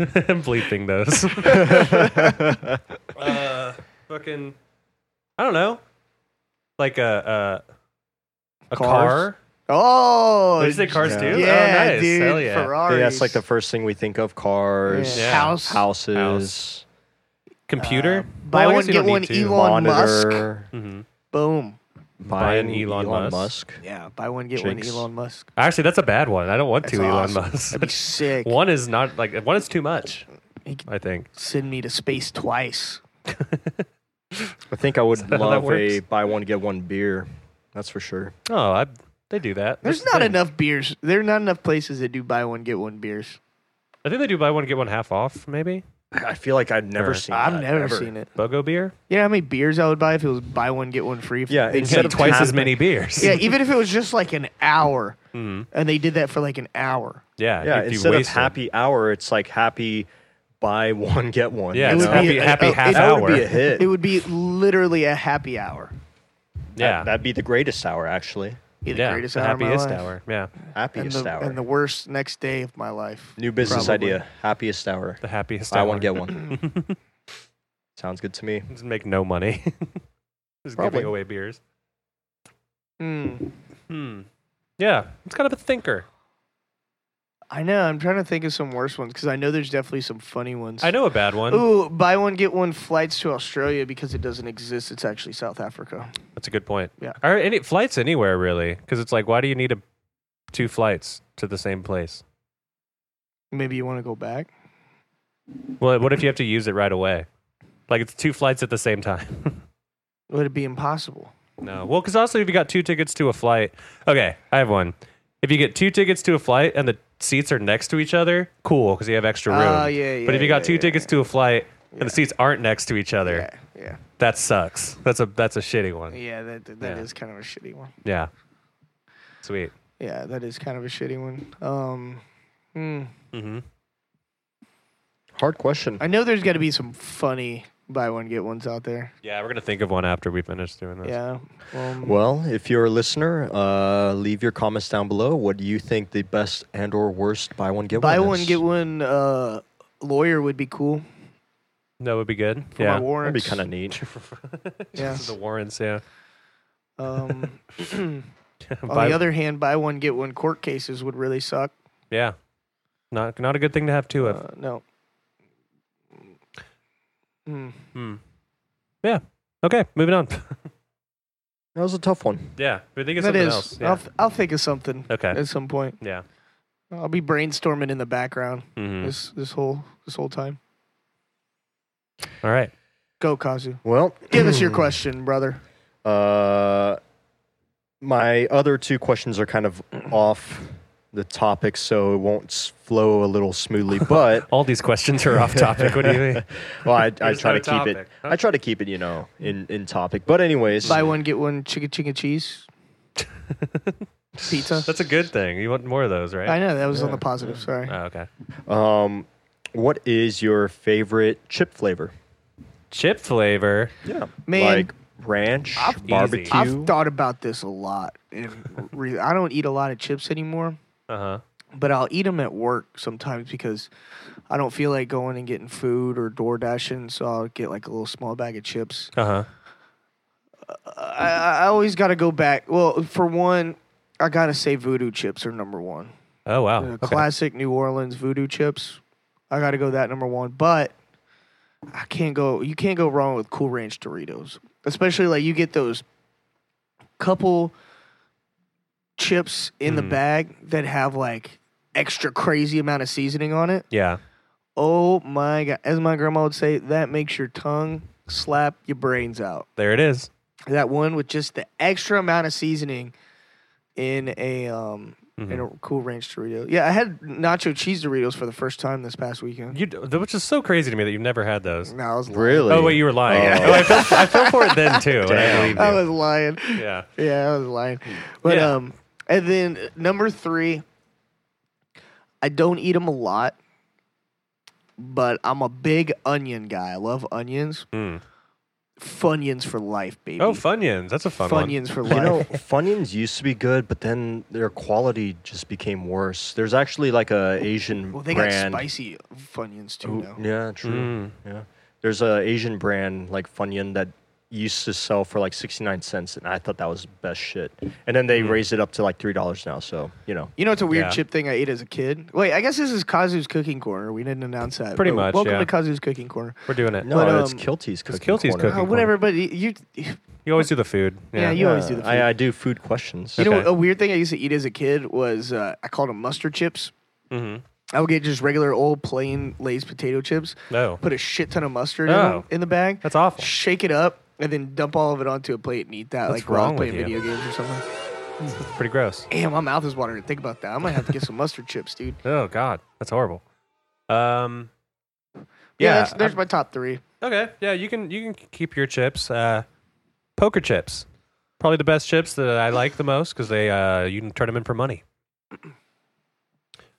[SPEAKER 2] I'm bleeping those. uh, fucking, I don't know, like a a, a
[SPEAKER 1] Cars?
[SPEAKER 2] car.
[SPEAKER 1] Oh,
[SPEAKER 2] Did you say cars
[SPEAKER 3] yeah.
[SPEAKER 2] too?
[SPEAKER 1] yeah,
[SPEAKER 2] oh, nice.
[SPEAKER 1] dude.
[SPEAKER 2] Hell yeah.
[SPEAKER 1] Ferraris.
[SPEAKER 3] that's like the first thing we think of: cars,
[SPEAKER 1] Yeah.
[SPEAKER 2] Yeah.
[SPEAKER 1] House.
[SPEAKER 3] houses,
[SPEAKER 2] House. Computer.
[SPEAKER 1] Uh, buy
[SPEAKER 2] I
[SPEAKER 1] one,
[SPEAKER 2] guess you
[SPEAKER 1] get
[SPEAKER 2] don't need
[SPEAKER 1] one Elon
[SPEAKER 2] two.
[SPEAKER 1] Musk.
[SPEAKER 3] monitor,
[SPEAKER 2] Mhm.
[SPEAKER 1] Boom.
[SPEAKER 3] buying
[SPEAKER 2] Buying Elon
[SPEAKER 3] Elon,
[SPEAKER 2] Musk.
[SPEAKER 3] Musk.
[SPEAKER 1] Yeah, buy one get
[SPEAKER 3] Jinx.
[SPEAKER 1] one Elon Musk.
[SPEAKER 2] Actually, that's a bad one. I don't want
[SPEAKER 1] That's
[SPEAKER 2] two
[SPEAKER 1] awesome.
[SPEAKER 2] Elon Musk.
[SPEAKER 1] That'd be sick.
[SPEAKER 2] one is not like one is too much.
[SPEAKER 1] He could
[SPEAKER 2] I think.
[SPEAKER 1] send me to space twice.
[SPEAKER 3] I think I would
[SPEAKER 2] how that
[SPEAKER 3] love a
[SPEAKER 2] works?
[SPEAKER 3] buy one get one beer. That's for sure.
[SPEAKER 2] Oh, I They do that.
[SPEAKER 1] There's
[SPEAKER 2] That's the
[SPEAKER 1] not
[SPEAKER 2] thing.
[SPEAKER 1] enough beers. There are not enough places that do buy one get one beers.
[SPEAKER 2] I think they do buy one get one half off. Maybe
[SPEAKER 3] I feel like I've never
[SPEAKER 2] Sure.
[SPEAKER 3] seen.
[SPEAKER 1] I've
[SPEAKER 3] that,
[SPEAKER 1] never
[SPEAKER 3] ever.
[SPEAKER 1] seen it.
[SPEAKER 2] Bogo beer.
[SPEAKER 1] You know how many beers I would buy if it was buy one get one free?
[SPEAKER 3] Yeah,
[SPEAKER 1] They'd
[SPEAKER 3] instead
[SPEAKER 1] give
[SPEAKER 3] of
[SPEAKER 1] you
[SPEAKER 2] twice
[SPEAKER 1] two.
[SPEAKER 2] as many beers.
[SPEAKER 1] Yeah, even if it was just like an hour,
[SPEAKER 2] Mhm.
[SPEAKER 1] and they did that for like an hour.
[SPEAKER 2] yeah.
[SPEAKER 3] Yeah,
[SPEAKER 2] if you
[SPEAKER 3] instead of
[SPEAKER 2] waste it.
[SPEAKER 3] happy hour, it's like happy buy one get one.
[SPEAKER 2] Yeah,
[SPEAKER 1] It
[SPEAKER 2] it's
[SPEAKER 1] would
[SPEAKER 2] happy,
[SPEAKER 1] be a-
[SPEAKER 2] happy
[SPEAKER 1] oh, it
[SPEAKER 2] half
[SPEAKER 1] would
[SPEAKER 2] hour.
[SPEAKER 3] That would be a hit.
[SPEAKER 1] It would be literally a happy hour.
[SPEAKER 2] yeah,
[SPEAKER 3] That'd be the greatest hour actually.
[SPEAKER 1] Be the
[SPEAKER 2] yeah,
[SPEAKER 1] greatest
[SPEAKER 2] the
[SPEAKER 1] hour of my
[SPEAKER 2] happiest
[SPEAKER 1] life.
[SPEAKER 2] hour. Yeah,
[SPEAKER 1] And
[SPEAKER 3] Happiest
[SPEAKER 1] the,
[SPEAKER 3] hour.
[SPEAKER 1] and the worst next day of my life.
[SPEAKER 3] New business
[SPEAKER 1] Probably.
[SPEAKER 3] idea. Happiest hour.
[SPEAKER 2] the happiest.
[SPEAKER 3] Buy
[SPEAKER 2] hour.
[SPEAKER 3] one get one. Sounds good to me.
[SPEAKER 2] Just make no money. Just
[SPEAKER 3] Probably.
[SPEAKER 2] giving away beers.
[SPEAKER 1] Hmm.
[SPEAKER 2] Hmm. Yeah, it's kind of a thinker.
[SPEAKER 1] I know. I'm trying to think of some worse ones because I know there's definitely some funny ones.
[SPEAKER 2] I know a bad one.
[SPEAKER 1] Ooh, buy one get one flights to Australia because it doesn't exist. It's actually South Africa.
[SPEAKER 2] That's a good point.
[SPEAKER 1] Yeah.
[SPEAKER 2] Are any flights anywhere really? Because it's like, why do you need a two flights to the same place?
[SPEAKER 1] Maybe you want to go back.
[SPEAKER 2] Well, what if you have to use it right away? Like it's two flights at the same time.
[SPEAKER 1] Would it be impossible?
[SPEAKER 2] no. Well, because also if you got two tickets to a flight, okay, I have one. If you get two tickets to a flight and the seats are next to each other, cool, because you have extra room.
[SPEAKER 1] Ah, yeah,
[SPEAKER 2] but if
[SPEAKER 1] yeah,
[SPEAKER 2] you got
[SPEAKER 1] yeah,
[SPEAKER 2] two
[SPEAKER 1] yeah,
[SPEAKER 2] tickets to a flight and
[SPEAKER 1] Yeah.
[SPEAKER 2] the seats aren't next to each other,
[SPEAKER 1] Yeah, yeah,
[SPEAKER 2] that sucks. That's a that's a shitty one.
[SPEAKER 1] yeah. That that is
[SPEAKER 2] Yeah.
[SPEAKER 1] kind of a shitty one.
[SPEAKER 2] Yeah. Sweet.
[SPEAKER 1] Yeah, that is kind of a shitty one. Um, hmm.
[SPEAKER 2] Mm-hmm.
[SPEAKER 3] Hard question.
[SPEAKER 1] I know there's got to be some funny buy one get ones out there.
[SPEAKER 2] Yeah, we're gonna think of one after we finish doing this.
[SPEAKER 1] Yeah. Um,
[SPEAKER 3] Well, if you're a listener, uh, leave your comments down below. What do you think the best and or worst buy one get
[SPEAKER 1] buy
[SPEAKER 3] one?
[SPEAKER 1] one
[SPEAKER 3] is?
[SPEAKER 1] get one uh, lawyer would be cool
[SPEAKER 2] That would be good.
[SPEAKER 1] for my
[SPEAKER 2] yeah.
[SPEAKER 1] warrants.
[SPEAKER 3] That'd be kind of neat.
[SPEAKER 1] yeah.
[SPEAKER 2] The Warrens, yeah.
[SPEAKER 1] Um, on
[SPEAKER 2] Buy-
[SPEAKER 1] the other hand, buy one get one court cases would really suck.
[SPEAKER 2] yeah. Not not a good thing to have two of.
[SPEAKER 1] Uh, no. Hmm.
[SPEAKER 2] Hmm. Yeah. Okay, moving on.
[SPEAKER 3] That was a tough one.
[SPEAKER 2] yeah. We think of
[SPEAKER 1] Mm. That
[SPEAKER 2] something
[SPEAKER 1] is.
[SPEAKER 2] else. Yeah.
[SPEAKER 1] I'll, th- I'll think of something
[SPEAKER 2] okay.
[SPEAKER 1] at some point.
[SPEAKER 2] Yeah.
[SPEAKER 1] I'll be brainstorming in the background
[SPEAKER 2] Mhm.
[SPEAKER 1] this this whole this whole time.
[SPEAKER 2] All right.
[SPEAKER 1] Go, Kazu.
[SPEAKER 3] Well,
[SPEAKER 1] Give us
[SPEAKER 2] Hmm.
[SPEAKER 1] your question, brother.
[SPEAKER 3] Uh, my other two questions are kind of off the topic, so it won't s- flow a little smoothly. But
[SPEAKER 2] All these questions are off topic. What do you mean?
[SPEAKER 3] well, I, I
[SPEAKER 2] Here's
[SPEAKER 3] try to
[SPEAKER 2] not
[SPEAKER 3] keep
[SPEAKER 2] a
[SPEAKER 3] it.
[SPEAKER 2] topic.
[SPEAKER 3] I try to keep it, you know, in in topic. But anyways,
[SPEAKER 1] Buy one get one chicken chicken cheese pizza.
[SPEAKER 2] That's a good thing. You want more of those, right?
[SPEAKER 1] I know that was on the positive. Sorry.
[SPEAKER 2] Oh, okay.
[SPEAKER 3] um, what is your favorite chip flavor?
[SPEAKER 2] Chip flavor.
[SPEAKER 3] Yeah,
[SPEAKER 1] Man.
[SPEAKER 3] like ranch,
[SPEAKER 1] I've-
[SPEAKER 3] barbecue.
[SPEAKER 1] I've thought about this a lot, and re- I don't eat a lot of chips anymore.
[SPEAKER 2] Uh huh.
[SPEAKER 1] but I'll eat them at work sometimes because I don't feel like going and getting food or door dashing. So I'll get like a little small bag of chips.
[SPEAKER 2] Uh huh.
[SPEAKER 1] I, I I always got to go back. Well, for one, I got to say voodoo chips are number one.
[SPEAKER 2] Oh wow.
[SPEAKER 1] The
[SPEAKER 2] Okay.
[SPEAKER 1] Classic New Orleans voodoo chips. I got to go that number one. But I can't go, you can't go wrong with Cool Ranch Doritos, especially like you get those couple chips in the
[SPEAKER 2] Mhm.
[SPEAKER 1] bag that have like extra crazy amount of seasoning on it.
[SPEAKER 2] Yeah.
[SPEAKER 1] Oh my god! As my grandma would say, that makes your tongue slap your brains out.
[SPEAKER 2] There it is.
[SPEAKER 1] That one with just the extra amount of seasoning in a um in
[SPEAKER 2] Mhm.
[SPEAKER 1] a cool ranch Dorito. Yeah, I had nacho cheese Doritos for the first time this past weekend.
[SPEAKER 2] You, d- which is so crazy to me that you've never had those.
[SPEAKER 1] No, I was lying.
[SPEAKER 3] really?
[SPEAKER 2] Oh wait, you were lying.
[SPEAKER 3] Oh.
[SPEAKER 2] Oh, I fell, I fell for it then too. and I
[SPEAKER 3] Damn.
[SPEAKER 2] believed
[SPEAKER 1] I
[SPEAKER 2] you.
[SPEAKER 1] was lying.
[SPEAKER 2] yeah. Mm.
[SPEAKER 1] Yeah, I was lying. But
[SPEAKER 2] Yeah.
[SPEAKER 1] um, and then uh, number three, I don't eat them a lot, but I'm a big onion guy. I love onions.
[SPEAKER 2] Mm.
[SPEAKER 1] Funyuns for life, baby.
[SPEAKER 2] Oh, Funyuns. That's a fun one.
[SPEAKER 1] Funyuns for life.
[SPEAKER 3] You know, Funyuns used to be good, but then their quality just became worse. There's actually like a Asian
[SPEAKER 1] well, they
[SPEAKER 3] brand.
[SPEAKER 1] got spicy Funyuns too
[SPEAKER 3] Ooh,
[SPEAKER 1] now.
[SPEAKER 3] Yeah, true.
[SPEAKER 2] Mm.
[SPEAKER 3] Yeah, there's a Asian brand like Funyun that used to sell for like 69 cents, and I thought that was the best shit. And then
[SPEAKER 1] Mm.
[SPEAKER 3] they raised it up to like three dollars now. So you know,
[SPEAKER 1] You know, it's a weird
[SPEAKER 2] Yeah.
[SPEAKER 1] chip thing I ate as a kid. Wait, I guess this is Kazu's Cooking Corner. We didn't announce that.
[SPEAKER 2] Pretty
[SPEAKER 1] but
[SPEAKER 2] much,
[SPEAKER 1] Welcome
[SPEAKER 2] yeah.
[SPEAKER 1] to Kazu's Cooking Corner.
[SPEAKER 2] We're doing it.
[SPEAKER 3] no,
[SPEAKER 1] But,
[SPEAKER 3] it's
[SPEAKER 1] um,
[SPEAKER 3] Kilty's cooking.
[SPEAKER 2] Kilty's
[SPEAKER 3] corner.
[SPEAKER 1] Oh,
[SPEAKER 2] Cooking
[SPEAKER 1] whatever, but y- you, you
[SPEAKER 2] You always do the food.
[SPEAKER 1] Yeah, you- always do the food.
[SPEAKER 3] I, I do food questions.
[SPEAKER 1] know,
[SPEAKER 2] Okay.
[SPEAKER 1] a weird thing I used to eat as a kid was uh, I called them mustard chips.
[SPEAKER 2] Mhm.
[SPEAKER 1] I would get just regular old plain Lay's potato chips,
[SPEAKER 2] No,
[SPEAKER 1] put a shit ton of mustard in,
[SPEAKER 2] Oh.
[SPEAKER 1] 'em- in the bag,
[SPEAKER 2] that's awful.
[SPEAKER 1] shake it up, and then dump all of it onto a plate and eat that
[SPEAKER 2] What's
[SPEAKER 1] like while I
[SPEAKER 2] wrong
[SPEAKER 1] was
[SPEAKER 2] with
[SPEAKER 1] playing
[SPEAKER 2] you?
[SPEAKER 1] video games or something.
[SPEAKER 2] It's pretty gross.
[SPEAKER 1] Damn, my mouth is watering. Think about that. I might have to get some mustard chips, dude.
[SPEAKER 2] Oh God, that's horrible. Um,
[SPEAKER 1] Yeah,
[SPEAKER 2] yeah.
[SPEAKER 1] that's, there's
[SPEAKER 2] I-
[SPEAKER 1] my top three.
[SPEAKER 2] okay, yeah, you can you can keep your chips. Uh, poker chips, probably the best chips that I like the most because they uh, you can turn them in for money.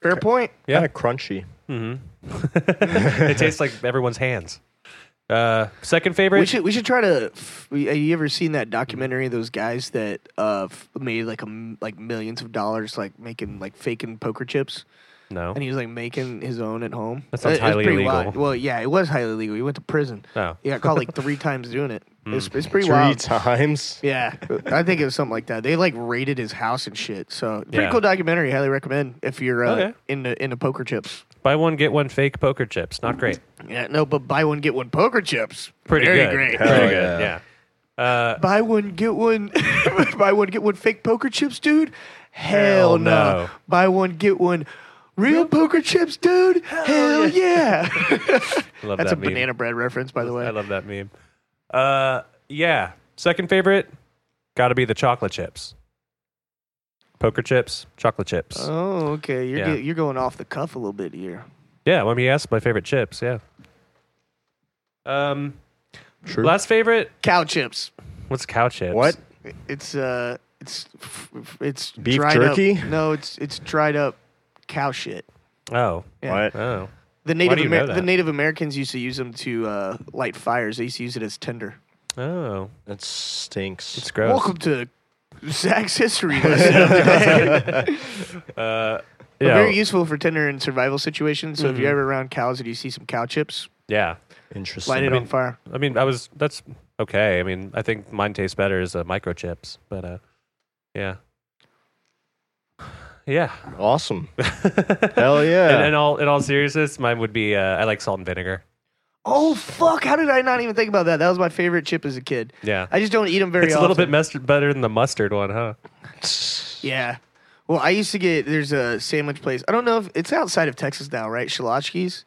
[SPEAKER 1] Fair point.
[SPEAKER 2] Yeah.
[SPEAKER 3] Kind of crunchy.
[SPEAKER 2] Mm-hmm. it tastes like everyone's hands. Uh, second favorite.
[SPEAKER 1] We should we should try to. f- we- Have you ever seen that documentary? of Those guys that uh f- made like a m- like millions of dollars, like making like faking poker chips,
[SPEAKER 2] no.
[SPEAKER 1] and he was like making his own at home.
[SPEAKER 2] That sounds
[SPEAKER 1] It- it was
[SPEAKER 2] highly
[SPEAKER 1] pretty
[SPEAKER 2] illegal.
[SPEAKER 1] wild. Well, yeah, it was highly illegal. He went to prison.
[SPEAKER 2] Oh.
[SPEAKER 1] He got caught like three times doing it. It's, it's
[SPEAKER 2] Hmm.
[SPEAKER 1] pretty
[SPEAKER 3] Three
[SPEAKER 1] wild.
[SPEAKER 3] times.
[SPEAKER 1] Yeah, I think it was something like that. They like raided his house and shit. So pretty
[SPEAKER 2] Yeah.
[SPEAKER 1] cool documentary. Highly recommend if you're uh,
[SPEAKER 2] Okay.
[SPEAKER 1] into into poker chips.
[SPEAKER 2] Buy one get one fake poker chips. Not great.
[SPEAKER 1] Yeah, no, but buy one get one poker chips.
[SPEAKER 2] Pretty
[SPEAKER 1] Very
[SPEAKER 2] good.
[SPEAKER 1] great.
[SPEAKER 3] Hell
[SPEAKER 2] Pretty
[SPEAKER 3] yeah.
[SPEAKER 2] good. Yeah. Uh,
[SPEAKER 1] Buy one get one. buy one get one fake poker chips, dude. Hell,
[SPEAKER 2] Hell
[SPEAKER 1] no.
[SPEAKER 2] no.
[SPEAKER 1] Buy one get one real poker chips, dude. Hell, yeah.
[SPEAKER 2] I love
[SPEAKER 1] That's
[SPEAKER 2] that
[SPEAKER 1] a
[SPEAKER 2] meme.
[SPEAKER 1] banana bread reference, by the way.
[SPEAKER 2] I love that meme. Uh, yeah. Second favorite, got to be the chocolate chips. Poker chips, chocolate chips.
[SPEAKER 1] Oh, okay. You're
[SPEAKER 2] Yeah.
[SPEAKER 1] ge- you're going off the cuff a little bit here.
[SPEAKER 2] yeah, when we asked my favorite chips, yeah. Um,
[SPEAKER 3] True.
[SPEAKER 2] last favorite,
[SPEAKER 1] Cow chips.
[SPEAKER 2] what's cow chips?
[SPEAKER 3] What?
[SPEAKER 1] It's uh, it's f- f- it's
[SPEAKER 3] Beef
[SPEAKER 1] dried
[SPEAKER 3] jerky?
[SPEAKER 1] Up. No, it's it's dried up cow shit.
[SPEAKER 2] Oh,
[SPEAKER 1] Yeah.
[SPEAKER 3] What?
[SPEAKER 2] oh,
[SPEAKER 1] The Native
[SPEAKER 2] do you know
[SPEAKER 1] Amer-
[SPEAKER 2] that?
[SPEAKER 1] the Native Americans used to use them to uh, light fires. They used to use it as tinder.
[SPEAKER 2] oh.
[SPEAKER 3] That stinks.
[SPEAKER 2] It's gross.
[SPEAKER 1] Welcome to Zach's history lesson. of the day. They're
[SPEAKER 2] yeah, Mm-hmm.
[SPEAKER 1] Very useful for tinder and survival situations. So if you're ever around cows and you see some cow chips,
[SPEAKER 2] yeah.
[SPEAKER 3] Interesting.
[SPEAKER 1] light it
[SPEAKER 2] mean-
[SPEAKER 1] on fire.
[SPEAKER 2] I mean, I was. That's okay. I mean, I think mine tastes better as uh, microchips, but uh, yeah, yeah.
[SPEAKER 3] Awesome. Hell yeah.
[SPEAKER 1] uh,
[SPEAKER 2] And in all in all seriousness, mine would be uh, I like salt and vinegar.
[SPEAKER 1] Oh fuck! How did I not even think about that? That was my favorite chip as a kid.
[SPEAKER 2] Yeah,
[SPEAKER 1] I just don't eat them very
[SPEAKER 2] it's a
[SPEAKER 1] often.
[SPEAKER 2] little bit mustard better than the mustard one, huh?
[SPEAKER 1] Yeah. Well, I used to get there's a sandwich place. I don't know if it's outside of Texas now, right? Shalachki's.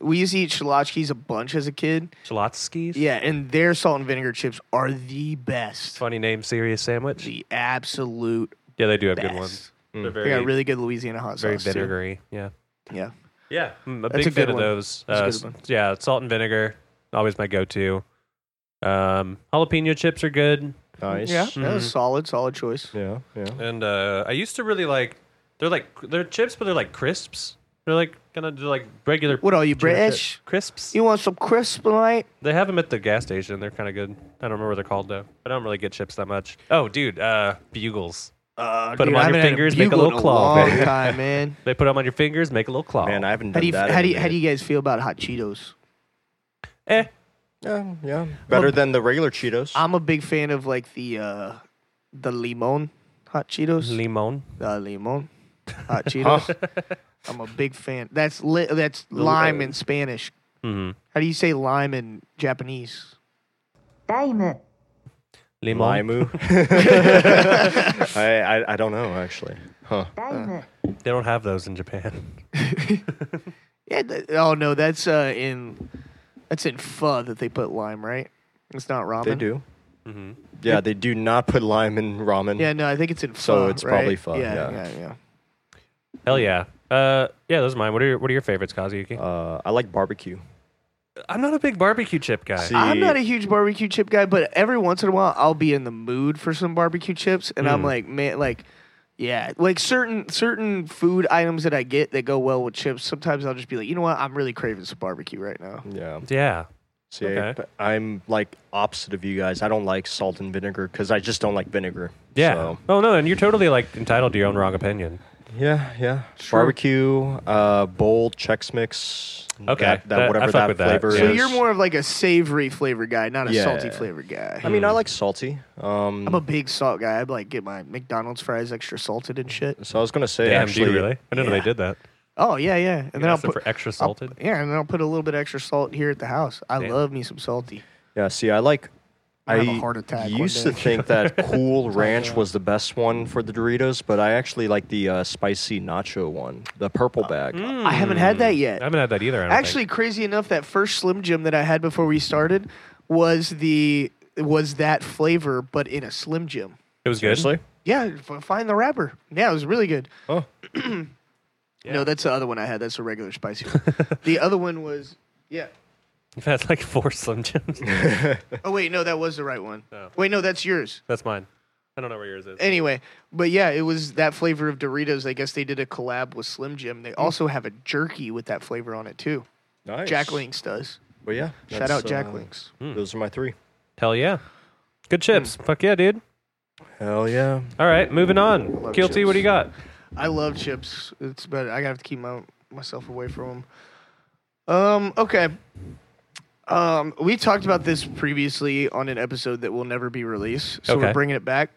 [SPEAKER 1] We used to eat shalachki's a bunch as a kid.
[SPEAKER 2] Shalotsky's.
[SPEAKER 1] Yeah, and their salt and vinegar chips are the best.
[SPEAKER 2] funny name, serious sandwich.
[SPEAKER 1] The absolute
[SPEAKER 2] Yeah, they do have
[SPEAKER 1] best.
[SPEAKER 2] good ones. They're
[SPEAKER 1] They
[SPEAKER 2] very
[SPEAKER 1] got really good Louisiana hot
[SPEAKER 2] very
[SPEAKER 1] sauce. too.
[SPEAKER 2] vinegary. Yeah,
[SPEAKER 1] Yeah.
[SPEAKER 2] yeah. I'm a
[SPEAKER 1] That's
[SPEAKER 2] big
[SPEAKER 1] a good
[SPEAKER 2] fan of
[SPEAKER 1] one.
[SPEAKER 2] those.
[SPEAKER 1] That's a
[SPEAKER 2] Uh,
[SPEAKER 1] good
[SPEAKER 2] s-
[SPEAKER 1] one.
[SPEAKER 2] Yeah, salt and vinegar, always my go-to. Um, jalapeno chips are good.
[SPEAKER 3] nice.
[SPEAKER 1] Yeah. That was solid, solid choice.
[SPEAKER 3] Yeah. Yeah.
[SPEAKER 2] And uh, I used to really like they're like they're chips, but they're like crisps. They're like kind of they're like regular.
[SPEAKER 1] What are you,
[SPEAKER 2] potato chip-
[SPEAKER 1] British?
[SPEAKER 2] Crisps.
[SPEAKER 1] You want some crisp light?
[SPEAKER 2] They have them at the gas station. They're kind of good. I don't remember what they're called though. I don't really get chips that much. Oh, dude, uh, bugles.
[SPEAKER 1] Uh,
[SPEAKER 2] Put
[SPEAKER 1] dude, I
[SPEAKER 2] 'em on your
[SPEAKER 1] haven't had
[SPEAKER 2] fingers, make a
[SPEAKER 1] bugle in
[SPEAKER 2] little claw,
[SPEAKER 1] Long
[SPEAKER 2] baby.
[SPEAKER 1] time, man.
[SPEAKER 2] They put them on your fingers, make a little claw.
[SPEAKER 3] Man, I haven't
[SPEAKER 1] How
[SPEAKER 3] done
[SPEAKER 1] do you
[SPEAKER 3] that.
[SPEAKER 1] how
[SPEAKER 3] in
[SPEAKER 1] do
[SPEAKER 3] a
[SPEAKER 1] you, how do
[SPEAKER 3] minute.
[SPEAKER 1] you guys feel about hot Cheetos?
[SPEAKER 2] eh,
[SPEAKER 3] Yeah. Yeah. Better than the regular Cheetos.
[SPEAKER 1] I'm a big fan of like the uh the limon hot Cheetos.
[SPEAKER 2] limon.
[SPEAKER 1] the limon hot Cheetos. I'm a big fan. That's li- that's lime in Spanish.
[SPEAKER 2] Mm-hmm.
[SPEAKER 1] How do you say lime in Japanese?
[SPEAKER 4] Diamond.
[SPEAKER 2] Limon.
[SPEAKER 3] Limu. I, I I don't know actually. Huh.
[SPEAKER 4] Diamond.
[SPEAKER 2] They don't have those in Japan.
[SPEAKER 1] Yeah. th- oh no, that's uh in that's in pho that they put lime, right? It's not ramen.
[SPEAKER 3] They do.
[SPEAKER 2] Mm-hmm.
[SPEAKER 3] Yeah, they do not put lime in ramen.
[SPEAKER 1] Yeah, no, I think it's in pho.
[SPEAKER 3] So it's probably
[SPEAKER 1] right?
[SPEAKER 3] pho,
[SPEAKER 1] Yeah,
[SPEAKER 3] yeah.
[SPEAKER 1] yeah, yeah.
[SPEAKER 2] Hell yeah. Uh, yeah, those are mine. What are your What are your favorites, Kazuyuki?
[SPEAKER 3] Uh, I like barbecue.
[SPEAKER 2] I'm not a big barbecue chip guy.
[SPEAKER 3] See-
[SPEAKER 1] I'm
[SPEAKER 3] The-
[SPEAKER 1] not a huge barbecue chip guy, but every once in a while I'll be in the mood for some barbecue chips, and
[SPEAKER 3] Mm.
[SPEAKER 1] I'm like, man, like, yeah, like certain certain food items that I get that go well with chips. Sometimes I'll just be like, you know what, I'm really craving some barbecue right now.
[SPEAKER 3] Yeah.
[SPEAKER 2] yeah.
[SPEAKER 3] See,
[SPEAKER 2] Okay.
[SPEAKER 3] but I'm like opposite of you guys. I don't like salt and vinegar because I just don't like vinegar.
[SPEAKER 2] Yeah.
[SPEAKER 3] So,
[SPEAKER 2] Oh no, and you're totally like entitled to your own wrong opinion.
[SPEAKER 3] yeah, yeah. Barbecue, uh, bowl, Chex Mix.
[SPEAKER 2] Okay,
[SPEAKER 3] That, that-
[SPEAKER 2] that- I
[SPEAKER 3] whatever
[SPEAKER 2] fuck
[SPEAKER 3] that
[SPEAKER 2] with that.
[SPEAKER 3] flavor is.
[SPEAKER 1] So you're more of like a savory flavor guy, not a
[SPEAKER 3] Yeah.
[SPEAKER 1] salty flavor guy.
[SPEAKER 3] I mean,
[SPEAKER 2] Mm.
[SPEAKER 3] I like salty. Um,
[SPEAKER 1] I'm a big salt guy. I'd like get my McDonald's fries extra salted and shit.
[SPEAKER 3] so I was gonna say
[SPEAKER 2] Damn,
[SPEAKER 3] actually,
[SPEAKER 2] do you really? I didn't know
[SPEAKER 1] yeah.
[SPEAKER 2] they did that.
[SPEAKER 1] Oh yeah, yeah. And then
[SPEAKER 2] Ask
[SPEAKER 1] I'll
[SPEAKER 2] them
[SPEAKER 1] put
[SPEAKER 2] for extra
[SPEAKER 1] I'll-
[SPEAKER 2] salted.
[SPEAKER 1] yeah, and then I'll put a little bit extra salt here at the house. I love me some salty.
[SPEAKER 3] Yeah. See, I like.
[SPEAKER 1] I'm
[SPEAKER 3] I
[SPEAKER 1] gonna have a heart attack one
[SPEAKER 3] used
[SPEAKER 1] day.
[SPEAKER 3] to think that Cool Ranch was the best one for the Doritos, but I actually like the uh, spicy nacho one, the
[SPEAKER 1] Uh,
[SPEAKER 3] purple bag.
[SPEAKER 1] I haven't had that yet.
[SPEAKER 2] I haven't had that either. I don't
[SPEAKER 1] Actually, crazy enough, that first Slim Jim that I had before we started was the was that flavor, but in a Slim Jim.
[SPEAKER 2] think. it was good.
[SPEAKER 3] Seriously?
[SPEAKER 1] Yeah, f- find the wrapper. Yeah, it was really good.
[SPEAKER 3] Oh.
[SPEAKER 1] No, that's the other one I had. That's a regular spicy one. the other one was yeah.
[SPEAKER 2] You've had like four Slim Jims.
[SPEAKER 1] Oh wait, no, that was the right one.
[SPEAKER 2] Oh.
[SPEAKER 1] Wait, no, that's yours.
[SPEAKER 2] That's mine. I don't know where yours
[SPEAKER 3] Eh.
[SPEAKER 2] is.
[SPEAKER 1] Anyway, but yeah, it was that flavor of Doritos. I guess they did a collab with Slim Jim. They also have a jerky with that flavor on it too.
[SPEAKER 3] Nice.
[SPEAKER 1] Jack Links does.
[SPEAKER 3] But yeah.
[SPEAKER 1] Shout
[SPEAKER 3] that's,
[SPEAKER 1] out Jack
[SPEAKER 3] uh,
[SPEAKER 1] Links.
[SPEAKER 2] Mm.
[SPEAKER 3] Those are my three.
[SPEAKER 2] Hell yeah. Good chips.
[SPEAKER 3] Mm.
[SPEAKER 2] Fuck yeah, dude.
[SPEAKER 3] Hell yeah.
[SPEAKER 2] All right, moving on.
[SPEAKER 1] Love
[SPEAKER 2] Guilty, what do you got?
[SPEAKER 1] I love chips. It's but I have to keep my, myself away from them. Um. Okay. Um. We talked about this previously on an episode that will never be released, so
[SPEAKER 2] Okay.
[SPEAKER 1] we're bringing it back.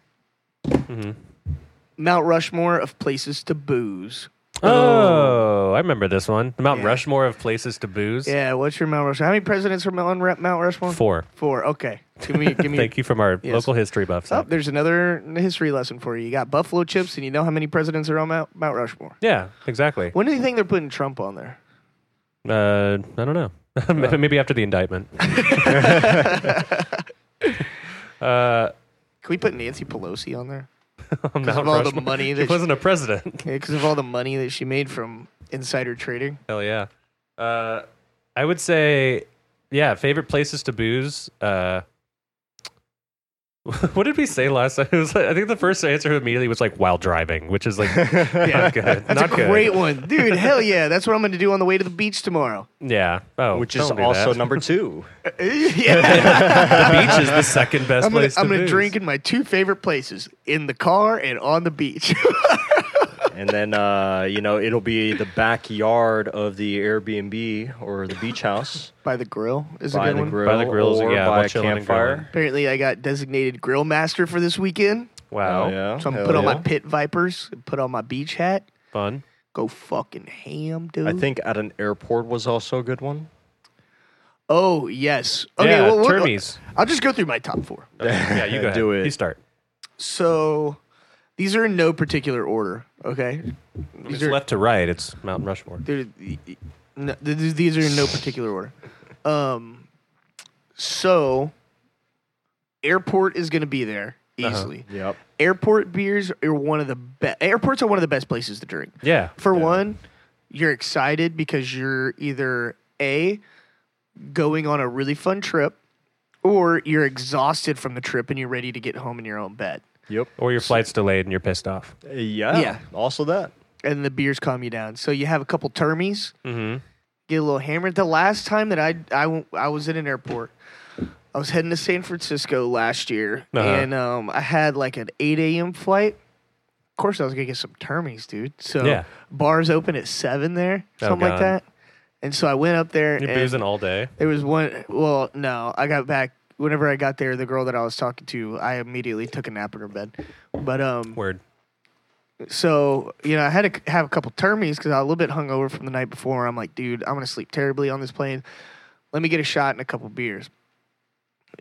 [SPEAKER 1] Mount Rushmore of places to booze.
[SPEAKER 2] Oh, I remember this one. The Mount
[SPEAKER 1] Yeah.
[SPEAKER 2] Rushmore of places to booze.
[SPEAKER 1] Yeah. What's your Mount Rushmore? How many presidents are on Ra- Mount Rushmore?
[SPEAKER 2] Four.
[SPEAKER 1] Four. Okay. Give me. Give me.
[SPEAKER 2] Thank you from our
[SPEAKER 1] Yes.
[SPEAKER 2] local history buffs.
[SPEAKER 1] Oh, there's another history lesson for you. You got buffalo chips, and you know how many presidents are on Mount, Mount Rushmore.
[SPEAKER 2] Yeah, exactly.
[SPEAKER 1] When do you think they're putting Trump on there?
[SPEAKER 2] Uh, I don't know. Maybe after the indictment. uh,
[SPEAKER 1] Can we put Nancy Pelosi on there?
[SPEAKER 2] Mount
[SPEAKER 1] of all the
[SPEAKER 2] Rushmore.
[SPEAKER 1] money
[SPEAKER 2] She
[SPEAKER 1] that she-
[SPEAKER 2] wasn't a president.
[SPEAKER 1] because of all the money that she made from insider trading.
[SPEAKER 2] Hell yeah. Uh, I would say, yeah, favorite places to booze. Uh, what did we say last time? It was like, I think the first answer immediately was like while driving, which is like not good.
[SPEAKER 1] That's
[SPEAKER 2] not
[SPEAKER 1] a
[SPEAKER 2] good.
[SPEAKER 1] great one, dude. hell yeah, that's what I'm going to do on the way to the beach tomorrow.
[SPEAKER 2] Yeah. Oh,
[SPEAKER 3] Which is
[SPEAKER 2] don't do
[SPEAKER 3] also
[SPEAKER 2] that.
[SPEAKER 3] number two.
[SPEAKER 1] yeah,
[SPEAKER 2] the beach is the second best
[SPEAKER 1] I'm going
[SPEAKER 2] place.
[SPEAKER 1] to I'm
[SPEAKER 2] to
[SPEAKER 1] going to
[SPEAKER 2] booze.
[SPEAKER 1] drink in my two favorite places: in the car and on the beach.
[SPEAKER 3] and then, uh, you know, it'll be the backyard of the Airbnb or the beach house
[SPEAKER 1] by the grill is a
[SPEAKER 3] by
[SPEAKER 1] good
[SPEAKER 3] the
[SPEAKER 1] one.
[SPEAKER 3] grill
[SPEAKER 2] By the grills,
[SPEAKER 3] or
[SPEAKER 2] yeah,
[SPEAKER 3] by
[SPEAKER 2] while
[SPEAKER 3] a
[SPEAKER 2] chilling and
[SPEAKER 3] campfire.
[SPEAKER 1] Apparently, I got designated grill master for this weekend,
[SPEAKER 2] Wow.
[SPEAKER 3] Hell Oh, yeah.
[SPEAKER 1] so I'm
[SPEAKER 3] Hell
[SPEAKER 1] put on
[SPEAKER 3] yeah.
[SPEAKER 1] my pit vipers, put on my beach hat,
[SPEAKER 2] Fun.
[SPEAKER 1] go fucking ham, dude.
[SPEAKER 3] I think at an airport was also a good one.
[SPEAKER 1] Oh yes.
[SPEAKER 2] yeah.
[SPEAKER 1] well, we're-
[SPEAKER 2] Termies.
[SPEAKER 1] I'll just go through my top four.
[SPEAKER 2] yeah, you go ahead.
[SPEAKER 3] Do it.
[SPEAKER 2] You start.
[SPEAKER 1] So these are in no particular order. Okay.
[SPEAKER 2] It's
[SPEAKER 1] These are,
[SPEAKER 2] left to right. It's Mount Rushmore.
[SPEAKER 1] they're- y- y- no, th- th- these are in no particular order. Um, so airport is going to be there
[SPEAKER 3] Uh-huh.
[SPEAKER 1] easily.
[SPEAKER 3] Yep.
[SPEAKER 1] Airport beers are one of the best. Airports are one of the best places to drink.
[SPEAKER 2] Yeah.
[SPEAKER 1] For one, you're excited because you're either A, going on a really fun trip, or you're exhausted from the trip and you're ready to get home in your own bed.
[SPEAKER 3] Yep.
[SPEAKER 2] Or your flight's delayed and you're pissed off.
[SPEAKER 3] Yeah.
[SPEAKER 1] Yeah.
[SPEAKER 3] Also that.
[SPEAKER 1] and the beers calm you down. So you have a couple termies,
[SPEAKER 2] Mhm.
[SPEAKER 1] get a little hammered. The last time that I I, w- I was in an airport, I was heading to San Francisco last year,
[SPEAKER 2] Uh-huh.
[SPEAKER 1] and um, I had like an eight a.m. flight. Of course, I was gonna get some termies, dude. So
[SPEAKER 2] Yeah.
[SPEAKER 1] bars open at seven there,
[SPEAKER 2] Oh,
[SPEAKER 1] something like
[SPEAKER 2] God.
[SPEAKER 1] that. And so I went up there,
[SPEAKER 2] You're
[SPEAKER 1] and
[SPEAKER 2] boozing all day.
[SPEAKER 1] there was one. Well, no, I got back. Whenever I got there, the girl that I was talking to, I immediately took a nap in her bed. But um,
[SPEAKER 2] Word.
[SPEAKER 1] so you know, I had to have a couple termies because I was a little bit hungover from the night before. I'm like, dude, I'm gonna sleep terribly on this plane. Let me get a shot and a couple beers.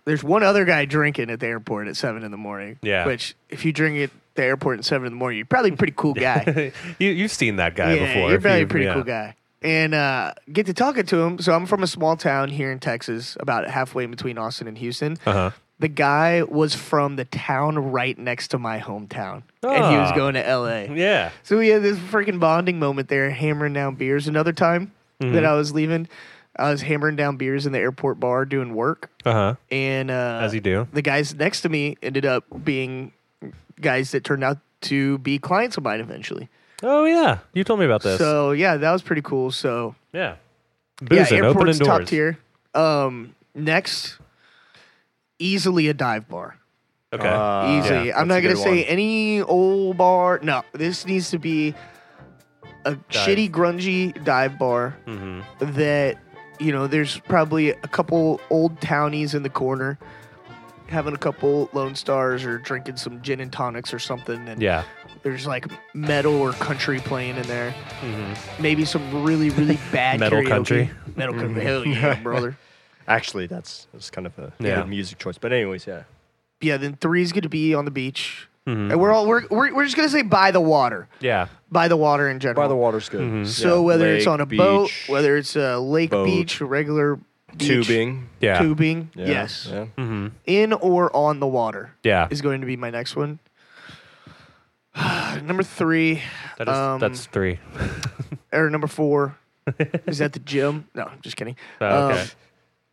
[SPEAKER 1] There's one other guy drinking at the airport at seven in the morning.
[SPEAKER 2] Yeah.
[SPEAKER 1] Which, if you drink at the airport at seven in the morning, you're probably a pretty cool guy.
[SPEAKER 2] you you've seen that guy
[SPEAKER 1] yeah,
[SPEAKER 2] before.
[SPEAKER 1] you're
[SPEAKER 2] if
[SPEAKER 1] probably a
[SPEAKER 2] you've-
[SPEAKER 1] pretty
[SPEAKER 2] yeah.
[SPEAKER 1] cool guy. And uh, get to talking to him. So I'm from a small town here in Texas, about halfway in between Austin and Houston
[SPEAKER 2] Uh-huh.
[SPEAKER 1] the guy was from the town right next to my hometown and he was
[SPEAKER 2] Ah.
[SPEAKER 1] going to LA.
[SPEAKER 2] Yeah.
[SPEAKER 1] So we had this freaking bonding moment there, hammering down beers. Another time
[SPEAKER 2] Mm-hmm.
[SPEAKER 1] that I was leaving, I was hammering down beers in the airport bar doing work.
[SPEAKER 2] Uh-huh.
[SPEAKER 1] And uh,
[SPEAKER 2] As you do.
[SPEAKER 1] the guys next to me ended up being guys that turned out to be clients of mine eventually.
[SPEAKER 2] Oh yeah. You told me about this.
[SPEAKER 1] So yeah, that was pretty cool. So
[SPEAKER 2] yeah. Boozing,
[SPEAKER 1] yeah,
[SPEAKER 2] opening
[SPEAKER 1] airport's
[SPEAKER 2] doors.
[SPEAKER 1] top tier. Um, next, easily a dive bar.
[SPEAKER 2] Okay.
[SPEAKER 3] Uh,
[SPEAKER 1] Easily.
[SPEAKER 2] yeah,
[SPEAKER 1] I'm not
[SPEAKER 3] that's a
[SPEAKER 1] gonna
[SPEAKER 3] good
[SPEAKER 1] say
[SPEAKER 3] one.
[SPEAKER 1] any old bar. No, this needs to be a shitty, grungy dive bar
[SPEAKER 2] mm-hmm.
[SPEAKER 1] that you know. There's probably a couple old townies in the corner having a couple Lone Stars or drinking some gin and tonics or something. And
[SPEAKER 2] Yeah.
[SPEAKER 1] there's like metal or country playing in there.
[SPEAKER 2] Mm-hmm.
[SPEAKER 1] Maybe some really, really bad
[SPEAKER 2] Metal
[SPEAKER 1] karaoke.
[SPEAKER 2] country. Mm-hmm.
[SPEAKER 1] Metal country. Hell yeah, brother.
[SPEAKER 3] Actually, that's that's kind of a
[SPEAKER 2] Yeah.
[SPEAKER 3] good music choice. But anyways, yeah.
[SPEAKER 1] Yeah. Then three's gonna be on the beach.
[SPEAKER 2] Mhm.
[SPEAKER 1] And we're all we're, we're, we're just gonna say by the water.
[SPEAKER 2] Yeah.
[SPEAKER 1] by the water in general.
[SPEAKER 3] By the water's good.
[SPEAKER 2] Mm-hmm.
[SPEAKER 1] So
[SPEAKER 3] Mm, Yeah.
[SPEAKER 1] whether it's
[SPEAKER 3] Lake,
[SPEAKER 1] on a
[SPEAKER 3] beach,
[SPEAKER 1] boat, whether it's a lake,
[SPEAKER 3] boat,
[SPEAKER 1] beach, regular beach,
[SPEAKER 3] tubing.
[SPEAKER 2] Yeah.
[SPEAKER 1] tubing,
[SPEAKER 3] Yeah,
[SPEAKER 1] yes,
[SPEAKER 3] Yeah.
[SPEAKER 2] Mm-hmm.
[SPEAKER 1] in or on the water
[SPEAKER 2] Yeah.
[SPEAKER 1] is going to be my next one. number three
[SPEAKER 2] That is,
[SPEAKER 1] Um,
[SPEAKER 2] that's three.
[SPEAKER 1] or number four is at the gym. No, I'm just kidding.
[SPEAKER 2] Oh, okay.
[SPEAKER 1] Um,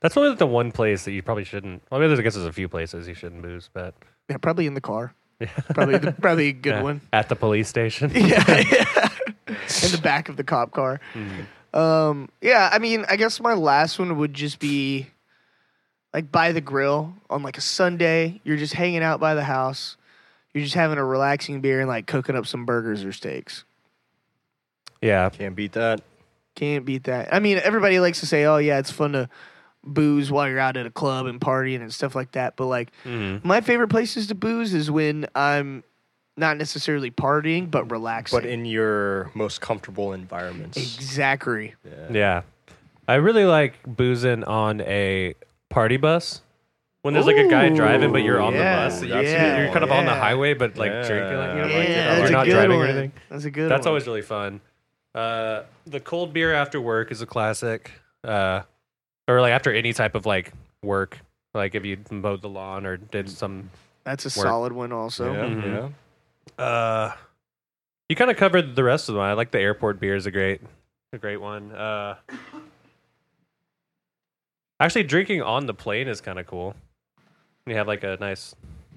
[SPEAKER 2] that's probably the one place that you probably shouldn't. Well, I mean, there's- I guess there's a few places you shouldn't booze, but
[SPEAKER 1] yeah, probably in the car. Probably the, probably a good
[SPEAKER 2] Yeah.
[SPEAKER 1] one.
[SPEAKER 2] at the police station.
[SPEAKER 1] yeah, yeah. in the back of the cop car. Um, yeah, I mean, I guess my last one would just be like by the grill on like a Sunday. You're just hanging out by the house. You're just having a relaxing beer and like cooking up some burgers or steaks.
[SPEAKER 2] yeah,
[SPEAKER 3] Can't beat that.
[SPEAKER 1] Can't beat that. I mean, everybody likes to say, "Oh yeah, it's fun to booze while you're out at a club and partying and stuff like that." But like,
[SPEAKER 2] Mhm.
[SPEAKER 1] my favorite places to booze is when I'm not necessarily partying but relaxing.
[SPEAKER 3] But in your most comfortable environments.
[SPEAKER 1] exactly.
[SPEAKER 2] yeah. I really like boozing on a party bus when there's like a guy driving, but you're on
[SPEAKER 1] yeah,
[SPEAKER 2] the bus.
[SPEAKER 3] that's a good
[SPEAKER 2] you're kind of
[SPEAKER 1] one.
[SPEAKER 2] on the
[SPEAKER 1] yeah.
[SPEAKER 2] highway, but like drinking, like you
[SPEAKER 1] Yeah,
[SPEAKER 2] know, like,
[SPEAKER 1] that's
[SPEAKER 2] you're
[SPEAKER 1] a
[SPEAKER 2] not
[SPEAKER 1] good
[SPEAKER 2] driving
[SPEAKER 1] one.
[SPEAKER 2] or anything.
[SPEAKER 1] That's a good.
[SPEAKER 2] That's
[SPEAKER 1] one.
[SPEAKER 2] always really fun. Uh, the cold beer after work is a classic. Uh, or like after any type of like work, like if you mowed the lawn or did some.
[SPEAKER 1] That's a
[SPEAKER 2] work.
[SPEAKER 1] solid one also.
[SPEAKER 3] Yeah,
[SPEAKER 2] Mhm.
[SPEAKER 3] yeah.
[SPEAKER 2] Uh, you kind of covered the rest of them. I like the airport beer is a great, a great one. Uh, actually, drinking on the plane is kind of cool. You have like a nice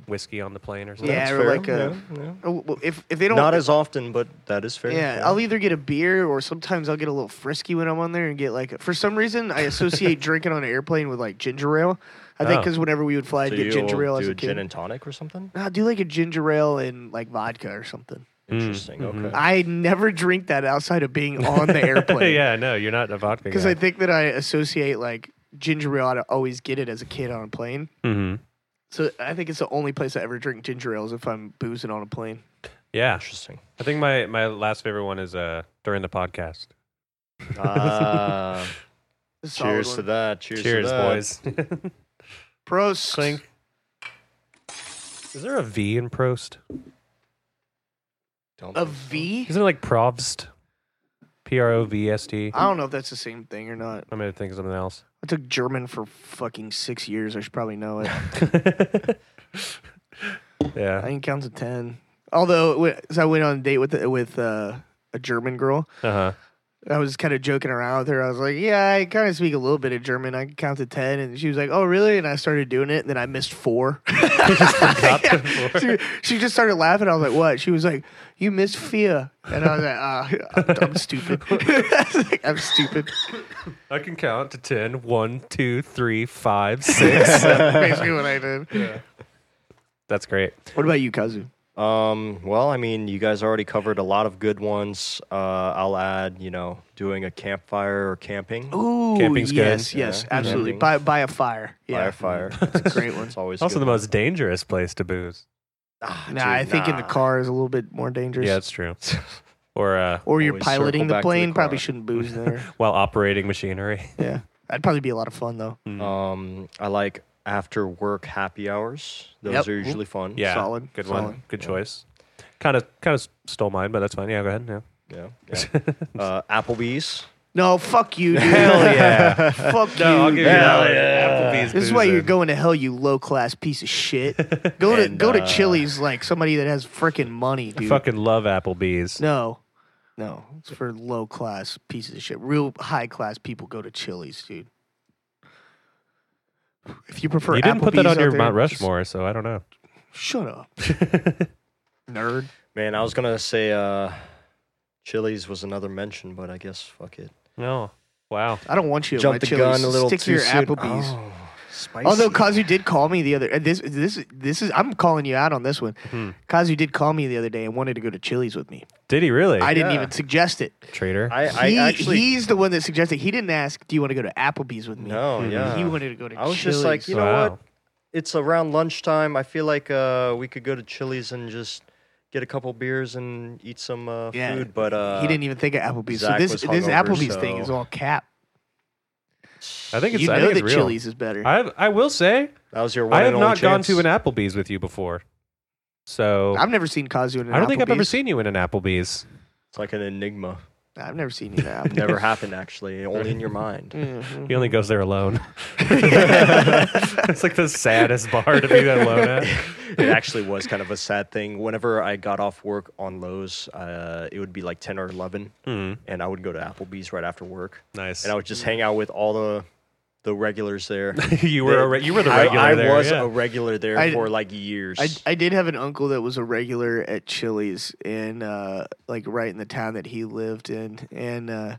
[SPEAKER 2] whiskey on the plane or something.
[SPEAKER 1] Yeah,
[SPEAKER 3] That's
[SPEAKER 1] or
[SPEAKER 3] fair.
[SPEAKER 1] like a-
[SPEAKER 3] Yeah, yeah.
[SPEAKER 1] Oh, well, If if they don't,
[SPEAKER 3] Not as often, but that is fair.
[SPEAKER 1] yeah, I'll either get a beer or sometimes I'll get a little frisky when I'm on there and get like. For some reason, I associate drinking on an airplane with like ginger ale. I think
[SPEAKER 2] Oh.
[SPEAKER 1] because whenever we would fly,
[SPEAKER 3] So
[SPEAKER 1] I'd get
[SPEAKER 3] you'll
[SPEAKER 1] ginger ale
[SPEAKER 3] do
[SPEAKER 1] as
[SPEAKER 3] a
[SPEAKER 1] a
[SPEAKER 3] gin
[SPEAKER 1] kid.
[SPEAKER 3] and tonic or something.
[SPEAKER 1] I'll do like a ginger ale and like vodka or something.
[SPEAKER 3] Interesting.
[SPEAKER 2] mhm.
[SPEAKER 3] Okay.
[SPEAKER 1] I never drink that outside of being on the airplane.
[SPEAKER 2] yeah, no, you're not a vodka
[SPEAKER 1] Because
[SPEAKER 2] guy.
[SPEAKER 1] I think that I associate like ginger ale. I'd always get it as a kid on a plane.
[SPEAKER 2] Mhm.
[SPEAKER 1] So I think it's the only place I ever drink ginger ales if I'm boozing on a plane.
[SPEAKER 2] Yeah,
[SPEAKER 3] Interesting.
[SPEAKER 2] I think my my last favorite one is uh during the podcast.
[SPEAKER 3] Ah,
[SPEAKER 1] It's a solid
[SPEAKER 3] cheers
[SPEAKER 1] one.
[SPEAKER 3] to that. Cheers,
[SPEAKER 2] Cheers,
[SPEAKER 3] to that.
[SPEAKER 2] boys.
[SPEAKER 1] Prost.
[SPEAKER 2] Clink. Is there a V in Prost?
[SPEAKER 3] Don't
[SPEAKER 1] A
[SPEAKER 3] think so.
[SPEAKER 1] V?
[SPEAKER 2] Isn't it like Provst? P R O V S T.
[SPEAKER 1] I don't know if that's the same thing or not.
[SPEAKER 2] I'm gonna think of something else.
[SPEAKER 1] I took German for fucking six years. I should probably know it. I
[SPEAKER 2] yeah.
[SPEAKER 1] think it counts to ten. Although, w- so I went on a date with with uh, a German girl.
[SPEAKER 2] Uh huh.
[SPEAKER 1] I was kind of joking around with her. I was like, "Yeah, I kind of speak a little bit of German. I can count to ten. And she was like, "Oh, really?" And I started doing it, and then I missed four. she, she just started laughing. I was like, "What?" She was like, "You missed fear," and I was like, uh, I'm, "I'm stupid. I was like, I'm stupid."
[SPEAKER 2] I can count to ten. One, two, three, five, six.
[SPEAKER 1] That's basically what I did.
[SPEAKER 2] That's great.
[SPEAKER 1] What about you, Kazu?
[SPEAKER 3] Um, well, I mean, you guys already covered a lot of good ones. Uh, I'll add, you know, doing a campfire or camping.
[SPEAKER 1] Ooh,
[SPEAKER 2] Camping's good.
[SPEAKER 1] yes,
[SPEAKER 3] Yeah.
[SPEAKER 1] yes, absolutely.
[SPEAKER 3] Camping.
[SPEAKER 1] By by a fire,
[SPEAKER 3] By
[SPEAKER 1] yeah,
[SPEAKER 3] a fire.
[SPEAKER 1] It's a great one.
[SPEAKER 3] It's always
[SPEAKER 2] also
[SPEAKER 3] good.
[SPEAKER 2] the most dangerous place to booze.
[SPEAKER 3] Ah,
[SPEAKER 1] Nah, I
[SPEAKER 3] dude,
[SPEAKER 1] think in the
[SPEAKER 3] nah.
[SPEAKER 1] car is a little bit more dangerous.
[SPEAKER 2] Yeah, it's true. Or uh,
[SPEAKER 1] Or you're
[SPEAKER 3] Always
[SPEAKER 1] piloting the
[SPEAKER 3] circle back to the
[SPEAKER 1] plane, probably
[SPEAKER 3] car.
[SPEAKER 1] shouldn't booze there.
[SPEAKER 2] while operating machinery.
[SPEAKER 1] yeah, that'd probably be a lot of fun though.
[SPEAKER 3] Um, I like after work happy hours. Those
[SPEAKER 1] Yep.
[SPEAKER 3] are usually fun.
[SPEAKER 2] Yeah,
[SPEAKER 1] Solid,
[SPEAKER 2] Good
[SPEAKER 1] solid.
[SPEAKER 2] one. Good choice. Kind of, kind of stole mine, but that's fine. Yeah, go ahead. Yeah.
[SPEAKER 3] Yeah. yeah. uh, Applebee's.
[SPEAKER 1] No, fuck you, dude.
[SPEAKER 2] yeah.
[SPEAKER 1] fuck you.
[SPEAKER 2] No, I'll give you
[SPEAKER 1] dude.
[SPEAKER 2] that one. Applebee's.
[SPEAKER 1] This is why you're
[SPEAKER 2] boozing.
[SPEAKER 1] going to hell, you low class piece of shit. Go to
[SPEAKER 3] And,
[SPEAKER 1] go to
[SPEAKER 3] uh,
[SPEAKER 1] Chili's like somebody that has freaking money,
[SPEAKER 2] I
[SPEAKER 1] dude.
[SPEAKER 2] fucking love Applebee's.
[SPEAKER 1] No, no, it's for low class pieces of shit. Real high class people go to Chili's, dude. If you prefer,
[SPEAKER 2] you didn't put that
[SPEAKER 1] Applebee's
[SPEAKER 2] on
[SPEAKER 1] out
[SPEAKER 2] your
[SPEAKER 1] there,
[SPEAKER 2] Mount
[SPEAKER 1] just
[SPEAKER 2] Rushmore, so I don't know.
[SPEAKER 1] Shut up, nerd.
[SPEAKER 3] Man, I was gonna say uh, Chili's was another mention, but I guess fuck it.
[SPEAKER 2] no. Wow.
[SPEAKER 1] I don't want you. at my
[SPEAKER 3] Jumped the
[SPEAKER 1] Chili's.
[SPEAKER 3] gun a little
[SPEAKER 1] Stick to
[SPEAKER 3] too
[SPEAKER 1] your
[SPEAKER 3] soon.
[SPEAKER 1] Applebee's.
[SPEAKER 3] Oh, spicy.
[SPEAKER 1] Although Kazu did call me the other, and this this this is I'm calling you out on this one.
[SPEAKER 3] Hmm.
[SPEAKER 1] Kazu did call me the other day and wanted to go to Chili's with me.
[SPEAKER 2] Did he really?
[SPEAKER 1] I didn't
[SPEAKER 3] Yeah.
[SPEAKER 1] even suggest it.
[SPEAKER 2] Traitor.
[SPEAKER 3] I, I
[SPEAKER 1] he,
[SPEAKER 3] actually
[SPEAKER 1] he's the one that suggested. He didn't ask, "Do you want to go to Applebee's with me?"
[SPEAKER 3] no, yeah.
[SPEAKER 1] He wanted to go to.
[SPEAKER 3] I was just like,
[SPEAKER 1] Chili's.
[SPEAKER 3] you know
[SPEAKER 2] Wow.
[SPEAKER 3] what? It's around lunchtime. I feel like uh, we could go to Chili's and just get a couple beers and eat some uh,
[SPEAKER 1] Yeah.
[SPEAKER 3] food. But uh,
[SPEAKER 1] he didn't even think of Applebee's. so
[SPEAKER 3] Zach
[SPEAKER 1] this
[SPEAKER 3] was
[SPEAKER 1] this
[SPEAKER 3] hungover,
[SPEAKER 1] Applebee's thing is
[SPEAKER 3] so-
[SPEAKER 1] all cap.
[SPEAKER 2] I think it's.
[SPEAKER 1] You
[SPEAKER 2] I
[SPEAKER 1] know
[SPEAKER 2] think
[SPEAKER 1] that
[SPEAKER 2] it's real.
[SPEAKER 1] Chili's is better.
[SPEAKER 2] I I will say
[SPEAKER 3] That was your one
[SPEAKER 2] I have
[SPEAKER 3] and only
[SPEAKER 2] not gone
[SPEAKER 3] chance.
[SPEAKER 2] to an Applebee's with you before, so
[SPEAKER 1] I've never seen Kazu in an
[SPEAKER 2] I don't think I've ever
[SPEAKER 1] Applebee's.
[SPEAKER 2] seen you in an Applebee's.
[SPEAKER 3] It's like an enigma.
[SPEAKER 1] I've never seen you that.
[SPEAKER 3] Never happened actually. Only in your mind.
[SPEAKER 1] Mm.
[SPEAKER 2] He
[SPEAKER 3] Mm-hmm.
[SPEAKER 2] only goes there alone. it's like the saddest bar to be alone at.
[SPEAKER 3] it actually was kind of a sad thing. Whenever I got off work on Lowe's, uh, it would be like 10 or 11, and I would go to Applebee's right after work.
[SPEAKER 2] Mm-hmm. Nice.
[SPEAKER 3] And I would just hang out with all the the regulars there.
[SPEAKER 2] you were a re- you were the
[SPEAKER 3] I-
[SPEAKER 2] regular
[SPEAKER 3] I,
[SPEAKER 2] there.
[SPEAKER 3] was
[SPEAKER 2] yeah.
[SPEAKER 3] a regular there
[SPEAKER 1] I-
[SPEAKER 3] for like years.
[SPEAKER 1] I, I did have an uncle that was a regular at Chili's in uh like right in the town that he lived in and uh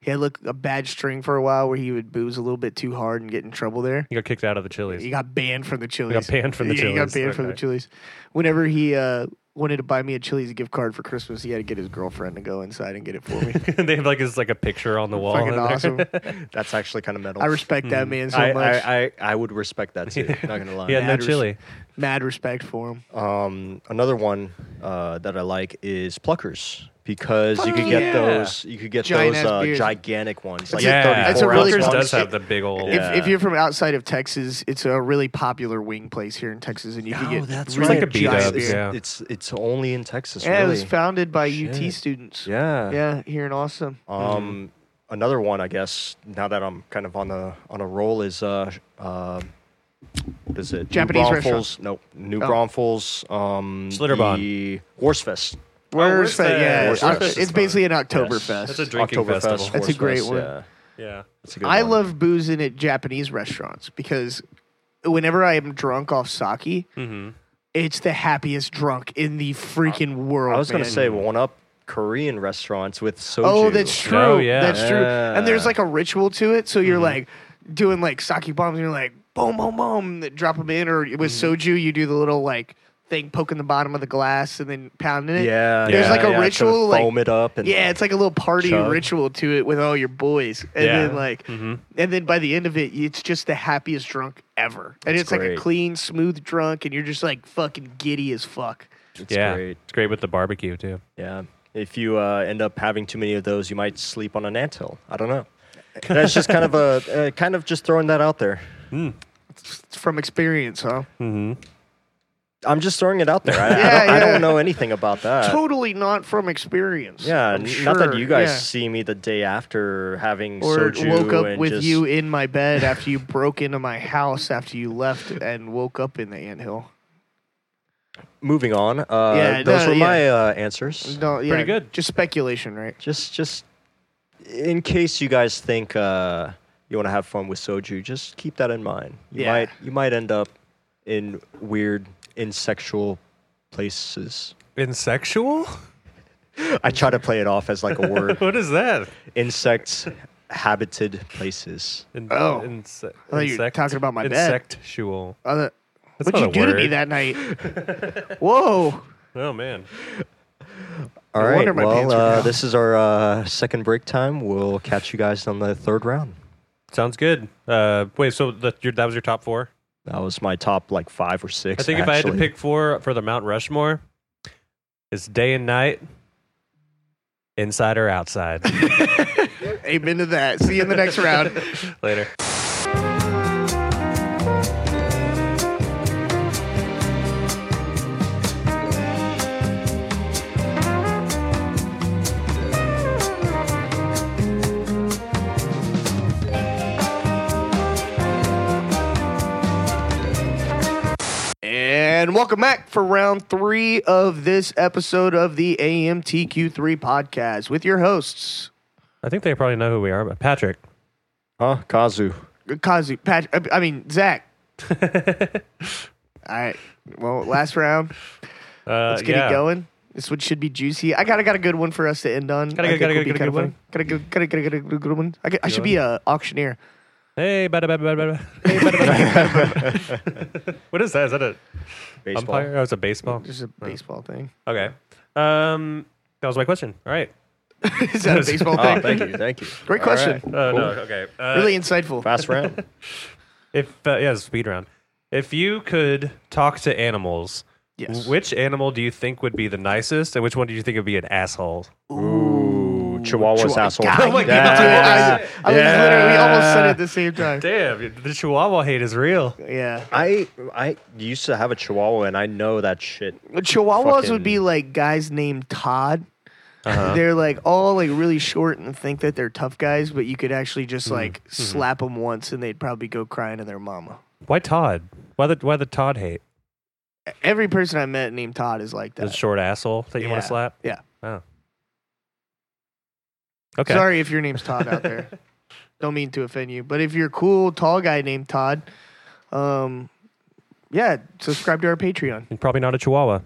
[SPEAKER 1] he had like a bad string for a while where he would booze a little bit too hard and get in trouble there.
[SPEAKER 2] you got kicked out of the Chili's.
[SPEAKER 1] He got banned from the Chili's.
[SPEAKER 2] banned from the
[SPEAKER 1] Yeah, He got
[SPEAKER 2] Chili's.
[SPEAKER 1] banned from the
[SPEAKER 2] Okay.
[SPEAKER 1] Chili's. Whenever he uh wanted to buy me a Chili's gift card for Christmas, he had to get his girlfriend to go inside and get it for me.
[SPEAKER 2] they have like this like a picture on the wall.
[SPEAKER 1] Fucking
[SPEAKER 2] in there.
[SPEAKER 1] awesome.
[SPEAKER 3] That's actually kind of metal.
[SPEAKER 1] I respect that man so
[SPEAKER 3] I,
[SPEAKER 1] much.
[SPEAKER 3] I, I, I would respect that too. Not gonna lie.
[SPEAKER 2] He had no
[SPEAKER 1] Matters.
[SPEAKER 2] chili.
[SPEAKER 1] Mad respect for him.
[SPEAKER 3] Um, another one uh, that I like is Pluckers because you could get
[SPEAKER 2] Yeah.
[SPEAKER 3] those. You could get
[SPEAKER 1] Giant-ass
[SPEAKER 3] those uh,
[SPEAKER 1] beers.
[SPEAKER 3] gigantic ones. Like
[SPEAKER 2] yeah,
[SPEAKER 1] that's a
[SPEAKER 3] 34 ounce
[SPEAKER 1] really
[SPEAKER 2] Pluckers
[SPEAKER 1] good-
[SPEAKER 2] does
[SPEAKER 3] ones.
[SPEAKER 2] have the big old.
[SPEAKER 3] Yeah.
[SPEAKER 1] If, if you're from outside of Texas, it's a really popular wing place here in Texas, and you can get
[SPEAKER 2] right.
[SPEAKER 1] Oh, really
[SPEAKER 2] It's like a
[SPEAKER 1] giant
[SPEAKER 2] B-dubs,
[SPEAKER 1] beer.
[SPEAKER 2] yeah.
[SPEAKER 3] It's it's only in Texas.
[SPEAKER 1] Yeah,
[SPEAKER 3] really.
[SPEAKER 1] it was founded by UT students.
[SPEAKER 3] yeah.
[SPEAKER 1] Yeah, here in Austin.
[SPEAKER 3] Um, another one, I guess. Now that I'm kind of on the on a roll, is uh, sh- uh what is it?
[SPEAKER 1] Japanese
[SPEAKER 3] New
[SPEAKER 1] restaurant. Oh.
[SPEAKER 3] Braunfels. No, New Braunfels. Um,
[SPEAKER 2] Schlitterbahn.
[SPEAKER 3] the Horsefest.
[SPEAKER 1] Where's
[SPEAKER 2] Wurstfest.
[SPEAKER 1] that? Yeah,
[SPEAKER 3] Wurstfest
[SPEAKER 1] it's-
[SPEAKER 3] is
[SPEAKER 1] it's
[SPEAKER 2] fun.
[SPEAKER 1] basically an
[SPEAKER 3] Yes.
[SPEAKER 1] Oktoberfest.
[SPEAKER 2] That's a drinking
[SPEAKER 3] Oktoberfest,
[SPEAKER 2] festival.
[SPEAKER 1] That's a great
[SPEAKER 3] Horsefest,
[SPEAKER 1] one.
[SPEAKER 3] Yeah.
[SPEAKER 2] yeah.
[SPEAKER 3] That's a good
[SPEAKER 1] I
[SPEAKER 3] one.
[SPEAKER 1] love boozing at Japanese restaurants because whenever I am drunk off sake,
[SPEAKER 3] Mm-hmm.
[SPEAKER 1] it's the happiest drunk in the freaking world.
[SPEAKER 3] I was gonna
[SPEAKER 1] man.
[SPEAKER 3] say one up Korean restaurants with soju.
[SPEAKER 1] Oh, that's true.
[SPEAKER 2] Oh, yeah. Mm-hmm.
[SPEAKER 1] That's true. And there's
[SPEAKER 3] Yeah.
[SPEAKER 1] like a ritual to it. So you're like doing like sake bombs and you're like, boom, boom, boom, that drop them in. Or with
[SPEAKER 2] Mm-hmm.
[SPEAKER 1] soju, you do the little like thing poking the bottom of the glass and then pounding it.
[SPEAKER 3] Yeah,
[SPEAKER 1] There's
[SPEAKER 3] yeah,
[SPEAKER 1] like a
[SPEAKER 3] yeah, to
[SPEAKER 1] ritual, like-
[SPEAKER 3] foam it up, and
[SPEAKER 1] Yeah, it's like a little party
[SPEAKER 3] Chug.
[SPEAKER 1] ritual to it with all your boys, and
[SPEAKER 2] Yeah. Mm-hmm.
[SPEAKER 1] then like, and then by the end of it, it's just the happiest drunk ever, and
[SPEAKER 3] That's
[SPEAKER 1] it's like
[SPEAKER 3] great.
[SPEAKER 1] a clean, smooth drunk, and you're just like fucking giddy as fuck.
[SPEAKER 3] it's
[SPEAKER 2] yeah.
[SPEAKER 3] great.
[SPEAKER 2] It's great with the barbecue too.
[SPEAKER 3] Yeah, if you uh, end up having too many of those, you might sleep on an anthill. I don't know. That's just kind of a uh, kind of just throwing that out there.
[SPEAKER 1] It's from experience, huh?
[SPEAKER 3] I'm just throwing it out there. I, I,
[SPEAKER 1] Yeah,
[SPEAKER 3] don't, I
[SPEAKER 1] yeah.
[SPEAKER 3] don't know anything about that.
[SPEAKER 1] totally not from experience.
[SPEAKER 3] Uh, Yeah,
[SPEAKER 1] I'm
[SPEAKER 3] n- not that
[SPEAKER 1] sure,
[SPEAKER 3] you guys
[SPEAKER 1] yeah.
[SPEAKER 3] see me the day after having
[SPEAKER 1] Or
[SPEAKER 3] soju
[SPEAKER 1] woke up
[SPEAKER 3] and
[SPEAKER 1] with
[SPEAKER 3] just-
[SPEAKER 1] you in my bed after you broke into my house after you left and woke up in the anthill.
[SPEAKER 3] Moving on. Uh,
[SPEAKER 1] Yeah,
[SPEAKER 3] those
[SPEAKER 1] no,
[SPEAKER 3] were
[SPEAKER 1] yeah.
[SPEAKER 3] my uh, answers.
[SPEAKER 1] No, yeah,
[SPEAKER 2] good.
[SPEAKER 1] Just speculation, right?
[SPEAKER 3] Just, just in case you guys think uh, you want to have fun with soju, just keep that in mind. You
[SPEAKER 1] Yeah.
[SPEAKER 3] might, you might end up in weird, insexual places.
[SPEAKER 2] Insexual?
[SPEAKER 3] I try to play it off as like a word.
[SPEAKER 2] What is that?
[SPEAKER 3] Insects habited places.
[SPEAKER 2] In-
[SPEAKER 1] Oh.
[SPEAKER 2] inse-
[SPEAKER 1] thought you were
[SPEAKER 2] insect-
[SPEAKER 1] talking about my bed.
[SPEAKER 2] insectual.
[SPEAKER 1] Other,
[SPEAKER 2] That's
[SPEAKER 1] what'd
[SPEAKER 2] not
[SPEAKER 1] you
[SPEAKER 2] a
[SPEAKER 1] do to me
[SPEAKER 2] word.
[SPEAKER 1] that night? Whoa.
[SPEAKER 2] Oh man.
[SPEAKER 3] All
[SPEAKER 1] No
[SPEAKER 3] right.
[SPEAKER 1] wonder my
[SPEAKER 3] well,
[SPEAKER 1] pants are
[SPEAKER 3] uh,
[SPEAKER 1] down.
[SPEAKER 3] this is our uh, second break time. We'll catch you guys on the third round.
[SPEAKER 2] Sounds good. Uh, wait, so that, your, that was your top four?
[SPEAKER 3] That was my top like five or six.
[SPEAKER 2] I think if I had to
[SPEAKER 3] actually.
[SPEAKER 2] pick four for the Mount Rushmore, it's day and night, inside or outside.
[SPEAKER 1] Amen to that. See you in the next round.
[SPEAKER 2] Later.
[SPEAKER 1] And welcome back for round three of this episode of the AMTQ3 podcast with your hosts,
[SPEAKER 2] I think they probably know who we are, but Patrick.
[SPEAKER 3] huh? Kazu.
[SPEAKER 1] Kazu, Pat, I I mean, Zach. All right. Well, last round.
[SPEAKER 2] Uh,
[SPEAKER 1] Let's get
[SPEAKER 2] yeah.
[SPEAKER 1] it going. This one should be juicy. I got I got a good one for us to end on.
[SPEAKER 2] Gotta
[SPEAKER 1] I
[SPEAKER 2] go-
[SPEAKER 1] think
[SPEAKER 2] gotta
[SPEAKER 1] will
[SPEAKER 2] go-
[SPEAKER 1] be
[SPEAKER 2] gotta
[SPEAKER 1] kinda
[SPEAKER 2] go
[SPEAKER 1] fun. Gotta go- gotta gotta gotta go- good one. I, could- I should be a auctioneer.
[SPEAKER 2] Hey, bada, bada, bada, bada. Hey, bada, bada, bada. what is that? Is that a
[SPEAKER 3] Baseball.
[SPEAKER 2] umpire? Oh, it's a baseball.
[SPEAKER 1] Just a baseball thing.
[SPEAKER 2] Okay. Um, that was my question. All right.
[SPEAKER 1] Is that a baseball
[SPEAKER 3] Oh,
[SPEAKER 1] thing?
[SPEAKER 3] thank you, thank you.
[SPEAKER 1] Great
[SPEAKER 3] All right.
[SPEAKER 1] question.
[SPEAKER 2] Uh, No. Okay. Uh,
[SPEAKER 1] Really insightful.
[SPEAKER 3] Fast round.
[SPEAKER 2] If uh, yeah, speed round. If you could talk to animals,
[SPEAKER 1] Yes.
[SPEAKER 2] which animal do you think would be the nicest, and which one do you think would be an asshole?
[SPEAKER 3] Ooh, Chihuahua's
[SPEAKER 1] Chihuahua.
[SPEAKER 3] asshole.
[SPEAKER 1] God,
[SPEAKER 2] Oh my
[SPEAKER 1] you
[SPEAKER 2] God.
[SPEAKER 1] do it. I, was- I was
[SPEAKER 3] Yeah.
[SPEAKER 1] literally almost said it at the same time.
[SPEAKER 2] Damn, the Chihuahua hate is real.
[SPEAKER 1] Yeah.
[SPEAKER 3] I I used to have a Chihuahua, and I know that shit.
[SPEAKER 1] Chihuahuas would be
[SPEAKER 3] Fucking-
[SPEAKER 1] like guys named Todd
[SPEAKER 2] Uh-huh.
[SPEAKER 1] They're like all like really short and think that they're tough guys, but you could actually just
[SPEAKER 2] Mm.
[SPEAKER 1] like
[SPEAKER 2] Mm-hmm.
[SPEAKER 1] slap them once and they'd probably go crying to their mama.
[SPEAKER 2] Why Todd? Why the why the Todd hate?
[SPEAKER 1] E-, Every person I met named Todd is like
[SPEAKER 2] The
[SPEAKER 1] that.
[SPEAKER 2] short asshole that you want
[SPEAKER 1] Yeah.
[SPEAKER 2] to slap?
[SPEAKER 1] Yeah.
[SPEAKER 2] Oh. Okay.
[SPEAKER 1] Sorry if your name's Todd out there. Don't mean to offend you, but if you're a cool tall guy named Todd, um, yeah, subscribe to our Patreon.
[SPEAKER 2] And probably not a Chihuahua.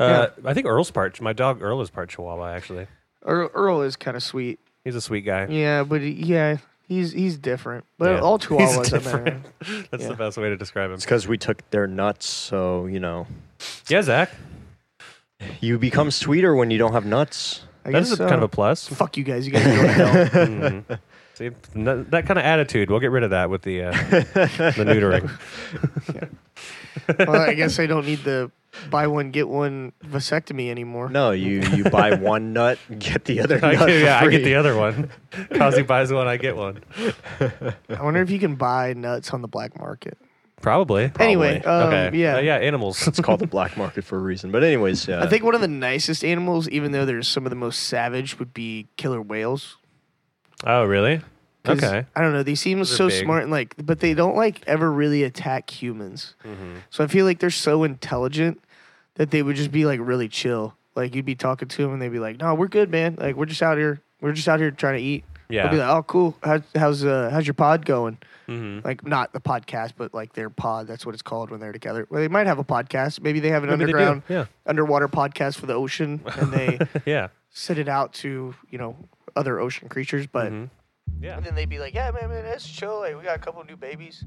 [SPEAKER 2] Uh, I think Earl's part. My dog Earl is part Chihuahua. Actually,
[SPEAKER 1] Earl, Earl is kind of sweet.
[SPEAKER 2] he's a sweet guy.
[SPEAKER 1] Yeah, but he- yeah, he's he's different. But
[SPEAKER 2] Yeah.
[SPEAKER 1] all
[SPEAKER 2] He's
[SPEAKER 1] Chihuahuas are
[SPEAKER 2] different. That's
[SPEAKER 1] Mm-hmm. Yeah.
[SPEAKER 2] the best way to describe him.
[SPEAKER 3] It's because we took their nuts, so you know
[SPEAKER 2] Yeah, Zach.
[SPEAKER 3] you become sweeter when you don't have nuts.
[SPEAKER 1] I
[SPEAKER 2] That
[SPEAKER 1] guess
[SPEAKER 2] is a,
[SPEAKER 1] so.
[SPEAKER 2] kind of a plus.
[SPEAKER 1] fuck you guys. You guys go to hell.
[SPEAKER 2] Mhm. See, n- that kind of attitude. We'll get rid of that with the uh, the neutering.
[SPEAKER 1] well, I guess I don't need the buy one get one vasectomy anymore.
[SPEAKER 3] No, you you buy one nut, get the other
[SPEAKER 2] I
[SPEAKER 3] nut.
[SPEAKER 2] get,
[SPEAKER 3] for
[SPEAKER 2] yeah, I get
[SPEAKER 3] free.
[SPEAKER 2] the other one. Kazi buys one, I get one.
[SPEAKER 1] I wonder if you can buy nuts on the black market.
[SPEAKER 2] Probably.
[SPEAKER 1] Anyway, um,
[SPEAKER 2] okay.
[SPEAKER 1] yeah,
[SPEAKER 2] Uh, yeah. Animals.
[SPEAKER 3] It's called the black market for a reason. But anyways, yeah.
[SPEAKER 1] I think one of the nicest animals, even though they're some of the most savage, would be killer whales.
[SPEAKER 2] oh, really?
[SPEAKER 1] 'Cause,
[SPEAKER 2] Okay.
[SPEAKER 1] I don't know. They seem
[SPEAKER 2] Those are
[SPEAKER 1] so
[SPEAKER 2] big.
[SPEAKER 1] smart and like, but they don't like ever really attack humans.
[SPEAKER 2] Mm-hmm.
[SPEAKER 1] So I feel like they're so intelligent that they would just be like really chill. Like you'd be talking to them and they'd be like, "No, we're good, man. Like we're just out here. We're just out here trying to eat." I'd
[SPEAKER 2] Yeah.
[SPEAKER 1] be like, "Oh, cool. How, how's uh, how's your pod going?"
[SPEAKER 2] Mhm.
[SPEAKER 1] Like not the podcast, but like their pod. That's what it's called when they're together. Well, they might have a podcast. Maybe they have an
[SPEAKER 2] Maybe they do,
[SPEAKER 1] underground
[SPEAKER 2] yeah.
[SPEAKER 1] underwater podcast for the ocean, and they
[SPEAKER 2] Yeah.
[SPEAKER 1] send it out to you know other ocean creatures, but.
[SPEAKER 2] Yeah.
[SPEAKER 1] And then they'd be like, "Yeah, man, man, that's chill. Like, we got a couple new babies,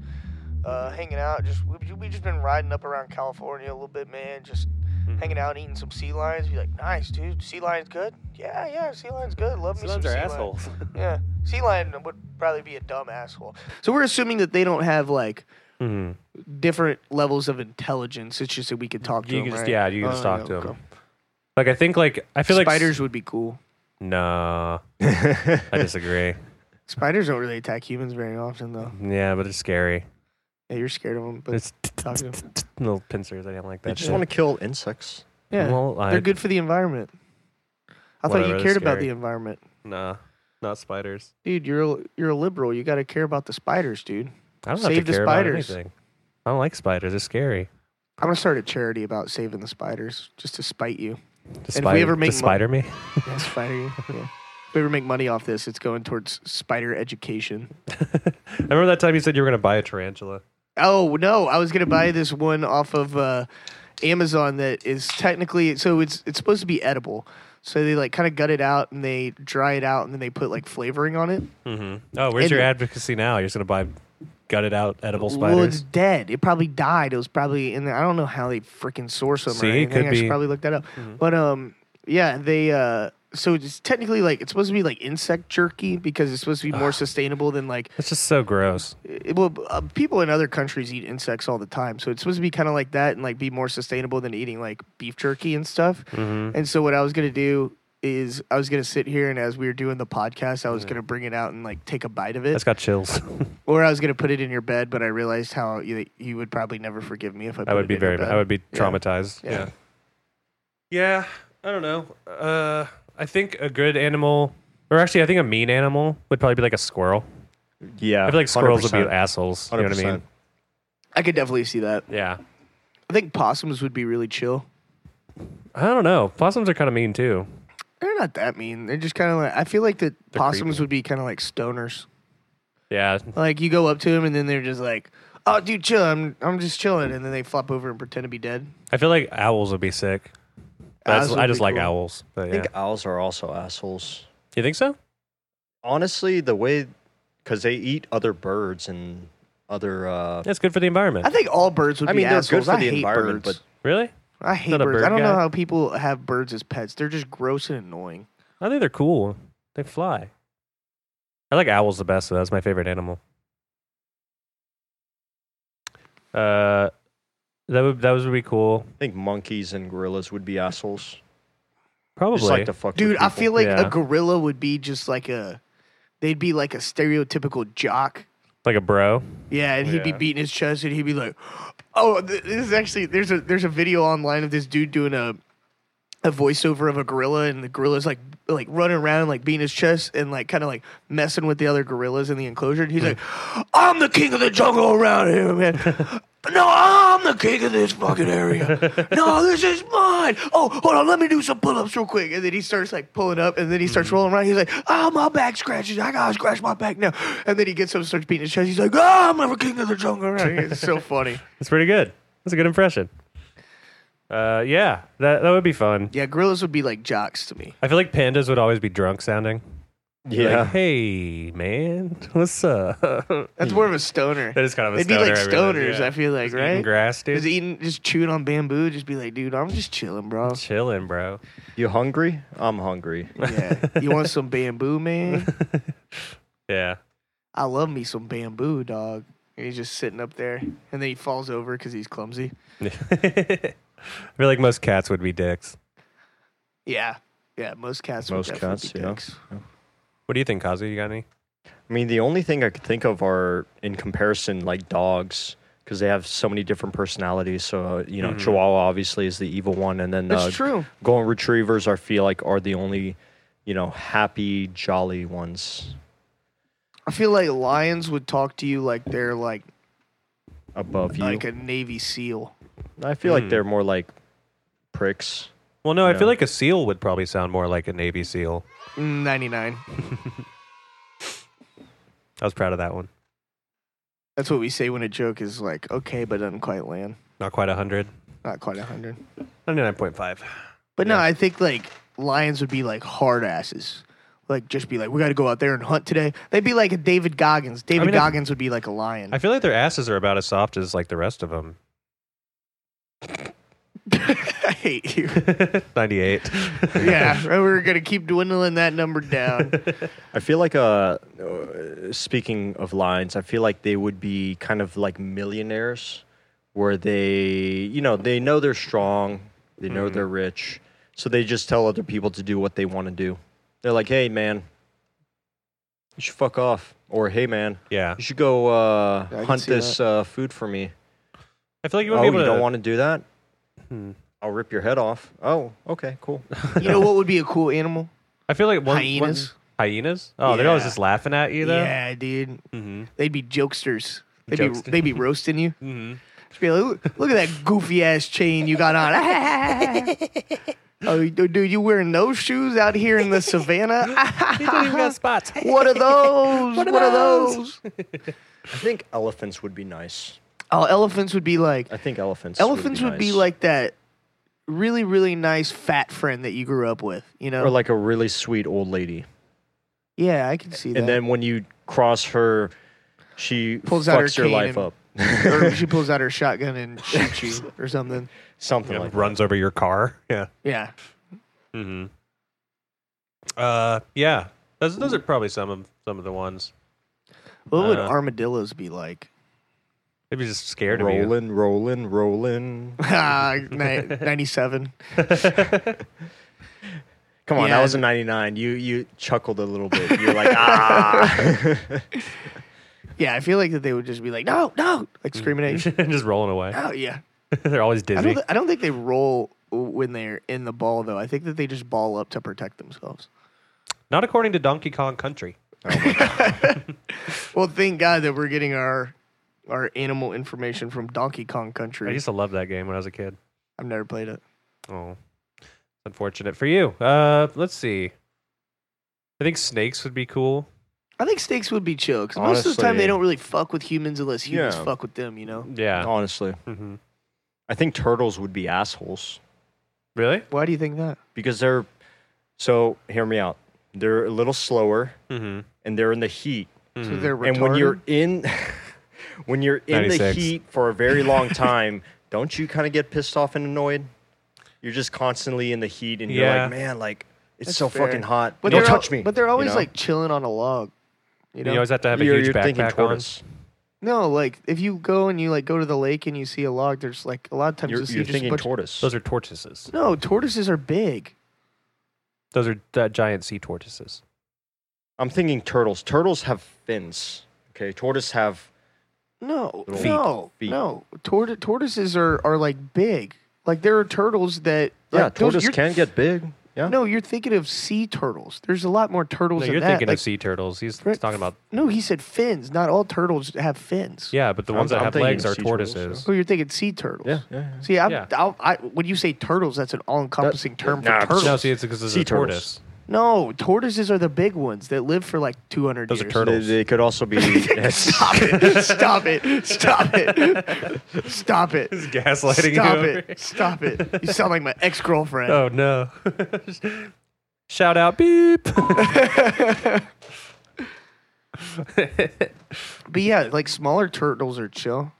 [SPEAKER 1] uh, hanging out. Just we, we just been riding up around California a little bit, man. Just
[SPEAKER 2] Mm-hmm.
[SPEAKER 1] hanging out, eating some sea lions. Be like, nice, dude. Sea lions good? Yeah, yeah. Sea lions good. Love me some sea lion. Yeah, sea lion would probably be a dumb asshole. So we're assuming that they don't have like
[SPEAKER 2] Mhm.
[SPEAKER 1] different levels of intelligence. It's just that we could talk to
[SPEAKER 2] You
[SPEAKER 1] them.
[SPEAKER 2] can just
[SPEAKER 1] right?
[SPEAKER 2] yeah, you can just
[SPEAKER 1] Oh,
[SPEAKER 2] talk
[SPEAKER 1] yeah,
[SPEAKER 2] to him.
[SPEAKER 1] okay.
[SPEAKER 2] Like I think like I feel like
[SPEAKER 1] Spiders would be cool.
[SPEAKER 2] No, I disagree.
[SPEAKER 1] Spiders don't really attack humans very often, though.
[SPEAKER 2] Yeah, but it's scary.
[SPEAKER 1] Yeah, you're scared of them, but
[SPEAKER 2] It's
[SPEAKER 1] talk to them.
[SPEAKER 2] little pincers. I don't like that.
[SPEAKER 3] they just
[SPEAKER 2] shit.
[SPEAKER 3] want to kill insects.
[SPEAKER 1] Yeah.
[SPEAKER 2] Well, I,
[SPEAKER 1] They're good for the environment. I
[SPEAKER 2] Whatever,
[SPEAKER 1] thought
[SPEAKER 2] they're
[SPEAKER 1] you cared about
[SPEAKER 2] scary.
[SPEAKER 1] the environment,
[SPEAKER 2] Nah, not spiders.
[SPEAKER 1] dude. You're a, you're a liberal. You got to care about the spiders, dude.
[SPEAKER 2] I don't have
[SPEAKER 1] Save
[SPEAKER 2] to
[SPEAKER 1] the
[SPEAKER 2] care about
[SPEAKER 1] spiders.
[SPEAKER 2] anything. I don't like spiders. They're scary.
[SPEAKER 1] I'm gonna start a charity about saving the spiders, just to spite you.
[SPEAKER 2] The
[SPEAKER 1] if we
[SPEAKER 2] spider,
[SPEAKER 1] ever make
[SPEAKER 2] the
[SPEAKER 1] mo-
[SPEAKER 2] spider me.
[SPEAKER 1] Yeah, spider. you. Yeah. If we ever make money off this, it's going towards spider education.
[SPEAKER 2] I remember that time you said you were gonna buy a tarantula.
[SPEAKER 1] Oh no, I was gonna buy this one off of uh, Amazon that is technically so it's it's supposed to be edible. So they like kind of gut it out and they dry it out and then they put like flavoring on it.
[SPEAKER 2] Mm-hmm. Oh, where's
[SPEAKER 1] And-
[SPEAKER 2] your advocacy now? You're just gonna buy gutted out edible
[SPEAKER 1] Well, it's
[SPEAKER 2] spiders.
[SPEAKER 1] dead. It probably died. It was probably in there. I don't know how they freaking source them
[SPEAKER 2] See,
[SPEAKER 1] or
[SPEAKER 2] it
[SPEAKER 1] anything. I
[SPEAKER 2] could
[SPEAKER 1] should
[SPEAKER 2] be- Mm-hmm.
[SPEAKER 1] probably look that up. But um, yeah, they uh, so it's technically like it's supposed to be like insect jerky because it's supposed to be more sustainable than like
[SPEAKER 2] It's just so gross.
[SPEAKER 1] it, well, uh, people in other countries eat insects all the time, so it's supposed to be kind of like that and like be more sustainable than eating like beef jerky and stuff.
[SPEAKER 2] Mm-hmm.
[SPEAKER 1] And so what I was gonna do is I was gonna sit here and as we were doing the podcast, I was gonna bring it out and like take a bite of it.
[SPEAKER 2] Mm. That's got chills.
[SPEAKER 1] Or I was gonna put it in your bed, but I realized how you, you would probably never forgive me if I. Put
[SPEAKER 2] I would
[SPEAKER 1] it
[SPEAKER 2] be
[SPEAKER 1] in your
[SPEAKER 2] very.
[SPEAKER 1] Bed.
[SPEAKER 2] I would be
[SPEAKER 1] Yeah.
[SPEAKER 2] traumatized.
[SPEAKER 1] Yeah.
[SPEAKER 2] Yeah. yeah. I don't know. Uh, I think a good animal, or actually, I think a mean animal would probably be like a squirrel.
[SPEAKER 3] Yeah,
[SPEAKER 2] I feel like squirrels would be
[SPEAKER 3] 100%.
[SPEAKER 2] assholes. You know what I mean?
[SPEAKER 1] I could definitely see that.
[SPEAKER 2] Yeah.
[SPEAKER 1] I think possums would be really chill.
[SPEAKER 2] I don't know. Possums are kind of mean too.
[SPEAKER 1] They're not that mean. They're just kind of like I feel like that possums
[SPEAKER 2] creepy.
[SPEAKER 1] would be kind of like stoners.
[SPEAKER 2] Yeah.
[SPEAKER 1] Like you go up to them and then they're just like, "Oh, dude, chill. I'm I'm just chilling," and then they flop over and pretend to be dead.
[SPEAKER 2] I feel like owls would be sick. But I
[SPEAKER 1] Owls
[SPEAKER 2] just,
[SPEAKER 1] would
[SPEAKER 2] I just
[SPEAKER 1] be
[SPEAKER 2] like
[SPEAKER 1] cool.
[SPEAKER 2] owls. But
[SPEAKER 3] I
[SPEAKER 2] yeah.
[SPEAKER 3] think owls are also assholes.
[SPEAKER 2] you think so?
[SPEAKER 3] Honestly, the way because they eat other birds and other. Uh,
[SPEAKER 2] It's good for the environment.
[SPEAKER 1] I think all birds would
[SPEAKER 3] I mean,
[SPEAKER 1] be
[SPEAKER 3] they're
[SPEAKER 1] assholes.
[SPEAKER 3] good for
[SPEAKER 1] I
[SPEAKER 3] the
[SPEAKER 1] hate
[SPEAKER 3] environment,
[SPEAKER 1] birds.
[SPEAKER 2] really?
[SPEAKER 1] I hate
[SPEAKER 2] not a
[SPEAKER 1] birds.
[SPEAKER 2] bird
[SPEAKER 1] I don't know
[SPEAKER 2] guy.
[SPEAKER 1] how people have birds as pets. They're just gross and annoying.
[SPEAKER 2] I think they're cool. They fly. I like owls the best. though. That's my favorite animal. Uh, that would that would be cool.
[SPEAKER 3] I think monkeys and gorillas would be assholes.
[SPEAKER 2] Probably.
[SPEAKER 3] Just like to fuck. with
[SPEAKER 1] Dude, I
[SPEAKER 3] people.
[SPEAKER 1] feel like
[SPEAKER 2] Yeah.
[SPEAKER 1] a gorilla would be just like a, they'd be like a stereotypical jock.
[SPEAKER 2] like a bro.
[SPEAKER 1] Yeah, and he'd be
[SPEAKER 3] Yeah.
[SPEAKER 1] beating his chest, and he'd be like, "Oh, th- this is actually there's a there's a video online of this dude doing a a voiceover of a gorilla, and the gorilla's like like running around, like beating his chest, and like kind of like messing with the other gorillas in the enclosure. And he's like, "I'm the king of the jungle around here, man." No, I'm the king of this fucking area. No, this is mine. Oh, hold on, let me do some pull-ups real quick. And then he starts like pulling up, and then he starts rolling around. He's like, "Oh, my back scratches. I gotta scratch my back now." And then he gets up, and starts beating his chest. He's like, "Oh, I'm the king of the jungle around here." It's so funny.
[SPEAKER 2] That's pretty good. That's a good impression. Uh, yeah, that that would be fun.
[SPEAKER 1] Yeah, gorillas would be like jocks to me.
[SPEAKER 2] I feel like pandas would always be drunk sounding. Like,
[SPEAKER 3] Yeah.
[SPEAKER 2] hey man, what's up? that
[SPEAKER 1] That's more of a stoner.
[SPEAKER 2] is kind of a
[SPEAKER 1] They'd be
[SPEAKER 2] stoner.
[SPEAKER 1] like
[SPEAKER 2] I realize,
[SPEAKER 1] stoners.
[SPEAKER 2] yeah.
[SPEAKER 1] I feel like
[SPEAKER 2] Just
[SPEAKER 1] right.
[SPEAKER 2] Eating grass, dude.
[SPEAKER 1] Just eating, just chewing on bamboo. Just be like, dude, I'm just chilling, bro.
[SPEAKER 2] Chilling, bro.
[SPEAKER 3] You hungry? I'm hungry.
[SPEAKER 1] Yeah, you want some bamboo, man?
[SPEAKER 2] Yeah.
[SPEAKER 1] I love me some bamboo, dog. And he's just sitting up there, and then he falls over because he's clumsy.
[SPEAKER 2] I feel like most cats would be dicks.
[SPEAKER 1] Yeah, yeah. Most cats.
[SPEAKER 3] Most
[SPEAKER 1] would definitely
[SPEAKER 3] cats,
[SPEAKER 1] be
[SPEAKER 3] yeah.
[SPEAKER 1] dicks.
[SPEAKER 2] What do you think, Kazu? You got any?
[SPEAKER 3] I mean, the only thing I could think of are in comparison, like dogs, because they have so many different personalities. So, uh, you know, Chihuahua obviously is the evil one, and then
[SPEAKER 1] That's
[SPEAKER 3] uh,
[SPEAKER 1] true.
[SPEAKER 3] Golden Retrievers, I feel like, are the only, you know, happy, jolly ones
[SPEAKER 1] I feel like lions would talk to you like they're like
[SPEAKER 3] above you.
[SPEAKER 1] like a Navy SEAL.
[SPEAKER 3] I feel like they're more like pricks.
[SPEAKER 2] Well, no, I
[SPEAKER 3] No.
[SPEAKER 2] feel like a seal would probably sound more like a Navy SEAL.
[SPEAKER 1] Ninety nine.
[SPEAKER 2] I was proud of that one.
[SPEAKER 1] That's what we say when a joke is like okay, but doesn't quite land.
[SPEAKER 2] Not quite 100.
[SPEAKER 1] Not quite a hundred.
[SPEAKER 2] 99.5.
[SPEAKER 1] But no, I think like lions would be like hard asses. Like just be like, we got to go out there and hunt today. They'd be like a David Goggins. David
[SPEAKER 2] mean, I-
[SPEAKER 1] Goggins would be like a lion.
[SPEAKER 2] I feel like their asses are about as soft as like the rest of them.
[SPEAKER 1] I hate you.
[SPEAKER 2] 98.
[SPEAKER 1] yeah, right, we're gonna keep dwindling that number down.
[SPEAKER 3] I feel like, uh, uh, speaking of lions, I feel like they would be kind of like millionaires, where they, you know, they know they're strong, they know
[SPEAKER 1] Mm-hmm.
[SPEAKER 3] they're rich, so they just tell other people to do what they want to do. They're like, "Hey, man, you should fuck off," or "Hey, man,
[SPEAKER 2] yeah.
[SPEAKER 3] you should go uh,
[SPEAKER 1] Yeah, I can
[SPEAKER 3] hunt
[SPEAKER 1] see
[SPEAKER 3] this uh, food for me."
[SPEAKER 2] I feel like you
[SPEAKER 3] oh,
[SPEAKER 2] wouldn't
[SPEAKER 3] you
[SPEAKER 2] be able
[SPEAKER 3] don't
[SPEAKER 2] to.
[SPEAKER 3] want to do that?
[SPEAKER 2] Hmm.
[SPEAKER 3] I'll rip your head off. Oh, okay, cool.
[SPEAKER 1] You know what would be a cool animal?
[SPEAKER 2] I feel like one,
[SPEAKER 1] Hyenas.
[SPEAKER 2] one- hyenas? Oh, they're always
[SPEAKER 1] Yeah.
[SPEAKER 2] just laughing at you, though?
[SPEAKER 1] Yeah, dude,
[SPEAKER 2] Mm
[SPEAKER 1] they'd be jokesters. They'd
[SPEAKER 2] Jokester.
[SPEAKER 1] be they'd be roasting you.
[SPEAKER 2] hmm. Mm
[SPEAKER 1] Just be like, look, look at that goofy ass chain you got on. oh, dude, you wearing those shoes out here in the savannah?
[SPEAKER 2] hmm. don't even got spots.
[SPEAKER 1] what are those? What are, those?
[SPEAKER 3] I think elephants would be nice.
[SPEAKER 1] Oh, elephants would be like
[SPEAKER 3] I think elephants.
[SPEAKER 1] elephants would be
[SPEAKER 3] nice.
[SPEAKER 1] like that really really nice fat friend that you grew up with, you know?
[SPEAKER 3] or like a really sweet old lady.
[SPEAKER 1] yeah, I can see that.
[SPEAKER 3] And then when you cross her, she
[SPEAKER 1] Pulls out her
[SPEAKER 3] fucks your
[SPEAKER 1] cane
[SPEAKER 3] life
[SPEAKER 1] and-
[SPEAKER 3] up.
[SPEAKER 1] or she pulls out her shotgun and shoots you or something.
[SPEAKER 3] Something like
[SPEAKER 2] runs over your car. Yeah.
[SPEAKER 1] Yeah.
[SPEAKER 2] Mm hmm. Uh, yeah. Those, those are probably some of some of the ones.
[SPEAKER 1] What would
[SPEAKER 2] Uh,
[SPEAKER 1] armadillos be like?
[SPEAKER 2] They'd be just
[SPEAKER 3] that.
[SPEAKER 2] scared of you.
[SPEAKER 3] Rolling, rolling, rolling.
[SPEAKER 1] Ah, ni- 97.
[SPEAKER 3] Come on,
[SPEAKER 1] Yeah,
[SPEAKER 3] that was a
[SPEAKER 1] and-
[SPEAKER 3] 99. You you chuckled a little bit. You're like, ah.
[SPEAKER 1] Yeah, I feel like that they would just be like, no, no,
[SPEAKER 3] Mm.
[SPEAKER 1] like screaming at you.
[SPEAKER 2] just rolling away.
[SPEAKER 1] Oh, yeah.
[SPEAKER 2] They're always
[SPEAKER 1] I don't,
[SPEAKER 2] dizzy.
[SPEAKER 1] th- I don't think they roll when they're in the ball, though. I think that they just ball up to protect themselves.
[SPEAKER 2] Not according to Donkey Kong Country.
[SPEAKER 1] Oh, Well, thank God that we're getting our our animal information from Donkey Kong
[SPEAKER 2] I
[SPEAKER 1] Country.
[SPEAKER 2] used to love that game when I was a kid.
[SPEAKER 1] I've never played it.
[SPEAKER 2] Oh, unfortunate for you. Uh, let's see. I think snakes would be cool.
[SPEAKER 1] I think snakes would be chill because most of the time
[SPEAKER 3] Honestly-
[SPEAKER 1] they don't really fuck with humans unless humans
[SPEAKER 3] Yeah.
[SPEAKER 1] fuck with them, you know?
[SPEAKER 2] Yeah.
[SPEAKER 3] Honestly,
[SPEAKER 2] hmm
[SPEAKER 3] I think turtles would be assholes
[SPEAKER 2] Really?
[SPEAKER 1] Why do you think that?
[SPEAKER 3] because they're. So hear me out. They're a little slower
[SPEAKER 2] Mm-hmm.
[SPEAKER 3] and they're in the heat.
[SPEAKER 1] So they're retarded?
[SPEAKER 3] Hmm. and when you're in when you're in
[SPEAKER 2] 96.
[SPEAKER 3] the heat for a very long time don't you kind of get pissed off and annoyed you're just constantly in the heat and you're
[SPEAKER 2] Yeah.
[SPEAKER 3] like man like it's
[SPEAKER 1] That's
[SPEAKER 3] so
[SPEAKER 1] fair.
[SPEAKER 3] fucking hot
[SPEAKER 1] But
[SPEAKER 3] don't
[SPEAKER 1] they're
[SPEAKER 3] touch
[SPEAKER 1] al-
[SPEAKER 3] me
[SPEAKER 1] But they're
[SPEAKER 3] you
[SPEAKER 1] always
[SPEAKER 3] know?
[SPEAKER 1] like chilling on a log. You
[SPEAKER 2] You,
[SPEAKER 1] know,
[SPEAKER 2] always have to have a
[SPEAKER 3] you're,
[SPEAKER 2] huge
[SPEAKER 3] you're thinking
[SPEAKER 2] backpack on.
[SPEAKER 3] tortoise
[SPEAKER 1] no, like if you go and you like go to the lake and you see a log, there's like a lot of times
[SPEAKER 3] you're,
[SPEAKER 1] you'll see
[SPEAKER 3] you're
[SPEAKER 1] just a
[SPEAKER 3] thinking
[SPEAKER 1] bunch.
[SPEAKER 3] tortoise
[SPEAKER 2] Those are tortoises.
[SPEAKER 1] no, tortoises are big.
[SPEAKER 2] Those are uh, giant sea tortoises.
[SPEAKER 3] i'm thinking turtles turtles have fins okay tortoise have
[SPEAKER 1] No,
[SPEAKER 3] Little
[SPEAKER 1] no,
[SPEAKER 3] feet.
[SPEAKER 1] no. Tort- tortoises are are like big. Like there are turtles that
[SPEAKER 3] Yeah,
[SPEAKER 1] like, those-
[SPEAKER 3] tortoise
[SPEAKER 1] you're-
[SPEAKER 3] can get big. Yeah.
[SPEAKER 1] No, you're thinking of sea turtles. There's a lot more turtles.
[SPEAKER 2] No,
[SPEAKER 1] than
[SPEAKER 2] you're
[SPEAKER 1] that.
[SPEAKER 2] thinking
[SPEAKER 1] Like,
[SPEAKER 2] of sea turtles. He's,
[SPEAKER 1] Right.
[SPEAKER 2] he's talking about
[SPEAKER 1] No, he said fins. Not all turtles have fins.
[SPEAKER 2] yeah, but the
[SPEAKER 3] I'm-
[SPEAKER 2] ones that
[SPEAKER 3] I'm
[SPEAKER 2] have
[SPEAKER 3] thinking
[SPEAKER 2] legs are
[SPEAKER 3] sea turtles,
[SPEAKER 2] tortoises.
[SPEAKER 1] Oh, you're thinking sea turtles.
[SPEAKER 3] Yeah, yeah, yeah.
[SPEAKER 1] See, I'm,
[SPEAKER 2] Yeah.
[SPEAKER 1] I'll, I when you say turtles, that's an all-encompassing term for
[SPEAKER 3] nah,
[SPEAKER 1] turtles.
[SPEAKER 2] No, see, it's because it's
[SPEAKER 3] Sea
[SPEAKER 2] a tortoise.
[SPEAKER 3] turtles.
[SPEAKER 1] No, tortoises are the big ones that live for like 200
[SPEAKER 2] Those are
[SPEAKER 1] years.
[SPEAKER 2] turtles.
[SPEAKER 3] They, they could also be.
[SPEAKER 1] Stop it! Stop it! Stop it! Stop it!
[SPEAKER 2] Gaslighting
[SPEAKER 1] Stop it! Stop it! You sound like my ex-girlfriend.
[SPEAKER 2] Oh no! Shout out beep.
[SPEAKER 1] But yeah, like smaller turtles are chill.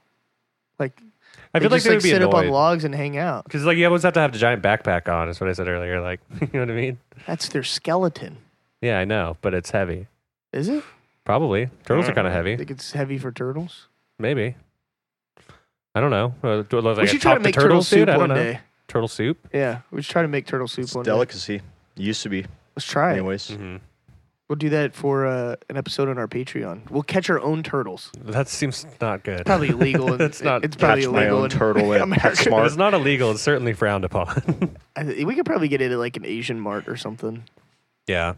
[SPEAKER 1] Like
[SPEAKER 2] I
[SPEAKER 1] they
[SPEAKER 2] feel like
[SPEAKER 1] just
[SPEAKER 2] they
[SPEAKER 1] like
[SPEAKER 2] would be
[SPEAKER 1] sit up on
[SPEAKER 2] annoyed
[SPEAKER 1] logs and hang out.
[SPEAKER 2] because like you always have to have a giant backpack on. Is what I said earlier. Like you know what I mean?
[SPEAKER 1] That's their skeleton,
[SPEAKER 2] Yeah, I know, but it's heavy.
[SPEAKER 1] is it?
[SPEAKER 2] Probably turtles are kind of
[SPEAKER 1] I
[SPEAKER 2] heavy.
[SPEAKER 1] think it's heavy for turtles.
[SPEAKER 2] Maybe. I don't know. Uh, do, like,
[SPEAKER 1] we
[SPEAKER 2] a
[SPEAKER 1] should try to
[SPEAKER 2] top the
[SPEAKER 1] make turtle
[SPEAKER 2] turtles
[SPEAKER 1] soup
[SPEAKER 2] suit? I
[SPEAKER 1] one
[SPEAKER 2] don't know.
[SPEAKER 1] day.
[SPEAKER 2] Turtle soup.
[SPEAKER 1] Yeah, we should try to make turtle soup
[SPEAKER 3] it's
[SPEAKER 1] one day.
[SPEAKER 3] delicacy. Used to be,
[SPEAKER 1] Let's try it.
[SPEAKER 3] anyways.
[SPEAKER 2] Mhm.
[SPEAKER 1] We'll do that for uh, an episode on our Patreon. We'll catch our own turtles.
[SPEAKER 2] That seems not good.
[SPEAKER 1] Probably illegal.
[SPEAKER 2] That's
[SPEAKER 1] in-
[SPEAKER 2] not-
[SPEAKER 1] It's probably
[SPEAKER 3] Catch my
[SPEAKER 1] illegal.
[SPEAKER 3] own
[SPEAKER 1] in
[SPEAKER 3] turtle at
[SPEAKER 1] America.
[SPEAKER 3] PetSmart.
[SPEAKER 2] It's not illegal. It's certainly frowned upon.
[SPEAKER 1] I thi- we could probably get it at like an Asian mart or something.
[SPEAKER 2] yeah.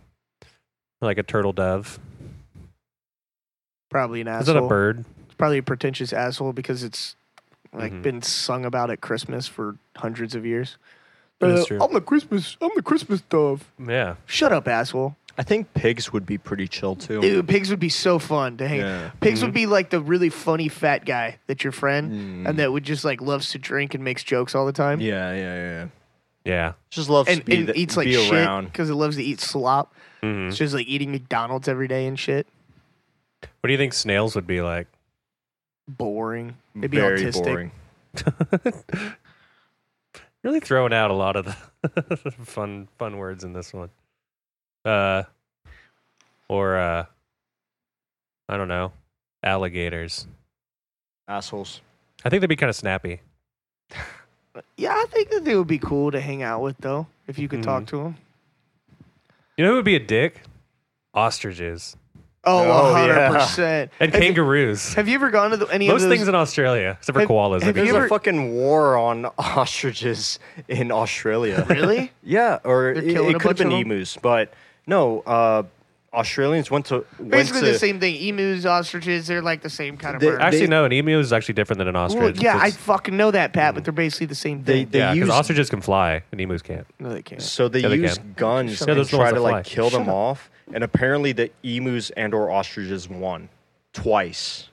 [SPEAKER 2] Like a turtle dove.
[SPEAKER 1] Probably an asshole.
[SPEAKER 2] Is that a bird?
[SPEAKER 1] It's probably a pretentious asshole because it's like
[SPEAKER 3] Mm-hmm.
[SPEAKER 2] Mhm.
[SPEAKER 1] been sung about at Christmas for hundreds of years.
[SPEAKER 2] That is true.
[SPEAKER 1] uh, I'm the Christmas. I'm the Christmas dove.
[SPEAKER 2] Yeah.
[SPEAKER 1] Shut up, asshole.
[SPEAKER 3] I think pigs would be pretty chill too.
[SPEAKER 1] Dude, pigs would be so fun to hang.
[SPEAKER 3] Yeah. Mm-hmm.
[SPEAKER 1] Pigs would be like the really funny fat guy that's your friend and that would just like loves to drink and makes jokes all the time.
[SPEAKER 3] Mm. Yeah, yeah, yeah.
[SPEAKER 2] Yeah.
[SPEAKER 3] Just loves
[SPEAKER 1] and,
[SPEAKER 3] to be
[SPEAKER 1] and
[SPEAKER 3] the-
[SPEAKER 1] eats like
[SPEAKER 3] be
[SPEAKER 1] shit
[SPEAKER 3] around. Mm-hmm.
[SPEAKER 1] because it loves to eat slop. It's just like eating McDonald's every day and shit.
[SPEAKER 2] What do you think snails would be like?
[SPEAKER 1] Boring. Maybe
[SPEAKER 3] Very
[SPEAKER 1] autistic.
[SPEAKER 3] boring.
[SPEAKER 2] Really throwing out a lot of the fun fun words in this one. Uh or uh I don't know. Alligators.
[SPEAKER 3] Assholes.
[SPEAKER 2] I think they'd be kind of snappy.
[SPEAKER 1] Yeah, I think that they would be cool to hang out with though if you could
[SPEAKER 3] Mm.
[SPEAKER 1] talk to them.
[SPEAKER 2] You know who would be a dick? Ostriches.
[SPEAKER 1] Oh,
[SPEAKER 3] Oh,
[SPEAKER 1] 100
[SPEAKER 3] yeah.
[SPEAKER 1] percent.
[SPEAKER 2] And kangaroos.
[SPEAKER 1] Have you ever gone to the, any
[SPEAKER 2] Most
[SPEAKER 1] of those?
[SPEAKER 2] things in Australia, except for
[SPEAKER 1] Have-
[SPEAKER 2] koalas. I
[SPEAKER 1] have
[SPEAKER 2] guess.
[SPEAKER 1] you
[SPEAKER 3] There's
[SPEAKER 1] ever-
[SPEAKER 3] a fucking war on ostriches in Australia.
[SPEAKER 1] really?
[SPEAKER 3] Yeah, or
[SPEAKER 1] They're
[SPEAKER 3] it,
[SPEAKER 1] killing a
[SPEAKER 3] could
[SPEAKER 1] bunch
[SPEAKER 3] have been
[SPEAKER 1] of 'em?
[SPEAKER 3] emus, but no. Uh, Australians went to went
[SPEAKER 1] Basically
[SPEAKER 3] to-
[SPEAKER 1] the same thing. Emus, ostriches, they're like the same kind of
[SPEAKER 3] They-
[SPEAKER 1] bird.
[SPEAKER 2] Actually,
[SPEAKER 3] They-
[SPEAKER 2] no. An emu is actually different than an ostrich.
[SPEAKER 1] Well, yeah, I
[SPEAKER 2] It's-
[SPEAKER 1] fucking know that, Pat, but they're basically the same
[SPEAKER 3] Mm. They
[SPEAKER 1] thing.
[SPEAKER 3] they
[SPEAKER 2] yeah, because
[SPEAKER 3] use
[SPEAKER 2] ostriches can fly, and emus can't.
[SPEAKER 1] no, they can't.
[SPEAKER 3] so they
[SPEAKER 2] Yeah, they
[SPEAKER 3] use
[SPEAKER 2] can.
[SPEAKER 3] guns
[SPEAKER 2] Yeah,
[SPEAKER 3] and
[SPEAKER 2] those are the ones
[SPEAKER 3] try to
[SPEAKER 2] that fly.
[SPEAKER 3] like kill them off. And apparently, the emus and or ostriches won twice.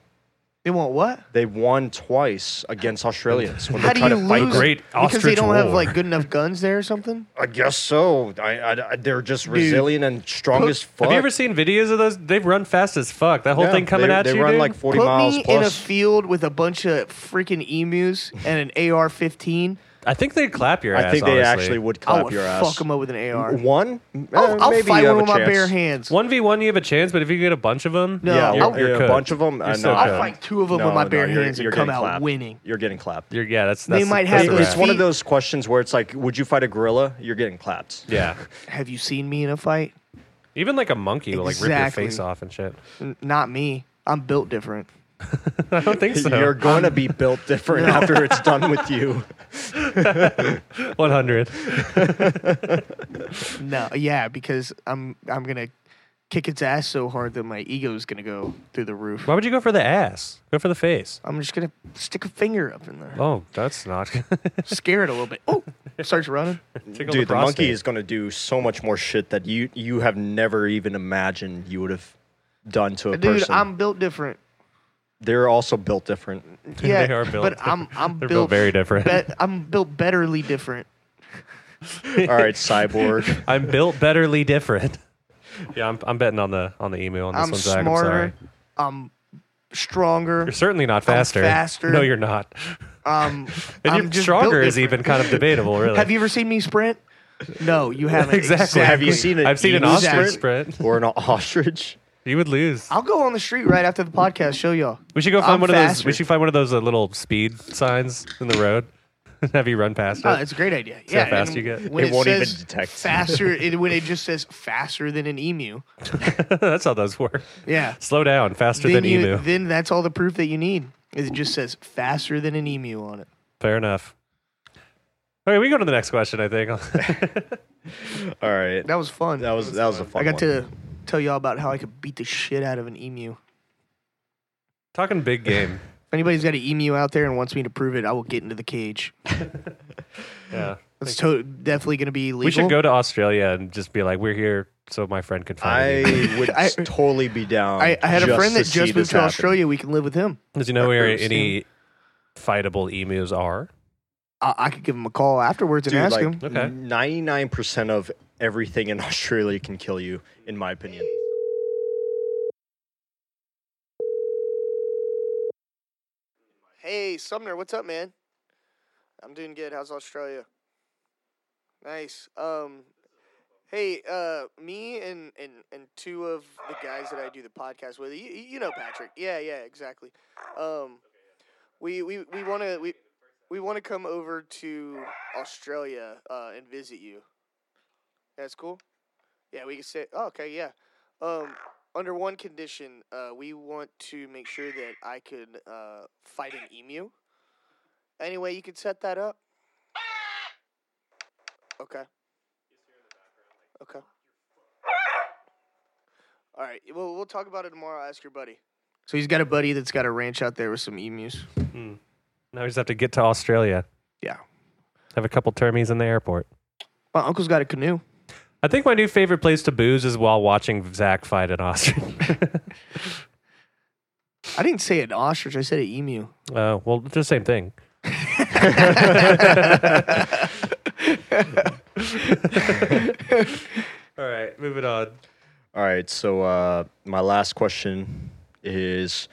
[SPEAKER 1] They want what?
[SPEAKER 3] They won twice against Australians when
[SPEAKER 1] How
[SPEAKER 3] they
[SPEAKER 1] do
[SPEAKER 3] try
[SPEAKER 1] you
[SPEAKER 3] to fight.
[SPEAKER 1] lose?
[SPEAKER 3] them.
[SPEAKER 2] Great
[SPEAKER 1] because they
[SPEAKER 2] ostrich
[SPEAKER 1] don't have
[SPEAKER 2] war.
[SPEAKER 1] like good enough guns there or something.
[SPEAKER 3] I guess so. I, I, I- they're just resilient and strong
[SPEAKER 1] put-
[SPEAKER 3] as fuck.
[SPEAKER 2] Have you ever seen videos of those? They run fast as fuck. That whole
[SPEAKER 3] Yeah,
[SPEAKER 2] thing coming
[SPEAKER 3] they,
[SPEAKER 2] at
[SPEAKER 3] they
[SPEAKER 2] you.
[SPEAKER 3] run
[SPEAKER 2] dude?
[SPEAKER 3] like forty
[SPEAKER 1] Put
[SPEAKER 3] miles
[SPEAKER 1] me in a
[SPEAKER 3] plus.
[SPEAKER 1] field with a bunch of freaking emus and an AR-15.
[SPEAKER 2] I think they clap your ass.
[SPEAKER 3] I think they
[SPEAKER 2] honestly.
[SPEAKER 3] actually would
[SPEAKER 1] I
[SPEAKER 3] clap
[SPEAKER 1] would
[SPEAKER 3] your
[SPEAKER 1] fuck
[SPEAKER 3] ass.
[SPEAKER 1] them up with an AR.
[SPEAKER 3] One? Eh,
[SPEAKER 1] I'll, I'll
[SPEAKER 3] maybe
[SPEAKER 1] fight
[SPEAKER 3] you
[SPEAKER 1] one
[SPEAKER 3] have
[SPEAKER 1] with
[SPEAKER 3] a
[SPEAKER 1] my bare
[SPEAKER 3] chance.
[SPEAKER 1] hands.
[SPEAKER 2] One v one, you have a chance, but if you get a bunch of them,
[SPEAKER 1] No.
[SPEAKER 3] Yeah,
[SPEAKER 1] I'll-
[SPEAKER 3] you're, you're
[SPEAKER 2] You're
[SPEAKER 3] a bunch of them.
[SPEAKER 2] You're so
[SPEAKER 1] I'll
[SPEAKER 2] good.
[SPEAKER 1] fight two of them with my bare hands and come out winning.
[SPEAKER 3] You're getting clapped.
[SPEAKER 2] you're, yeah, that's,
[SPEAKER 1] They
[SPEAKER 2] that's
[SPEAKER 1] might
[SPEAKER 2] that's
[SPEAKER 1] have
[SPEAKER 2] a
[SPEAKER 1] those
[SPEAKER 2] wrap.
[SPEAKER 3] It's one of
[SPEAKER 1] feet-
[SPEAKER 3] those questions where it's like, would you fight a gorilla? You're getting clapped.
[SPEAKER 2] Yeah,
[SPEAKER 1] Have you seen me in a fight?
[SPEAKER 2] even like a monkey will like rip your
[SPEAKER 1] Exactly.
[SPEAKER 2] face off and shit.
[SPEAKER 1] N- Not me. I'm built different.
[SPEAKER 2] I don't think
[SPEAKER 3] You're
[SPEAKER 2] so.
[SPEAKER 3] going to be built different after it's done with you.
[SPEAKER 2] One hundred.
[SPEAKER 1] No, yeah, because I'm I'm gonna kick its ass so hard that my ego's gonna go through the roof.
[SPEAKER 2] Why would you go for the ass? Go for the face.
[SPEAKER 1] I'm just gonna stick a finger up in there,
[SPEAKER 2] Oh, that's not.
[SPEAKER 1] scare it a little bit. Oh, starts running.
[SPEAKER 2] Tickle
[SPEAKER 3] Dude, the monkey
[SPEAKER 2] prostate.
[SPEAKER 3] is going to do so much more shit that you you have never even imagined you would have done to a
[SPEAKER 1] Dude,
[SPEAKER 3] person.
[SPEAKER 1] I'm built different.
[SPEAKER 3] They're also built different.
[SPEAKER 1] Yeah,
[SPEAKER 2] They are built
[SPEAKER 1] but I'm I'm
[SPEAKER 2] They're
[SPEAKER 1] built
[SPEAKER 2] built very different.
[SPEAKER 1] bet- I'm built betterly different.
[SPEAKER 3] All right, cyborg.
[SPEAKER 2] I'm built betterly different. Yeah, I'm, I'm betting on the on the emu on this
[SPEAKER 1] I'm
[SPEAKER 2] one, Zach. I'm sorry.
[SPEAKER 1] smarter. I'm stronger.
[SPEAKER 2] You're certainly not faster.
[SPEAKER 1] faster.
[SPEAKER 2] No, you're not.
[SPEAKER 1] Um,
[SPEAKER 2] And
[SPEAKER 1] I'm
[SPEAKER 2] you're
[SPEAKER 1] just
[SPEAKER 2] stronger
[SPEAKER 1] built
[SPEAKER 2] is
[SPEAKER 1] different.
[SPEAKER 2] even kind of debatable, really.
[SPEAKER 1] Have you ever seen me sprint? No, you haven't.
[SPEAKER 2] Exactly.
[SPEAKER 3] Have you seen an
[SPEAKER 2] I've seen an
[SPEAKER 3] emu
[SPEAKER 2] ostrich
[SPEAKER 1] sprint?
[SPEAKER 2] sprint.
[SPEAKER 3] or an ostrich?
[SPEAKER 2] You would lose.
[SPEAKER 1] I'll go on the street right after the podcast. Show y'all.
[SPEAKER 2] We should go find
[SPEAKER 1] I'm
[SPEAKER 2] one of those.
[SPEAKER 1] faster.
[SPEAKER 2] We should find one of those uh, little speed signs in the road. Have you run past it?
[SPEAKER 1] Oh, it's a great idea.
[SPEAKER 2] how
[SPEAKER 1] yeah,
[SPEAKER 2] fast
[SPEAKER 1] and
[SPEAKER 2] you get.
[SPEAKER 1] When it,
[SPEAKER 3] It won't even
[SPEAKER 1] says
[SPEAKER 3] detect.
[SPEAKER 1] faster. it, when it just says faster than an emu.
[SPEAKER 2] That's how those work.
[SPEAKER 1] Yeah.
[SPEAKER 2] Slow down, faster
[SPEAKER 1] then
[SPEAKER 2] than
[SPEAKER 1] you,
[SPEAKER 2] emu.
[SPEAKER 1] Then that's all the proof that you need. Is it just says faster than an emu on it.
[SPEAKER 2] Fair enough. Okay, we can go to the next question. I think.
[SPEAKER 3] All right.
[SPEAKER 1] That was fun.
[SPEAKER 3] That was that was a fun.
[SPEAKER 1] I got
[SPEAKER 3] one.
[SPEAKER 1] to tell y'all about how I could beat the shit out of an emu. If
[SPEAKER 2] Talking big game.
[SPEAKER 1] anybody's got an emu out there and wants me to prove it, I will get into the cage.
[SPEAKER 2] Yeah.
[SPEAKER 1] That's to- definitely going to be illegal.
[SPEAKER 2] We should go to Australia and just be like, we're here so my friend can find me.
[SPEAKER 3] I would
[SPEAKER 1] I-
[SPEAKER 3] totally be down.
[SPEAKER 1] I, I had a
[SPEAKER 3] just
[SPEAKER 1] friend
[SPEAKER 3] to
[SPEAKER 1] that
[SPEAKER 3] see
[SPEAKER 1] just
[SPEAKER 3] this
[SPEAKER 1] moved to
[SPEAKER 3] happen.
[SPEAKER 1] Australia. We can live with him.
[SPEAKER 2] Does he know where
[SPEAKER 1] I've
[SPEAKER 2] any fightable emus are?
[SPEAKER 1] I, I could give him a call afterwards and
[SPEAKER 3] Dude,
[SPEAKER 1] ask
[SPEAKER 3] like
[SPEAKER 1] him.
[SPEAKER 2] Okay.
[SPEAKER 3] 99% of everything in Australia can kill you, in my opinion.
[SPEAKER 1] Hey, Sumner, what's up, man? I'm doing good. How's Australia? Nice. Um, hey, uh, me and, and, and two of the guys that I do the podcast with, you, you know Patrick. Yeah, yeah, exactly. Um, we we, we want to we, we want to come over to Australia uh, and visit you. That's cool. Yeah, we can say. Oh, okay, yeah. Um, under one condition, uh, we want to make sure that I could uh, fight an emu. Anyway, you could set that up. Okay. Okay. All right. Well, we'll talk about it tomorrow. I'll ask your buddy. So he's got a buddy that's got a ranch out there with some emus.
[SPEAKER 2] Now we just have to get to Australia.
[SPEAKER 1] Yeah.
[SPEAKER 2] Have a couple termies in the airport.
[SPEAKER 1] My uncle's got a canoe.
[SPEAKER 2] I think my new favorite place to booze is while watching Zach fight an ostrich.
[SPEAKER 1] I didn't say an ostrich. I said an emu.
[SPEAKER 2] uh, well, it's the same thing. All right, moving on.
[SPEAKER 3] All right, so uh, my last question is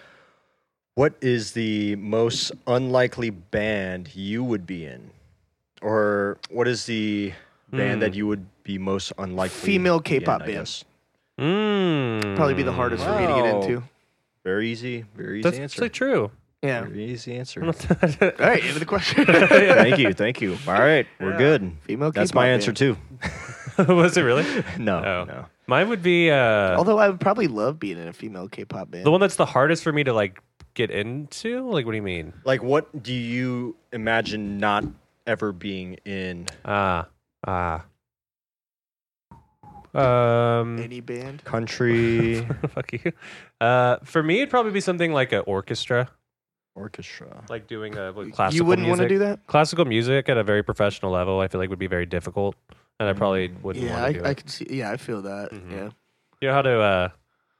[SPEAKER 3] what is the most unlikely band you would be in? Or what is the
[SPEAKER 2] Hmm.
[SPEAKER 3] band that you would be most unlikely
[SPEAKER 1] Female
[SPEAKER 3] to be in,
[SPEAKER 1] K-pop
[SPEAKER 3] I
[SPEAKER 1] band.
[SPEAKER 3] guess?
[SPEAKER 2] Mm.
[SPEAKER 1] Probably be the hardest for me to get
[SPEAKER 3] Wow.
[SPEAKER 1] into.
[SPEAKER 3] Very easy, very easy
[SPEAKER 2] That's
[SPEAKER 3] answer.
[SPEAKER 2] actually true.
[SPEAKER 1] Yeah.
[SPEAKER 3] Very easy answer.
[SPEAKER 1] All right. End of the question.
[SPEAKER 3] thank you, thank you. All right, we're good.
[SPEAKER 1] Female
[SPEAKER 3] That's my
[SPEAKER 1] K-pop
[SPEAKER 3] answer
[SPEAKER 1] band.
[SPEAKER 3] too.
[SPEAKER 2] Was it really?
[SPEAKER 3] No,
[SPEAKER 2] Oh.
[SPEAKER 3] no.
[SPEAKER 2] Mine would be uh,
[SPEAKER 1] Although I would probably love being in a female K-pop band.
[SPEAKER 2] the one that's the hardest for me to like get into. Like, what do you mean?
[SPEAKER 3] Like, what do you imagine not ever being in?
[SPEAKER 2] Ah, ah. Um,
[SPEAKER 1] Any band?
[SPEAKER 3] Country
[SPEAKER 2] fuck you. Uh, for me, it'd probably be something like an orchestra,
[SPEAKER 3] orchestra.
[SPEAKER 2] like doing a like, classical.
[SPEAKER 1] you wouldn't
[SPEAKER 2] want
[SPEAKER 1] want to do that?
[SPEAKER 2] classical music at a very professional level. I feel like would be very difficult, and I probably wouldn't
[SPEAKER 1] Mm, Yeah,
[SPEAKER 2] want to
[SPEAKER 1] I,
[SPEAKER 2] do
[SPEAKER 1] I
[SPEAKER 2] it.
[SPEAKER 1] can see. Yeah, I feel that.
[SPEAKER 2] Mhm.
[SPEAKER 1] Yeah.
[SPEAKER 2] You know how to, uh,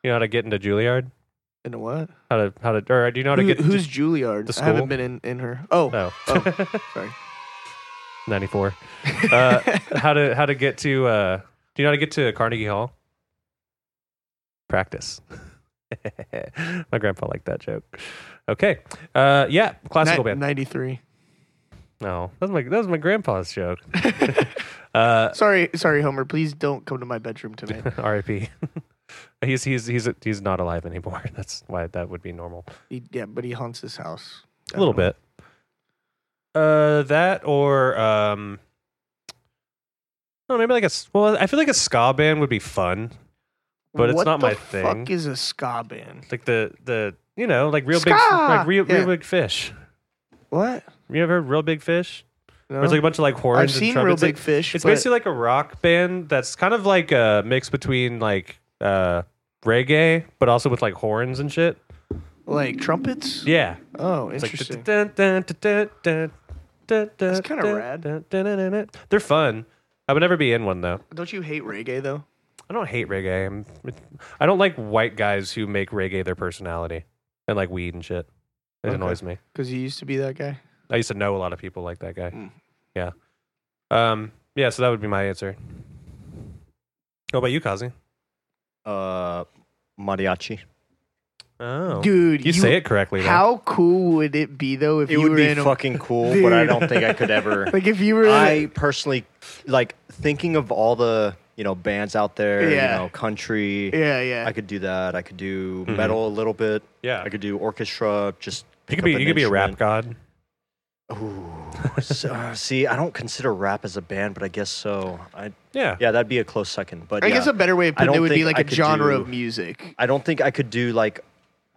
[SPEAKER 2] you know how to get into Juilliard?
[SPEAKER 1] And what?
[SPEAKER 2] How to, how to, or do you know how to
[SPEAKER 1] Who-
[SPEAKER 2] get? to-
[SPEAKER 1] who's Juilliard? I
[SPEAKER 2] the school?
[SPEAKER 1] haven't been in, in her. Oh,
[SPEAKER 2] No.
[SPEAKER 1] sorry.
[SPEAKER 2] 94. Uh, how to how to get to uh, do you know how to get to Carnegie Hall? Practice. My grandpa liked that joke. Okay. Uh, yeah, classical
[SPEAKER 1] Ni-
[SPEAKER 2] band.
[SPEAKER 1] Ninety-three.
[SPEAKER 2] No, that was my that was my grandpa's joke. uh,
[SPEAKER 1] Sorry, sorry, Homer. Please don't come to my bedroom tonight.
[SPEAKER 2] R.I.P. he's he's he's he's not alive anymore. That's why that would be normal.
[SPEAKER 1] he, yeah, but he haunts this house.
[SPEAKER 2] A little bit. Uh, that or um, no, maybe like a s- well, I feel like a ska band would be fun. but it's
[SPEAKER 1] What
[SPEAKER 2] not
[SPEAKER 1] the
[SPEAKER 2] my thing.
[SPEAKER 1] Fuck is a ska band?
[SPEAKER 2] Like the the you know like real big
[SPEAKER 1] Ska!
[SPEAKER 2] like real,
[SPEAKER 1] Yeah.
[SPEAKER 2] real big fish.
[SPEAKER 1] What?
[SPEAKER 2] You ever heard real big fish?
[SPEAKER 1] No?
[SPEAKER 2] Where It's like a bunch of like horns.
[SPEAKER 1] Uh-huh. I've seen
[SPEAKER 2] and
[SPEAKER 1] real
[SPEAKER 2] trumpets.
[SPEAKER 1] big
[SPEAKER 2] It-
[SPEAKER 1] fish.
[SPEAKER 2] It's
[SPEAKER 1] but-
[SPEAKER 2] basically like a rock band that's kind of like a mix between like uh reggae, but also with like horns and shit.
[SPEAKER 1] like trumpets.
[SPEAKER 2] Yeah,
[SPEAKER 1] Oh,
[SPEAKER 2] it's like
[SPEAKER 1] interesting.
[SPEAKER 2] dun, dun, dun, dun, dun, dun, dun,
[SPEAKER 1] kinda
[SPEAKER 2] dun,
[SPEAKER 1] rad.
[SPEAKER 2] dun, dun, dun, dun, dun. They're fun. I would never be in one though.
[SPEAKER 1] Don't you hate reggae though?
[SPEAKER 2] I don't hate reggae. I'm, I don't like white guys who make reggae their personality and like weed and shit. It
[SPEAKER 1] Okay.
[SPEAKER 2] annoys me.
[SPEAKER 1] Because you used to be that guy.
[SPEAKER 2] I used to know a lot of people like that guy.
[SPEAKER 1] Mm.
[SPEAKER 2] Yeah. Um. Yeah. So that would be my answer. What about you, Kazi?
[SPEAKER 3] Uh, mariachi.
[SPEAKER 2] Oh,
[SPEAKER 1] Dude,
[SPEAKER 2] you, say it correctly. though.
[SPEAKER 1] How cool would it be though if
[SPEAKER 3] It
[SPEAKER 1] you
[SPEAKER 3] would
[SPEAKER 1] were
[SPEAKER 3] be
[SPEAKER 1] in a
[SPEAKER 3] fucking cool, but I
[SPEAKER 1] Dude.
[SPEAKER 3] don't think I could ever.
[SPEAKER 1] like if you were in a-
[SPEAKER 3] I personally like thinking of all the you know bands out there.
[SPEAKER 1] Yeah.
[SPEAKER 3] You know, country.
[SPEAKER 1] yeah yeah
[SPEAKER 3] I could do that. I could do metal a little bit.
[SPEAKER 2] Mm-hmm. Yeah.
[SPEAKER 3] I could do orchestra. Just
[SPEAKER 2] You
[SPEAKER 3] pick
[SPEAKER 2] could be.
[SPEAKER 3] up an
[SPEAKER 2] You could be a rap god.
[SPEAKER 3] instrument. So, uh, see, I don't consider rap as a band, but I guess so. I
[SPEAKER 2] Yeah.
[SPEAKER 3] yeah, that'd be a close second. But
[SPEAKER 1] I
[SPEAKER 3] yeah,
[SPEAKER 1] guess a better way of
[SPEAKER 3] I
[SPEAKER 1] putting it
[SPEAKER 3] don't
[SPEAKER 1] would be
[SPEAKER 3] think
[SPEAKER 1] like
[SPEAKER 3] I
[SPEAKER 1] a
[SPEAKER 3] could
[SPEAKER 1] genre
[SPEAKER 3] do-
[SPEAKER 1] of music.
[SPEAKER 3] I don't think I could do like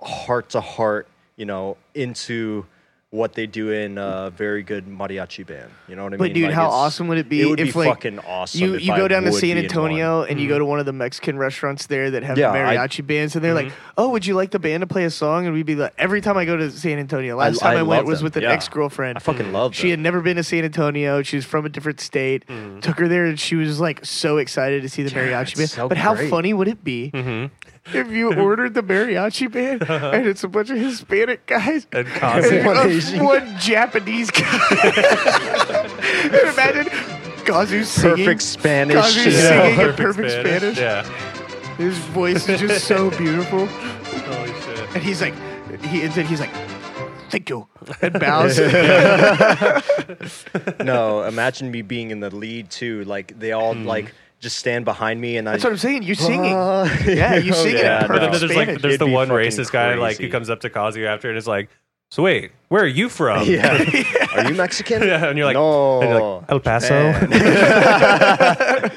[SPEAKER 3] heart to heart, you know, into what they do in a very good mariachi band. You know what I
[SPEAKER 1] But
[SPEAKER 3] mean?
[SPEAKER 1] dude,
[SPEAKER 3] Like,
[SPEAKER 1] how
[SPEAKER 3] it's-
[SPEAKER 1] awesome would it be
[SPEAKER 3] It would
[SPEAKER 1] if
[SPEAKER 3] be
[SPEAKER 1] like
[SPEAKER 3] fucking awesome.
[SPEAKER 1] you
[SPEAKER 3] if
[SPEAKER 1] you
[SPEAKER 3] I
[SPEAKER 1] go down to
[SPEAKER 3] would be
[SPEAKER 1] San
[SPEAKER 3] in one. Hmm.
[SPEAKER 1] Antonio and you go to one of the Mexican restaurants there that have
[SPEAKER 3] Yeah,
[SPEAKER 1] the
[SPEAKER 3] I- Mm-hmm.
[SPEAKER 1] mariachi bands and they're like, "Oh, would you like the band to play a song?" And we'd be like, "Every time I go to San Antonio, last time I, went
[SPEAKER 3] love
[SPEAKER 1] was
[SPEAKER 3] them.
[SPEAKER 1] with an
[SPEAKER 3] Yeah.
[SPEAKER 1] ex-girlfriend.
[SPEAKER 3] I fucking love
[SPEAKER 1] she had never been to San Antonio. She was from a different state. Took her there and she was like so excited to see the mariachi
[SPEAKER 3] Mm-hmm. it's
[SPEAKER 1] band.
[SPEAKER 3] so
[SPEAKER 1] but how
[SPEAKER 3] great. Mm-hmm.
[SPEAKER 1] funny would it be if you ordered the mariachi band
[SPEAKER 3] Uh-huh.
[SPEAKER 1] and it's a bunch of Hispanic guys
[SPEAKER 2] And
[SPEAKER 1] and
[SPEAKER 2] Cosby.
[SPEAKER 1] one,
[SPEAKER 3] Asian.
[SPEAKER 1] one Japanese guy. and imagine Gazu singing.
[SPEAKER 3] perfect Spanish.
[SPEAKER 1] Cosby's
[SPEAKER 3] you know?
[SPEAKER 1] singing. in perfect Spanish.
[SPEAKER 2] Yeah.
[SPEAKER 1] His voice is just so beautiful.
[SPEAKER 2] Holy shit.
[SPEAKER 1] And he's like, he and then he's like, thank you, and bows.
[SPEAKER 3] no, imagine me being in the lead too. Like they all
[SPEAKER 2] Hmm.
[SPEAKER 3] like just stand behind me and
[SPEAKER 1] That's
[SPEAKER 3] I.
[SPEAKER 1] what I'm saying. You singing.
[SPEAKER 3] Uh,
[SPEAKER 1] Yeah, you sing it
[SPEAKER 3] Yeah,
[SPEAKER 1] in
[SPEAKER 2] But then
[SPEAKER 3] no.
[SPEAKER 1] perfect
[SPEAKER 2] there's like
[SPEAKER 1] Spanish.
[SPEAKER 2] there's
[SPEAKER 3] It'd
[SPEAKER 2] the
[SPEAKER 3] be
[SPEAKER 2] one
[SPEAKER 3] fucking
[SPEAKER 2] racist guy like who
[SPEAKER 3] crazy.
[SPEAKER 2] comes up to Kazu after and is like, "So wait, where are you from?"
[SPEAKER 3] yeah. Are you Mexican?
[SPEAKER 2] Yeah, and you're like,
[SPEAKER 3] no.
[SPEAKER 2] and you're like, El Paso,
[SPEAKER 3] Oh, Man.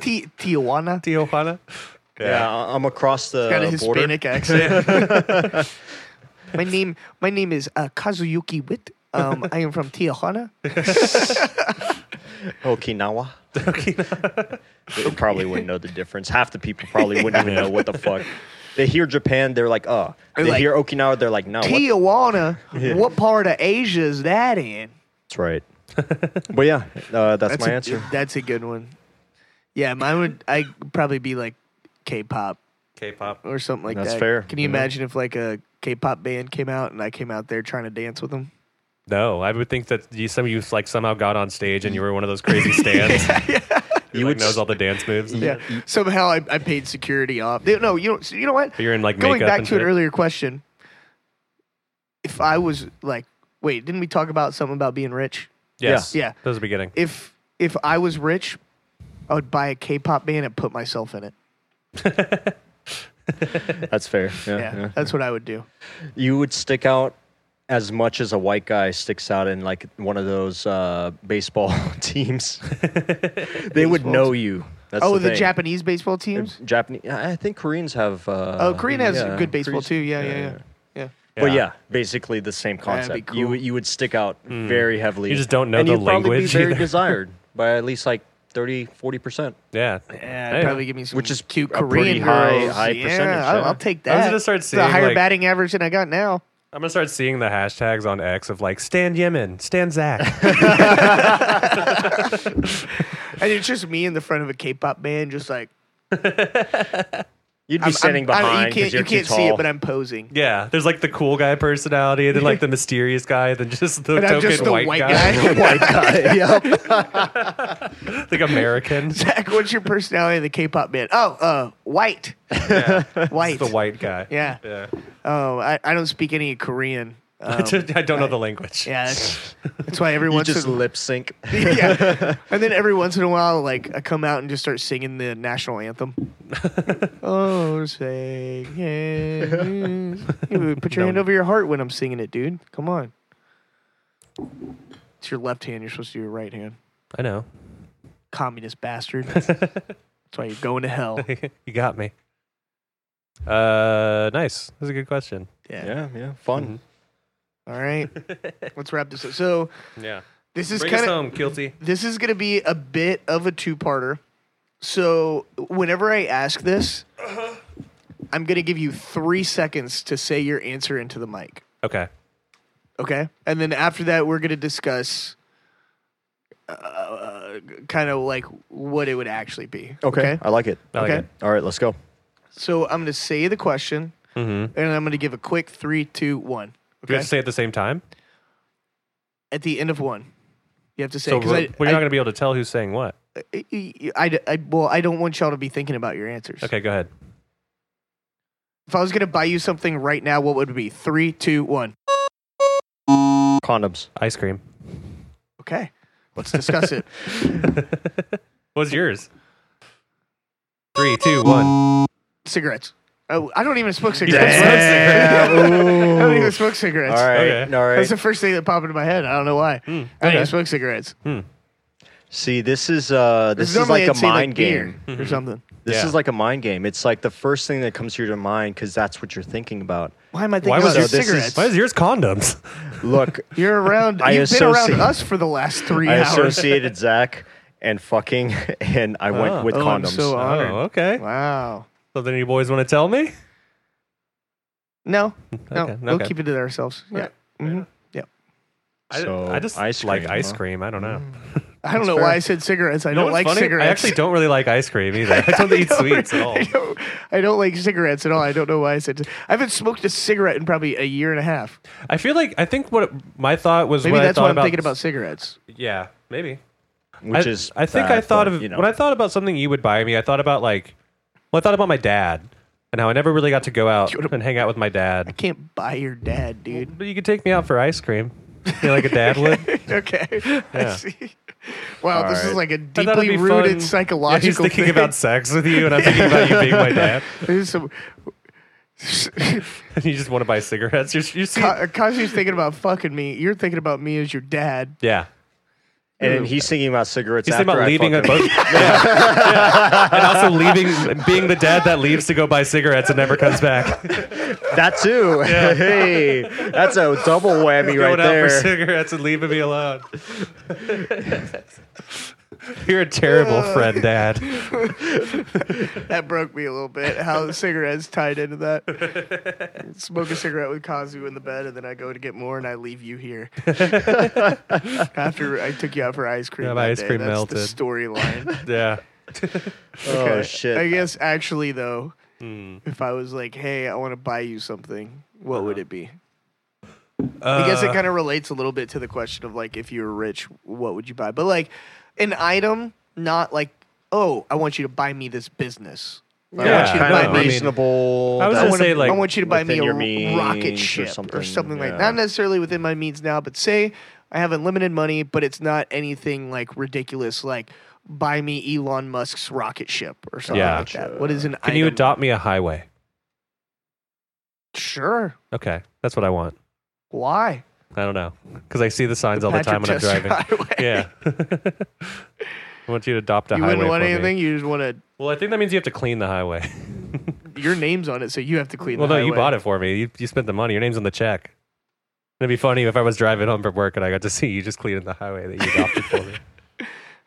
[SPEAKER 1] Ti- Tijuana.
[SPEAKER 2] Tijuana.
[SPEAKER 3] yeah, I- I'm across the
[SPEAKER 1] Got a
[SPEAKER 3] border.
[SPEAKER 1] Hispanic accent. my name, my name is uh, Kazuyuki Witt. Um, I am from Tijuana.
[SPEAKER 3] Okinawa. They probably wouldn't know the difference. Half the people probably wouldn't even know what the fuck. They hear Japan, they're like, oh.
[SPEAKER 1] They're
[SPEAKER 3] They
[SPEAKER 1] like,
[SPEAKER 3] hear Okinawa, they're like, no. what the-
[SPEAKER 1] Tijuana. What part of Asia is that in?
[SPEAKER 3] That's right. but yeah, uh, that's, my
[SPEAKER 1] a,
[SPEAKER 3] answer.
[SPEAKER 1] That's a good one. Yeah, mine would. I probably be like K-pop
[SPEAKER 2] K-pop.
[SPEAKER 1] or something like
[SPEAKER 3] That's
[SPEAKER 1] that.
[SPEAKER 3] fair,
[SPEAKER 1] Can you
[SPEAKER 3] you know?
[SPEAKER 1] imagine if like a K-pop band came out and I came out there trying to dance with them?
[SPEAKER 2] No, I would think that you, some of you like somehow got on stage and you were one of those crazy stands. You
[SPEAKER 3] You
[SPEAKER 2] like,
[SPEAKER 3] would
[SPEAKER 2] knows
[SPEAKER 3] s-
[SPEAKER 2] all the dance moves.
[SPEAKER 1] Yeah. Somehow I, I paid security off. They- no, you don't. You know what?
[SPEAKER 2] But you're in like
[SPEAKER 1] Going
[SPEAKER 2] makeup
[SPEAKER 1] back
[SPEAKER 2] and
[SPEAKER 1] to an
[SPEAKER 2] shit.
[SPEAKER 1] earlier question, if I was like, wait, didn't we talk about something about being rich?
[SPEAKER 2] Yes.
[SPEAKER 1] Yeah. Yeah.
[SPEAKER 2] That was the beginning.
[SPEAKER 1] If if I was rich, I would buy a K-pop band and put myself in it.
[SPEAKER 3] That's fair. Yeah,
[SPEAKER 1] Yeah,
[SPEAKER 3] yeah.
[SPEAKER 1] that's what I would do.
[SPEAKER 3] You would stick out as much as a white guy sticks out in like one of those uh, baseball teams. they would
[SPEAKER 1] Baseball
[SPEAKER 3] know you. That's
[SPEAKER 1] oh, the,
[SPEAKER 3] thing. Uh,
[SPEAKER 1] Japanese baseball teams.
[SPEAKER 3] Japanese. I I think Koreans have. Uh,
[SPEAKER 1] Oh, Korean has
[SPEAKER 3] yeah,
[SPEAKER 1] good baseball
[SPEAKER 3] Koreans-
[SPEAKER 1] too. Yeah, yeah, yeah. yeah.
[SPEAKER 3] But yeah, basically the same
[SPEAKER 1] That'd be
[SPEAKER 3] concept. You
[SPEAKER 1] cool. Hmm.
[SPEAKER 3] you would stick out very heavily.
[SPEAKER 2] You just don't know
[SPEAKER 3] and
[SPEAKER 2] the
[SPEAKER 3] you'd probably
[SPEAKER 2] language
[SPEAKER 3] Be very
[SPEAKER 2] either.
[SPEAKER 3] desired by at least like 30, 40 percent.
[SPEAKER 2] Yeah.
[SPEAKER 1] Yeah,
[SPEAKER 2] Hey.
[SPEAKER 1] probably give me some
[SPEAKER 3] Which is
[SPEAKER 1] cute
[SPEAKER 3] a
[SPEAKER 1] Korean
[SPEAKER 3] pretty high-
[SPEAKER 1] girls.
[SPEAKER 3] high
[SPEAKER 1] yeah,
[SPEAKER 3] percentage,
[SPEAKER 1] I'll,
[SPEAKER 3] yeah.
[SPEAKER 1] I'll take that.
[SPEAKER 2] I'm gonna start
[SPEAKER 1] it's a
[SPEAKER 2] seeing,
[SPEAKER 1] higher
[SPEAKER 2] like-
[SPEAKER 1] batting average than I got now.
[SPEAKER 2] I'm gonna start seeing the hashtags on X of like Stan Yemen, Stan Zach.
[SPEAKER 1] And it's just me in the front of a K-pop band, just like
[SPEAKER 3] You'd be standing
[SPEAKER 1] I'm- I don't-
[SPEAKER 3] behind
[SPEAKER 1] you
[SPEAKER 3] because
[SPEAKER 1] can't,
[SPEAKER 3] you're
[SPEAKER 1] you
[SPEAKER 3] too
[SPEAKER 1] can't see it,
[SPEAKER 3] tall.
[SPEAKER 1] but I'm posing.
[SPEAKER 2] yeah, there's like the cool guy personality, then like the mysterious guy, then just the
[SPEAKER 1] And I'm
[SPEAKER 2] token
[SPEAKER 1] just the
[SPEAKER 2] white, guy,
[SPEAKER 3] white guy. yep.
[SPEAKER 2] like American,
[SPEAKER 1] Zach, what's your personality in the K-pop band? Oh, uh, white, white.
[SPEAKER 2] the white guy.
[SPEAKER 1] Yeah.
[SPEAKER 2] yeah.
[SPEAKER 1] Oh, I, I don't speak any Korean.
[SPEAKER 2] I
[SPEAKER 1] Um,
[SPEAKER 2] just- I don't know the language.
[SPEAKER 1] yeah, that's, that's why every
[SPEAKER 3] You
[SPEAKER 1] once in
[SPEAKER 3] just lip sync.
[SPEAKER 1] yeah. And then every once in a while, like I come out and just start singing the national anthem. oh, say yes. You Put your hand over your heart when I'm singing it, dude. Come on. It's your left hand. You're supposed to do your right hand.
[SPEAKER 2] I know.
[SPEAKER 1] Communist bastard. That's why you're going to hell.
[SPEAKER 2] you got me. Uh, nice. That's a good question.
[SPEAKER 1] Yeah.
[SPEAKER 3] Yeah, yeah, fun.
[SPEAKER 1] Mm-hmm. All right. Let's wrap this up. So
[SPEAKER 2] Yeah.
[SPEAKER 1] this is
[SPEAKER 2] Bring
[SPEAKER 1] kind
[SPEAKER 2] us
[SPEAKER 1] of
[SPEAKER 2] home, guilty.
[SPEAKER 1] this is going to be a bit of a two-parter. So whenever I ask this,
[SPEAKER 2] Uh-huh.
[SPEAKER 1] I'm going to give you three seconds to say your answer into the mic.
[SPEAKER 2] Okay.
[SPEAKER 1] Okay, and then after that, we're going to discuss uh, kind of like what it would actually be.
[SPEAKER 3] Okay, I like it.
[SPEAKER 2] I like
[SPEAKER 1] Okay.
[SPEAKER 2] it.
[SPEAKER 3] All right, let's go.
[SPEAKER 1] So I'm going to say the question, and I'm going to give a quick three, two, one.
[SPEAKER 2] Do
[SPEAKER 1] Okay,
[SPEAKER 2] we Mm-hmm. have to say it at the same time?
[SPEAKER 1] at the end of one, you have to say.
[SPEAKER 2] So
[SPEAKER 1] 'cause
[SPEAKER 2] we're,
[SPEAKER 1] I,
[SPEAKER 2] we're not
[SPEAKER 1] I-
[SPEAKER 2] going to be able to tell who's saying what.
[SPEAKER 1] I- I- I- well, I don't want y'all to be thinking about your answers.
[SPEAKER 2] Okay, go ahead.
[SPEAKER 1] If I was gonna buy you something right now, what would it be? Three, two, one.
[SPEAKER 3] Condoms.
[SPEAKER 2] Ice cream.
[SPEAKER 1] Okay. Let's discuss it.
[SPEAKER 2] What's yours? Three, two, one.
[SPEAKER 1] Cigarettes. Oh, I don't even smoke cigarettes.
[SPEAKER 2] Damn.
[SPEAKER 1] I don't even smoke cigarettes.
[SPEAKER 3] All right,
[SPEAKER 2] Okay.
[SPEAKER 3] all
[SPEAKER 1] That's
[SPEAKER 3] right.
[SPEAKER 1] the first thing that popped into my head. I don't know why. I don't even smoke cigarettes.
[SPEAKER 3] See, this is uh,
[SPEAKER 1] There's
[SPEAKER 3] this is
[SPEAKER 1] normally
[SPEAKER 3] like a
[SPEAKER 1] I'd say,
[SPEAKER 3] mind
[SPEAKER 1] beer
[SPEAKER 3] game.
[SPEAKER 1] or something.
[SPEAKER 3] This
[SPEAKER 2] Yeah.
[SPEAKER 3] is like a mind game. It's like the first thing that comes to your mind because that's what you're thinking about.
[SPEAKER 1] Why am I
[SPEAKER 2] Why
[SPEAKER 1] thinking about
[SPEAKER 2] was your- this
[SPEAKER 3] is-
[SPEAKER 1] cigarettes?
[SPEAKER 2] Why is yours condoms?
[SPEAKER 3] Look,
[SPEAKER 1] You're around.
[SPEAKER 3] I
[SPEAKER 1] you've been
[SPEAKER 3] associate-
[SPEAKER 1] around us for the last three
[SPEAKER 3] I
[SPEAKER 1] hours.
[SPEAKER 3] associated Zach and fucking, and I
[SPEAKER 2] Oh.
[SPEAKER 3] went with
[SPEAKER 1] Oh, I'm
[SPEAKER 3] condoms.
[SPEAKER 1] so
[SPEAKER 2] Oh,
[SPEAKER 1] honored.
[SPEAKER 2] okay.
[SPEAKER 1] Wow.
[SPEAKER 2] Something you boys want to tell me?
[SPEAKER 1] No, no,
[SPEAKER 2] Okay,
[SPEAKER 1] we'll
[SPEAKER 2] okay.
[SPEAKER 1] keep it to ourselves. Yeah.
[SPEAKER 2] Alright,
[SPEAKER 1] hmm Yeah.
[SPEAKER 2] I,
[SPEAKER 3] So,
[SPEAKER 2] I just
[SPEAKER 3] ice
[SPEAKER 2] like
[SPEAKER 3] cream,
[SPEAKER 2] ice
[SPEAKER 3] huh?
[SPEAKER 2] cream. I don't know.
[SPEAKER 1] Mm. I don't know
[SPEAKER 3] fair.
[SPEAKER 1] why I said cigarettes. I
[SPEAKER 2] You know
[SPEAKER 1] don't like
[SPEAKER 2] what's funny?
[SPEAKER 1] cigarettes.
[SPEAKER 2] I actually don't really like ice cream either. I don't eat sweets at all.
[SPEAKER 1] I don't, I don't like cigarettes at all. I don't know why I said. I haven't smoked a cigarette in probably a year and a half.
[SPEAKER 2] I feel like I think what my thought was
[SPEAKER 1] Maybe
[SPEAKER 2] when I
[SPEAKER 1] that's
[SPEAKER 2] thought
[SPEAKER 1] why I'm
[SPEAKER 2] about,
[SPEAKER 1] thinking about cigarettes.
[SPEAKER 2] yeah maybe
[SPEAKER 3] which
[SPEAKER 2] I,
[SPEAKER 3] is
[SPEAKER 2] I think
[SPEAKER 3] bad,
[SPEAKER 2] I thought
[SPEAKER 3] but,
[SPEAKER 2] of
[SPEAKER 3] you know,
[SPEAKER 2] when I thought about something you would buy me. I thought about like well I thought about my dad and how I never really got to go out and hang out with my dad.
[SPEAKER 1] Can't buy your dad, dude.
[SPEAKER 2] But you could take me out for ice cream, you know, like a dad would.
[SPEAKER 1] okay. I
[SPEAKER 2] Yeah.
[SPEAKER 1] see. Wow, this is like
[SPEAKER 3] Alright.
[SPEAKER 1] a
[SPEAKER 2] I thought
[SPEAKER 1] deeply
[SPEAKER 2] it'd be
[SPEAKER 1] rooted
[SPEAKER 2] fun. Yeah, he's
[SPEAKER 1] psychological
[SPEAKER 2] thinking
[SPEAKER 1] thing.
[SPEAKER 2] about sex with you, and I'm thinking about you being my dad.
[SPEAKER 1] There's some.
[SPEAKER 2] And you just want to buy cigarettes. You're, you're see-
[SPEAKER 1] Ka- Kazu's thinking about fucking me. You're thinking about me as your dad.
[SPEAKER 2] yeah.
[SPEAKER 3] and then he's thinking about cigarettes.
[SPEAKER 2] He's
[SPEAKER 3] after
[SPEAKER 2] thinking about
[SPEAKER 3] I
[SPEAKER 2] leaving a
[SPEAKER 3] fuck him.
[SPEAKER 2] boat. yeah. Yeah. And also leaving, being the dad that leaves to go buy cigarettes and never comes back.
[SPEAKER 3] that too. hey, that's a double whammy right
[SPEAKER 2] Going out for
[SPEAKER 3] there.
[SPEAKER 2] cigarettes and leaving me alone. You're a terrible
[SPEAKER 1] Uh.
[SPEAKER 2] friend, Dad.
[SPEAKER 1] That broke me a little bit. How the cigarettes tied into that. Smoke a cigarette with Kazu in the bed, and then I go to get more, and I leave you here. After I took you out for ice cream,
[SPEAKER 2] Yeah, my
[SPEAKER 1] that
[SPEAKER 2] ice
[SPEAKER 1] day.
[SPEAKER 2] cream
[SPEAKER 1] That's
[SPEAKER 2] melted.
[SPEAKER 1] the storyline.
[SPEAKER 2] Yeah.
[SPEAKER 3] Oh
[SPEAKER 1] I
[SPEAKER 3] shit!
[SPEAKER 1] guess actually though, if I was like, "Hey, I want to buy you something," what would it be?
[SPEAKER 2] Uh,
[SPEAKER 1] I guess it kind of relates a little bit to the question of like, if you were rich, what would you buy? But like, an item, not like, "Oh, I want you to buy me this business." I
[SPEAKER 2] Yeah,
[SPEAKER 1] want you to
[SPEAKER 2] I
[SPEAKER 3] kind
[SPEAKER 1] buy
[SPEAKER 2] know.
[SPEAKER 3] of
[SPEAKER 1] me
[SPEAKER 2] I mean,
[SPEAKER 3] reasonable.
[SPEAKER 2] I was
[SPEAKER 1] I
[SPEAKER 2] gonna
[SPEAKER 1] wanna-
[SPEAKER 2] say, like,
[SPEAKER 1] I want you to buy me
[SPEAKER 3] within
[SPEAKER 1] a
[SPEAKER 3] your
[SPEAKER 1] r- rocket
[SPEAKER 3] means or
[SPEAKER 1] ship or something,
[SPEAKER 3] something,
[SPEAKER 1] like
[SPEAKER 3] yeah.
[SPEAKER 1] Not necessarily within my means now, but say I have unlimited money, but it's not anything like ridiculous, like buy me Elon Musk's rocket ship or something
[SPEAKER 2] Yeah.
[SPEAKER 1] like that. What is an
[SPEAKER 2] Can you
[SPEAKER 1] item?
[SPEAKER 2] adopt me a highway?
[SPEAKER 1] Sure.
[SPEAKER 2] Okay. That's what I want.
[SPEAKER 1] Why?
[SPEAKER 2] I don't know. Because I see the signs all the time when I'm
[SPEAKER 1] Patrick
[SPEAKER 2] driving.
[SPEAKER 1] Tester highway.
[SPEAKER 2] Yeah. I want you to adopt a
[SPEAKER 1] You
[SPEAKER 2] highway.
[SPEAKER 1] wouldn't want
[SPEAKER 2] for me.
[SPEAKER 1] anything. You just want to.
[SPEAKER 2] Well, I think that means you have to clean the highway.
[SPEAKER 1] Your name's on it, so you have to clean.
[SPEAKER 2] well,
[SPEAKER 1] the
[SPEAKER 2] no, you
[SPEAKER 1] highway.
[SPEAKER 2] bought it for me. You, you spent the money. Your name's on the check. It'd be funny if I was driving home from work and I got to see you just cleaning the highway that you adopted for me.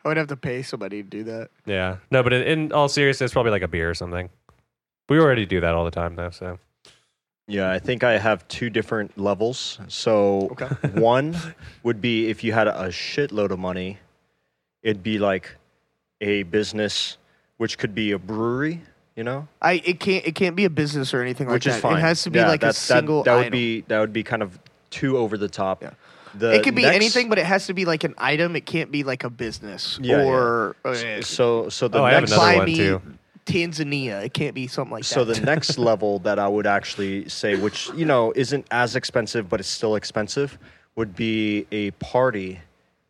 [SPEAKER 1] I would have to pay somebody to do that.
[SPEAKER 2] Yeah. No, but in, in all seriousness, probably like a beer or something. We already do that all the time, though. So
[SPEAKER 3] Yeah, I think I have two different levels. So
[SPEAKER 1] Okay.
[SPEAKER 3] one would be if you had a shitload of money, it'd be like a business, which could be a brewery, you know,
[SPEAKER 1] I it can't it can't be a business or anything
[SPEAKER 3] which
[SPEAKER 1] like
[SPEAKER 3] is
[SPEAKER 1] that.
[SPEAKER 3] fine.
[SPEAKER 1] It has to be
[SPEAKER 3] Yeah,
[SPEAKER 1] like a
[SPEAKER 3] that's- that-
[SPEAKER 1] single.
[SPEAKER 3] That, would
[SPEAKER 1] item.
[SPEAKER 3] be that would be kind of too over the top.
[SPEAKER 1] Yeah.
[SPEAKER 3] The
[SPEAKER 1] it could be
[SPEAKER 3] next-
[SPEAKER 1] anything, but it has to be like an item. It can't be like a business
[SPEAKER 3] Yeah, yeah.
[SPEAKER 1] or uh,
[SPEAKER 3] So so the
[SPEAKER 2] Oh, I have
[SPEAKER 3] next
[SPEAKER 2] another
[SPEAKER 1] buy
[SPEAKER 2] one,
[SPEAKER 1] me
[SPEAKER 2] too.
[SPEAKER 1] Tanzania. It can't be something like
[SPEAKER 3] so
[SPEAKER 1] that.
[SPEAKER 3] the next level that I would actually say, which you know isn't as expensive, but it's still expensive, would be a party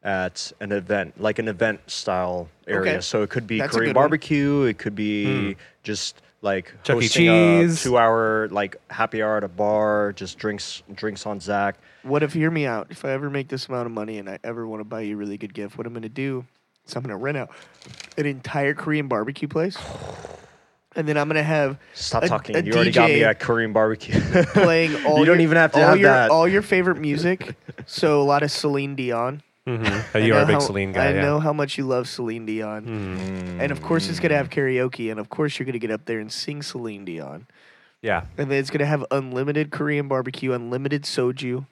[SPEAKER 3] at an event, like an event style area.
[SPEAKER 1] Okay.
[SPEAKER 3] So it could be
[SPEAKER 1] That's a
[SPEAKER 3] Korean
[SPEAKER 1] good one. Hmm.
[SPEAKER 3] barbecue. It could be just like
[SPEAKER 2] Chuck E.
[SPEAKER 3] hosting
[SPEAKER 2] Cheese.
[SPEAKER 3] a two-hour like happy hour at a bar, just drinks drinks on Zach.
[SPEAKER 1] what if hear me out? If I ever make this amount of money and I ever want to buy you a really good gift, what I'm going to do is I'm going to rent out an entire Korean barbecue place, and then I'm going to have
[SPEAKER 3] Stop
[SPEAKER 1] a-
[SPEAKER 3] talking.
[SPEAKER 1] a
[SPEAKER 3] you already got me
[SPEAKER 1] DJ
[SPEAKER 3] at Korean barbecue.
[SPEAKER 1] playing all.
[SPEAKER 3] don't
[SPEAKER 1] your-
[SPEAKER 3] even have to
[SPEAKER 1] all
[SPEAKER 3] have
[SPEAKER 1] your,
[SPEAKER 3] that.
[SPEAKER 1] All your favorite music. so a lot of Celine Dion.
[SPEAKER 2] Mhm.
[SPEAKER 1] I
[SPEAKER 2] you
[SPEAKER 1] know
[SPEAKER 2] are a big
[SPEAKER 1] how-
[SPEAKER 2] Celine guy.
[SPEAKER 1] I
[SPEAKER 2] yeah. Hmm.
[SPEAKER 1] know how much you love Celine Dion. And of course, it's going to have karaoke. And of course, you're going to get up there and sing Celine Dion.
[SPEAKER 2] Yeah.
[SPEAKER 1] And then it's going to have unlimited Korean barbecue, unlimited soju,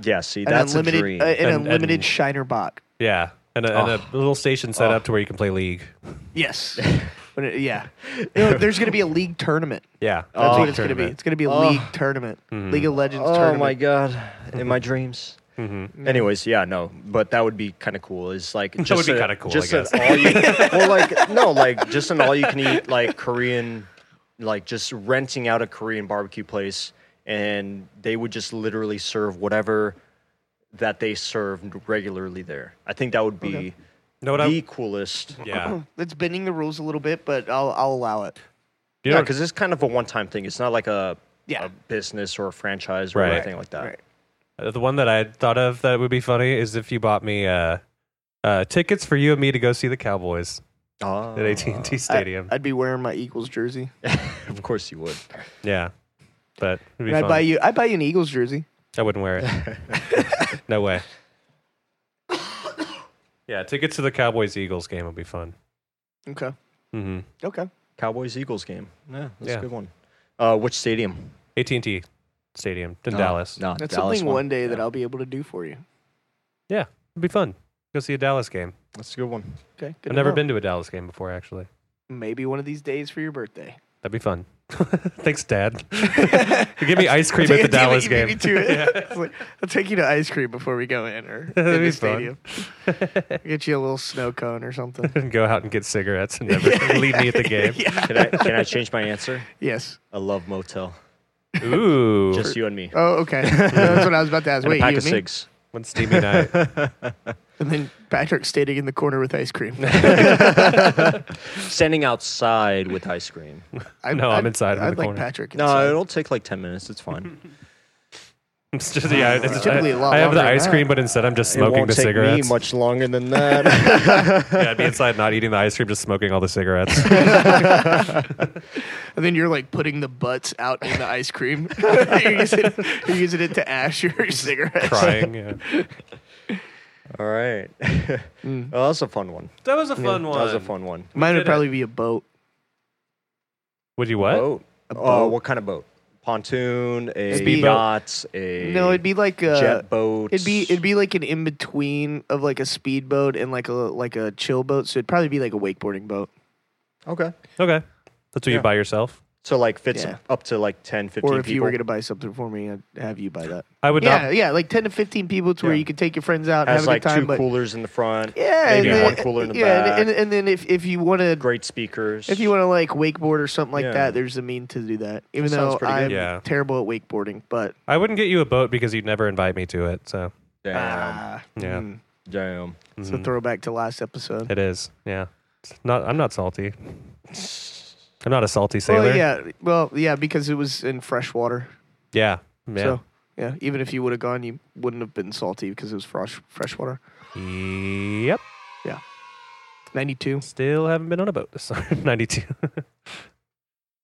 [SPEAKER 3] yeah, see,
[SPEAKER 1] and
[SPEAKER 3] that's a
[SPEAKER 1] unlimited,
[SPEAKER 3] dream.
[SPEAKER 1] uh, and,
[SPEAKER 2] And-
[SPEAKER 1] unlimited
[SPEAKER 2] and-
[SPEAKER 1] Shiner Bach.
[SPEAKER 2] Yeah. And a, and a little station set
[SPEAKER 3] Oh.
[SPEAKER 2] up to where you can play league.
[SPEAKER 1] Yes. but it- yeah. You know, there's going to be a league tournament.
[SPEAKER 2] Yeah.
[SPEAKER 1] That's
[SPEAKER 3] Oh.
[SPEAKER 1] what it's going to be. It's going to be a
[SPEAKER 3] Oh.
[SPEAKER 1] league tournament,
[SPEAKER 2] Hmm.
[SPEAKER 1] League of Legends
[SPEAKER 3] oh
[SPEAKER 1] tournament.
[SPEAKER 3] my god in my dreams anyways yeah no but that would be kind of cool is like just
[SPEAKER 2] Mm-hmm. would be
[SPEAKER 3] a-
[SPEAKER 2] kinda cool, I
[SPEAKER 3] just
[SPEAKER 2] guess.
[SPEAKER 3] an all you well like no like just an all you can eat like korean like just renting out a korean barbecue place and they would just literally serve whatever that they served regularly there i think that would be
[SPEAKER 2] Know what
[SPEAKER 3] the
[SPEAKER 2] I?
[SPEAKER 3] coolest
[SPEAKER 2] Yeah.
[SPEAKER 1] That's bending the rules a little bit, but I'll, I'll allow it.
[SPEAKER 2] You
[SPEAKER 3] yeah
[SPEAKER 2] know-
[SPEAKER 3] because it's kind of a one-time thing it's not like a,
[SPEAKER 1] Yeah.
[SPEAKER 3] a business or a franchise or
[SPEAKER 2] Right.
[SPEAKER 3] anything like that
[SPEAKER 1] Right.
[SPEAKER 2] Uh, The one that I thought of that would be funny is if you bought me uh, Uh, tickets for you and me to go see the Cowboys
[SPEAKER 3] Ah.
[SPEAKER 2] at AT&T Stadium.
[SPEAKER 1] Oh. I, would be wearing my Eagles jersey.
[SPEAKER 3] of course you would.
[SPEAKER 2] yeah, but it'd be
[SPEAKER 1] And I
[SPEAKER 2] fun.
[SPEAKER 1] buy you. I buy you an Eagles jersey.
[SPEAKER 2] I wouldn't wear it. no way. Yeah, tickets to the Cowboys Eagles game would be fun.
[SPEAKER 1] Okay.
[SPEAKER 2] Mm-hmm.
[SPEAKER 1] Okay.
[SPEAKER 3] Cowboys Eagles game. Yeah, that's
[SPEAKER 2] Yeah.
[SPEAKER 3] a good one. Uh, which stadium?
[SPEAKER 2] AT&T Stadium in
[SPEAKER 1] Oh,
[SPEAKER 3] No,
[SPEAKER 2] Dallas.
[SPEAKER 3] No,
[SPEAKER 1] That's
[SPEAKER 3] Dallas
[SPEAKER 1] something one day that I'll be able to do for you.
[SPEAKER 2] Yeah, it'd be fun. Go see a Dallas game.
[SPEAKER 3] That's a good one.
[SPEAKER 1] Okay. good to
[SPEAKER 2] I've never
[SPEAKER 1] know.
[SPEAKER 2] been to a Dallas game before, actually.
[SPEAKER 1] Maybe one of these days for your birthday.
[SPEAKER 2] That'd be fun. Thanks, Dad. you give me ice cream at
[SPEAKER 1] Damn
[SPEAKER 2] the
[SPEAKER 1] it,
[SPEAKER 2] Dallas
[SPEAKER 1] you
[SPEAKER 2] game.
[SPEAKER 1] beat me to it. It's like, I'll take you to ice cream before we go in or in
[SPEAKER 2] That'd be
[SPEAKER 1] the
[SPEAKER 2] fun.
[SPEAKER 1] stadium. Get you a little snow cone or something.
[SPEAKER 2] and go out and get cigarettes and never leave me at the game.
[SPEAKER 3] Can I can I change my answer?
[SPEAKER 1] Yes.
[SPEAKER 3] I love motel.
[SPEAKER 2] Ooh,
[SPEAKER 3] Just you and me.
[SPEAKER 1] Oh, okay. That's what I was about to ask.
[SPEAKER 3] And
[SPEAKER 1] Wait,
[SPEAKER 3] a pack
[SPEAKER 1] you
[SPEAKER 3] of
[SPEAKER 1] and me?
[SPEAKER 3] cigs.
[SPEAKER 2] one steamy night.
[SPEAKER 1] And then Patrick standing in the corner with ice cream.
[SPEAKER 3] Standing outside with ice cream.
[SPEAKER 1] I,
[SPEAKER 2] No, I'm inside in
[SPEAKER 1] I'd
[SPEAKER 2] the
[SPEAKER 1] like
[SPEAKER 2] corner.
[SPEAKER 1] Patrick.
[SPEAKER 3] No,
[SPEAKER 1] inside.
[SPEAKER 3] it'll take like ten minutes. It's fine.
[SPEAKER 2] It's just yeah. It's
[SPEAKER 1] typically a lot
[SPEAKER 2] I, I have the
[SPEAKER 1] longer than
[SPEAKER 2] ice cream, but instead I'm just smoking
[SPEAKER 3] it won't
[SPEAKER 2] the
[SPEAKER 3] take
[SPEAKER 2] cigarettes.
[SPEAKER 3] me much longer than
[SPEAKER 1] Mm.
[SPEAKER 3] that.
[SPEAKER 2] yeah, I'd be inside not eating the ice cream, just smoking all the cigarettes.
[SPEAKER 1] And then you're like putting the butts out in the ice cream. you're, using, you're using it to ash your cigarettes.
[SPEAKER 2] crying. Yeah.
[SPEAKER 3] All right. well, that's a fun one.
[SPEAKER 2] That was a fun
[SPEAKER 3] That was a fun one.
[SPEAKER 1] Mine
[SPEAKER 2] Did
[SPEAKER 1] would
[SPEAKER 2] it.
[SPEAKER 1] probably be a boat.
[SPEAKER 2] Would you what?
[SPEAKER 3] Boat.
[SPEAKER 1] A
[SPEAKER 3] Oh,
[SPEAKER 1] boat.
[SPEAKER 3] what kind of boat? Pontoon, a
[SPEAKER 1] Speedboat.
[SPEAKER 3] yacht, a
[SPEAKER 1] No, it'd be like a
[SPEAKER 3] jet boat.
[SPEAKER 1] It'd be it'd be like an in between of like a speedboat and like a like a chill boat. So it'd probably be like a wakeboarding boat.
[SPEAKER 3] okay.
[SPEAKER 2] Okay, that's what
[SPEAKER 3] Yeah.
[SPEAKER 2] you buy yourself.
[SPEAKER 3] So like fits
[SPEAKER 1] Yeah.
[SPEAKER 3] up to like 10, 15
[SPEAKER 1] Or if
[SPEAKER 3] people.
[SPEAKER 1] you were gonna buy something for me, I'd have you buy that.
[SPEAKER 2] I would
[SPEAKER 1] yeah,
[SPEAKER 2] not.
[SPEAKER 1] yeah, like ten to fifteen people to where
[SPEAKER 3] Yeah.
[SPEAKER 1] you could take your friends out and
[SPEAKER 3] has
[SPEAKER 1] have a
[SPEAKER 3] like
[SPEAKER 1] good time.
[SPEAKER 3] two
[SPEAKER 1] but
[SPEAKER 3] coolers in the front.
[SPEAKER 1] yeah,
[SPEAKER 3] maybe
[SPEAKER 1] and then,
[SPEAKER 3] one cooler in the
[SPEAKER 1] yeah,
[SPEAKER 3] back.
[SPEAKER 1] and, and, and then if if you want to
[SPEAKER 3] great speakers.
[SPEAKER 1] If you want to like wakeboard or something like
[SPEAKER 3] Yeah.
[SPEAKER 1] that, there's a mean to do that. Even
[SPEAKER 3] That sounds
[SPEAKER 1] though
[SPEAKER 3] pretty good.
[SPEAKER 1] I'm
[SPEAKER 2] Yeah.
[SPEAKER 1] terrible at wakeboarding, but
[SPEAKER 2] I wouldn't get you a boat because you'd never invite me to it. So
[SPEAKER 3] damn,
[SPEAKER 1] ah,
[SPEAKER 2] Yeah. Mm-hmm.
[SPEAKER 1] mm,
[SPEAKER 3] damn.
[SPEAKER 1] it's a throwback to last episode.
[SPEAKER 2] it is. Yeah, It's not. I'm not salty. I'm not a salty sailor.
[SPEAKER 1] Well, yeah, well, yeah, because it was in fresh water.
[SPEAKER 2] Yeah. Yeah.
[SPEAKER 1] So yeah, even if you would have gone, you wouldn't have been salty because it was fresh fresh water.
[SPEAKER 2] Yep.
[SPEAKER 1] Ninety two.
[SPEAKER 2] Still haven't been on a boat this summer. 92.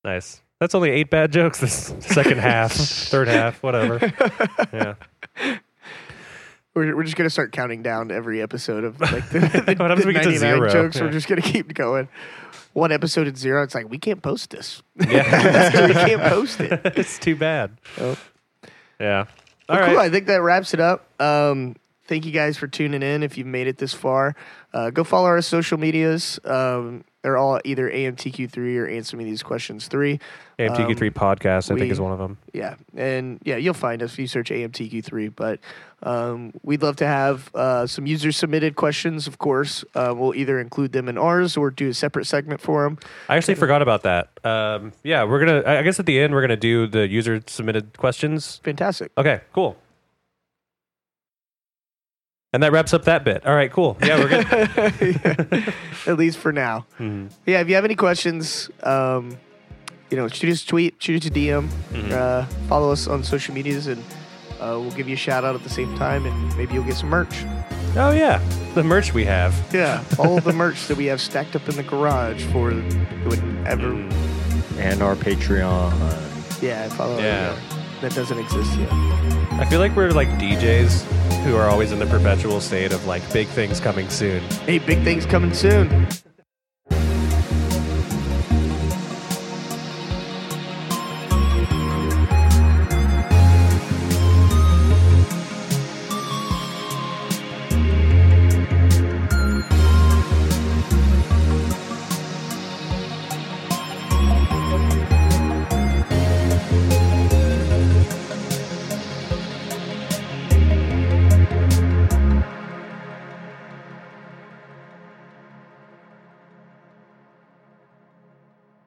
[SPEAKER 2] nice. That's only eight bad jokes this second half, third half, whatever. Yeah.
[SPEAKER 1] We're, we're just gonna start counting down every episode of like the, the,
[SPEAKER 2] What happens
[SPEAKER 1] the
[SPEAKER 2] when we get to
[SPEAKER 1] 99
[SPEAKER 2] zero?
[SPEAKER 1] jokes.
[SPEAKER 2] Yeah.
[SPEAKER 1] We're just gonna keep going. One episode at zero, it's like we can't post this.
[SPEAKER 2] Yeah.
[SPEAKER 1] we can't post it.
[SPEAKER 2] it's too bad.
[SPEAKER 1] Oh.
[SPEAKER 2] Yeah. All
[SPEAKER 1] Well,
[SPEAKER 2] right.
[SPEAKER 1] Cool. I think that wraps it up. Um, thank you guys for tuning in. If you've made it this far, uh, go follow our social medias. Um, they're all either AMTQ3 or Answer Me These Questions 3.
[SPEAKER 2] AMTQ3 podcast, I think, is
[SPEAKER 1] we-
[SPEAKER 2] one of them.
[SPEAKER 1] Yeah. And yeah, you'll find us if you search AMTQ3. But um, we'd love to have uh, some user submitted questions, of course. Uh, we'll either include them in ours or do a separate segment for them.
[SPEAKER 2] I actually forgot about that. Um, yeah, we're going to, I I guess at the end, we're going to do the user submitted questions.
[SPEAKER 1] Fantastic.
[SPEAKER 2] Okay, cool. And that wraps up that bit. All right, cool. Yeah, we're good.
[SPEAKER 1] At least for now.
[SPEAKER 2] Mhm.
[SPEAKER 1] yeah, if you have any questions, um, you know, shoot us a tweet, shoot us a DM, uh, follow us on social medias, and uh, we'll give you a shout out at the same time, and maybe you'll get some merch.
[SPEAKER 2] Oh, yeah. The merch we have.
[SPEAKER 1] Yeah, all the merch that we have stacked up in the garage for whatever.
[SPEAKER 3] And our Patreon.
[SPEAKER 1] Yeah, follow.
[SPEAKER 2] Yeah.
[SPEAKER 1] that doesn't exist yet.
[SPEAKER 2] I feel like we're like DJs who are always in the perpetual state of like big things coming soon.
[SPEAKER 1] Hey, big things coming soon.